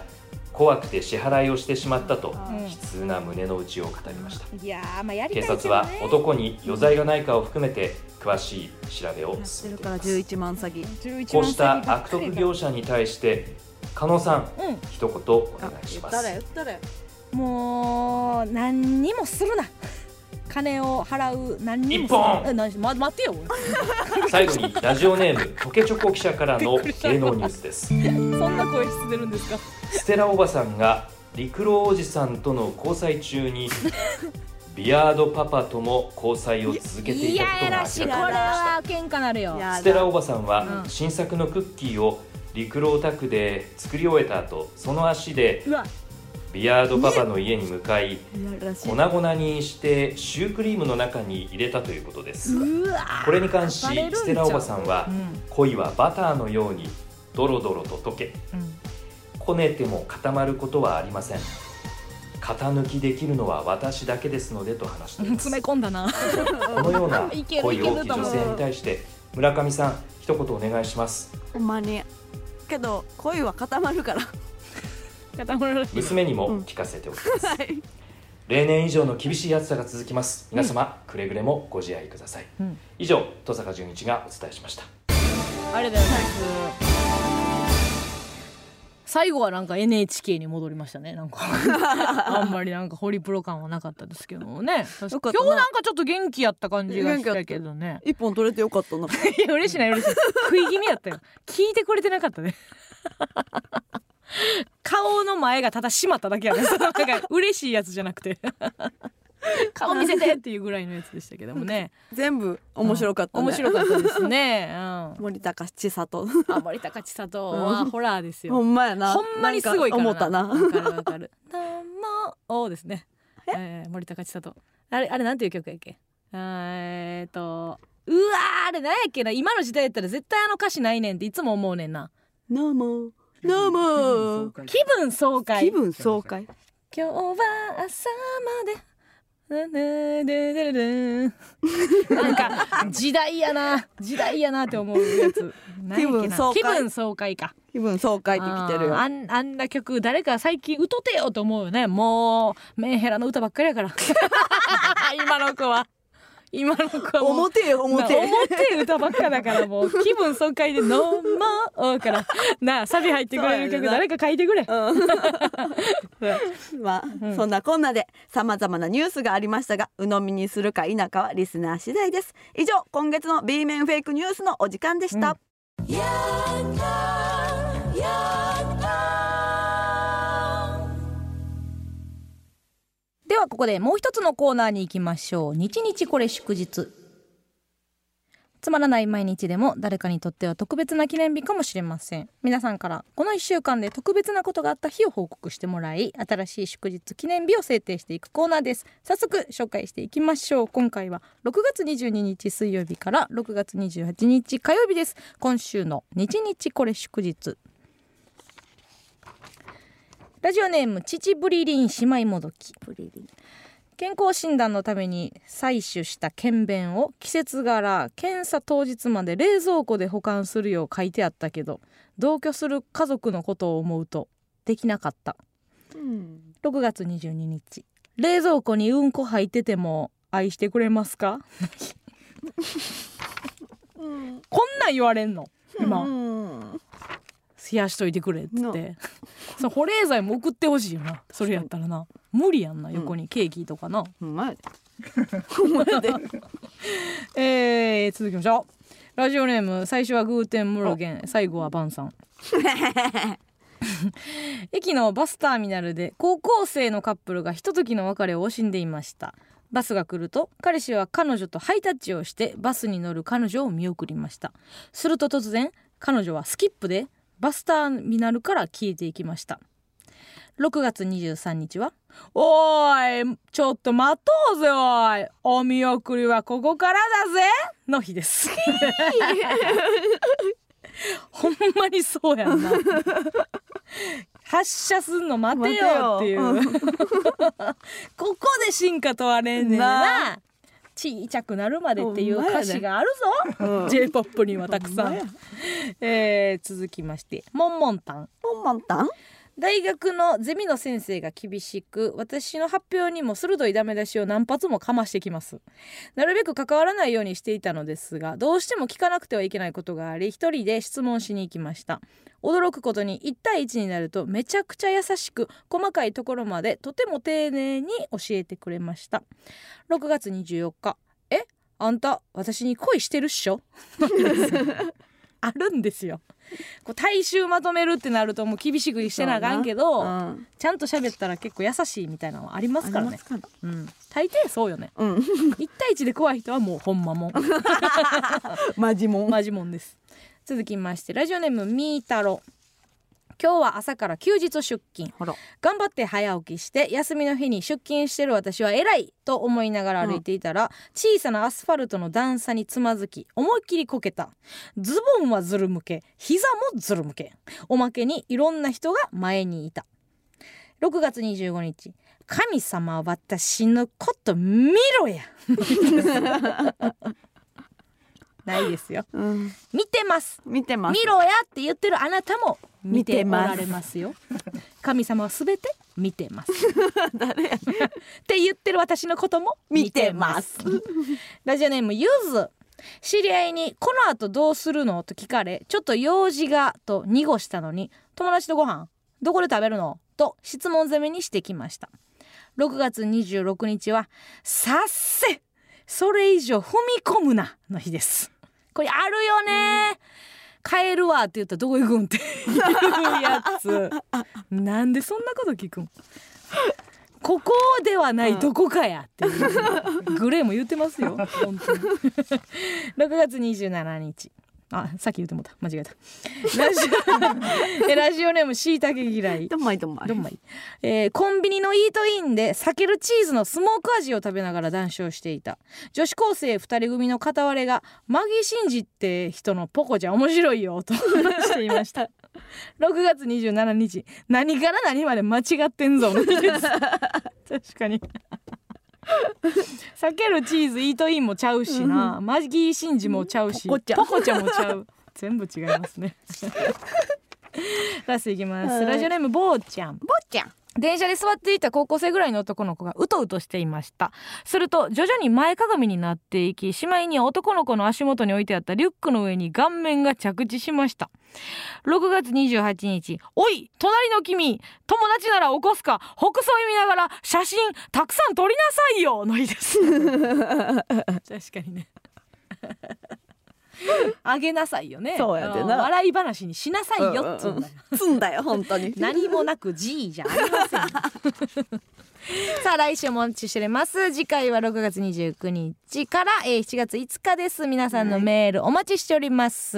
Speaker 6: 怖くて支払いをしてしまったと
Speaker 2: ん
Speaker 6: 悲痛な胸の内を語りました
Speaker 2: いやーまあやりた
Speaker 6: 警
Speaker 2: い
Speaker 6: 察は男に余罪がないかを含めて詳しい調べを
Speaker 1: して
Speaker 6: 進め
Speaker 1: る
Speaker 6: てい
Speaker 1: から
Speaker 6: ます
Speaker 1: 11万詐欺
Speaker 6: こうした悪徳業者に対して加納さん
Speaker 2: うん
Speaker 6: 一言お願いします
Speaker 1: ったらよ
Speaker 2: もう何にもするな金を払う何にも
Speaker 6: 一本
Speaker 2: え何しま待てよ
Speaker 6: 最後にラジオネームポケチョコ記者からの芸能ニュースです
Speaker 2: そんな声質出るんですか
Speaker 6: ステラおばさんが陸路おじさんとの交際 中にビアードパパとも交際を続けていたこ
Speaker 2: や
Speaker 6: と
Speaker 2: や
Speaker 6: が
Speaker 2: らしい
Speaker 6: 明
Speaker 2: これ
Speaker 6: らかになりま
Speaker 2: は喧嘩なるよ
Speaker 1: い
Speaker 6: し
Speaker 1: や
Speaker 6: たステラおばさんは
Speaker 2: うん
Speaker 6: 新作のクッキーを陸路オタクで作り終えた後その足で
Speaker 2: うわ
Speaker 6: ビアードパパの家に向かい
Speaker 1: いやらしい
Speaker 6: 粉々にしてシュークリームの中に入れたということです
Speaker 2: うわ
Speaker 6: これに関し
Speaker 2: 暴れるんちゃう
Speaker 6: ステラおばさんは
Speaker 2: うん
Speaker 6: 恋はバターのようにドロドロと溶け
Speaker 2: うん
Speaker 6: こねても固まることはありません型抜きできるのは私だけですのでと話しています
Speaker 2: 詰め込んだ な
Speaker 6: このようない
Speaker 2: ける
Speaker 6: 恋
Speaker 2: いけ
Speaker 6: 多
Speaker 2: る
Speaker 6: き
Speaker 2: と思
Speaker 6: 女
Speaker 2: う
Speaker 6: 性に対して村上さん一言お願いします
Speaker 1: ほんまにけど恋は固まるから
Speaker 2: 固まる
Speaker 6: 娘にも聞かせておき ます、
Speaker 1: はい
Speaker 6: 例年以上の厳しい暑さが続きます皆様、くれぐれもご自愛ください、
Speaker 2: うん
Speaker 6: 以上登坂淳一がお伝えしました
Speaker 2: ありがとうございます。最後はなんか NHK に戻りましたね なんかあんまりなんかホリプロ感はなかったですけどもね確か
Speaker 1: よかったな
Speaker 2: 今日なんかちょっと元気やった感じがしたけどね
Speaker 1: 一本取れてよかったない
Speaker 2: や嬉しいな嬉しい食い気味やったよ聞いてくれてなかったね顔の前がただ閉まっただけやねそのなんか嬉しいやつじゃなくて顔見せてっていうぐらいのやつでしたけどもね
Speaker 1: 全部面白かったね、
Speaker 2: 面白かったですね、うん、
Speaker 1: 森高千里
Speaker 2: あ森高千里は
Speaker 1: うん
Speaker 2: ホラーですよ。
Speaker 1: ほ
Speaker 2: ほん
Speaker 1: んまやな
Speaker 2: まにすごいから
Speaker 1: なんか思ったな
Speaker 2: わかる わかる。なんもおですね。えー、森高千里。あれあれなんていう曲やっけ。あーえーっとうわーあれなんやっけな今の時代やったら絶対あの歌詞ないねんっていつも思うねんな。
Speaker 1: どうもどうも
Speaker 2: 気分爽快。
Speaker 1: 気分爽快
Speaker 2: 今日は朝まで。ななででででなんか時代やな時代やなって思うやつ なんやっけな
Speaker 1: 気分爽快
Speaker 2: 気分爽快か
Speaker 1: 気分爽快ってきてるよ
Speaker 2: あーあんあんな曲誰か最近歌ってよと思うよねもうメンヘラの歌ばっかりやから 今の子は今の子はもう
Speaker 1: 表よ表
Speaker 2: な表歌ばっかだからもう気分爽快で「ノーマー」からなあサビ入ってくれる
Speaker 1: そう
Speaker 2: 曲
Speaker 1: やな
Speaker 2: 誰か書いてくれ
Speaker 1: うん まあ、そんなこんなでさまざまなニュースがありましたが鵜呑みにするか否かはリスナー次第です以上今月の B 面フェイクニュースのお時間でした、
Speaker 2: ではここでもう一つのコーナーに行きましょう日日これ祝日つまらない毎日でも誰かにとっては特別な記念日かもしれません皆さんからこの1週間で特別なことがあった日を報告してもらい新しい祝日記念日を制定していくコーナーです早速紹介していきましょう今回は6月22日水曜日から6月28日火曜日です今週の日日これ祝日ラジオネーム父ブリリン姉妹もどき
Speaker 3: ブリリン
Speaker 2: 健康診断のために採取した検便を季節柄検査当日まで冷蔵庫で保管するよう書いてあったけど同居する家族のことを思うとできなかった6月22日冷蔵庫にうんこ入ってても愛してくれま すかこんなん言われんの今、
Speaker 1: うん
Speaker 2: 冷やしといてくれっつっ
Speaker 1: な
Speaker 2: てそう保冷剤も送ってほしいよなそれやったらな無理やんな横にケーキとかな、
Speaker 1: ほんまやでほんまやで
Speaker 2: えー、続きましょうラジオネーム最初はグーテンムロゲン最後はバンさん駅のバスターミナルで高校生のカップルがひとときの別れを惜しんでいましたバスが来ると彼氏は彼女とハイタッチをしてバスに乗る彼女を見送りましたすると突然彼女はスキップでバスターミナルから消えていきました6月23日は「おーいちょっと待とうぜおいお見送りはここからだぜ!」の日です ほんまにそうやんな発射すんの待てよっていう、
Speaker 1: 待
Speaker 2: ここで進化問われんねん
Speaker 1: な
Speaker 2: なちいちゃくなるまでっていう歌詞があるぞ、
Speaker 1: うん
Speaker 2: j p o p にはたくさ
Speaker 1: ほんま
Speaker 2: ん
Speaker 1: や、
Speaker 2: えー続きまして「モンモンタン」
Speaker 1: ほんまんたん
Speaker 2: 大学のゼミの先生が厳しく私の発表にも鋭いダメ出しを何発もかましてきますなるべく関わらないようにしていたのですがどうしても聞かなくてはいけないことがあり一人で質問しに行きました驚くことに1対1になるとめちゃくちゃ優しく細かいところまでとても丁寧に教えてくれました6月24日えあんた私に恋してるっしょ あるんですよこう大衆まとめるってなるともう厳しくしてなあかんけど、
Speaker 1: うん
Speaker 2: ちゃんと喋ったら結構優しいみたいなのはありますから
Speaker 1: あり
Speaker 2: ね
Speaker 1: ま。すから
Speaker 2: うん、大抵そうよね。
Speaker 1: うん
Speaker 2: 一対一で怖い人はもうほんまもん。
Speaker 1: マジもん
Speaker 2: マジもんです。続きましてラジオネームみーたろ。今日は朝から休日出勤
Speaker 1: あら
Speaker 2: 頑張って早起きして休みの日に出勤してる私は偉いと思いながら歩いていたら、小さなアスファルトの段差につまずき思いっきりこけたズボンはずるむけ膝もずるむけおまけにいろんな人が前にいた6月25日神様私のこと見ろやないですよ
Speaker 1: うん
Speaker 2: 見てます
Speaker 1: 見てます
Speaker 2: 見ろやって言ってるあなたも見て
Speaker 1: 見て
Speaker 2: お
Speaker 1: ます
Speaker 2: られますよ神様はすべて見て ますって言ってる私のことも見てますラジオネームゆず知り合いに「この後どうするの?」と聞かれ「ちょっと用事が」と濁したのに「友達とご飯どこで食べるの?」と質問攻めにしてきました6月26日は「さっせそれ以上踏み込むな」の日ですこれあるよね帰るわって言ったらどこ行くん って言うやつなんでそんなこと聞くんここではないどこかやっていうグレーも言ってますよ本当に6月27日あさっき言ってもうた間違えたラジオ えラジオネームしいたけ嫌い
Speaker 1: どんまいどんまい
Speaker 2: どんまい、えーコンビニのイートインで避けるチーズのスモーク味を食べながら談笑していた女子高生2人組の片割れが「マギー・シンジって人のポコちゃん面白いよ」と 話していました6月27日何から何まで間違ってんぞ の日です確かに避けるチーズイートインもちゃうしなマギー・シンジもちゃうし
Speaker 1: ポコちゃん
Speaker 2: ちゃんもちゃう全部違いま すねラストいきます、
Speaker 1: はい
Speaker 2: ラジオネームぼーちゃん
Speaker 1: ぼっちゃん
Speaker 2: 電車で座っていた高校生ぐらいの男の子がうとうとしていましたすると徐々に前かがみになっていきしまいには男の子の足元に置いてあったリュックの上に顔面が着地しました6月28日「おい隣の君友達なら起こすか北斎見ながら写真たくさん撮 りなさいよ」の日です確かにね あげなさいよね
Speaker 1: そうやってな
Speaker 2: うん笑い話にしなさいよっつうんだよ
Speaker 1: つんだよ本 当に
Speaker 2: 何もなく G じゃありません さあ来週もお待ちしております次回は6月29日から、えー7月5日です皆さんのメールお待ちしております、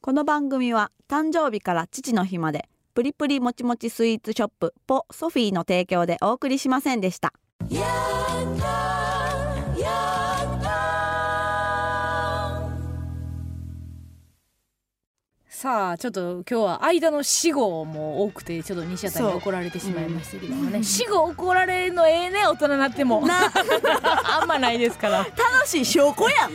Speaker 1: この番組は誕生日から父の日までプリプリもちもちスイーツショップポソフィーの提供でお送りしませんでした
Speaker 2: さあちょっと今日は間の死後も多くてちょっと西畑に怒られてしまいましたけどもね、死後怒られるのええね大人になっても あんまないですから
Speaker 1: 楽しい証拠やん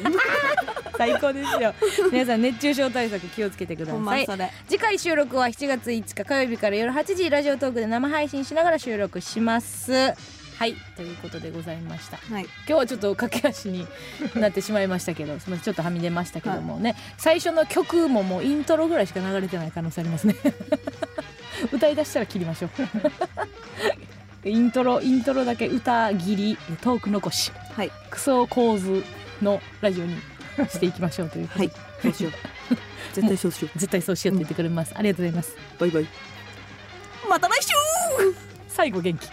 Speaker 2: 最高です よ皆さん熱中症対策気をつけてくだ
Speaker 1: ほん
Speaker 2: さ
Speaker 1: ま
Speaker 2: い
Speaker 1: それ
Speaker 2: 次回収録は7月5日火曜日から夜8時ラジオトークで生配信しながら収録しますはいということでございました
Speaker 1: はい
Speaker 2: 今日はちょっと駆け足になってしまいましたけどすみ ませんちょっとはみ出ましたけどもね、最初の曲ももうイントロぐらいしか流れてない可能性ありますね 歌い出したら切りましょう イントロイントロだけ歌切りトーク残し、
Speaker 1: はい
Speaker 2: クソ構図のラジオにしていきましょうということ
Speaker 1: は
Speaker 2: で、
Speaker 1: いそうしよう絶対そうしよ
Speaker 2: 絶対そうしようって言ってくれます、ありがとうございます
Speaker 1: うバイバイまた来週
Speaker 2: 最後元気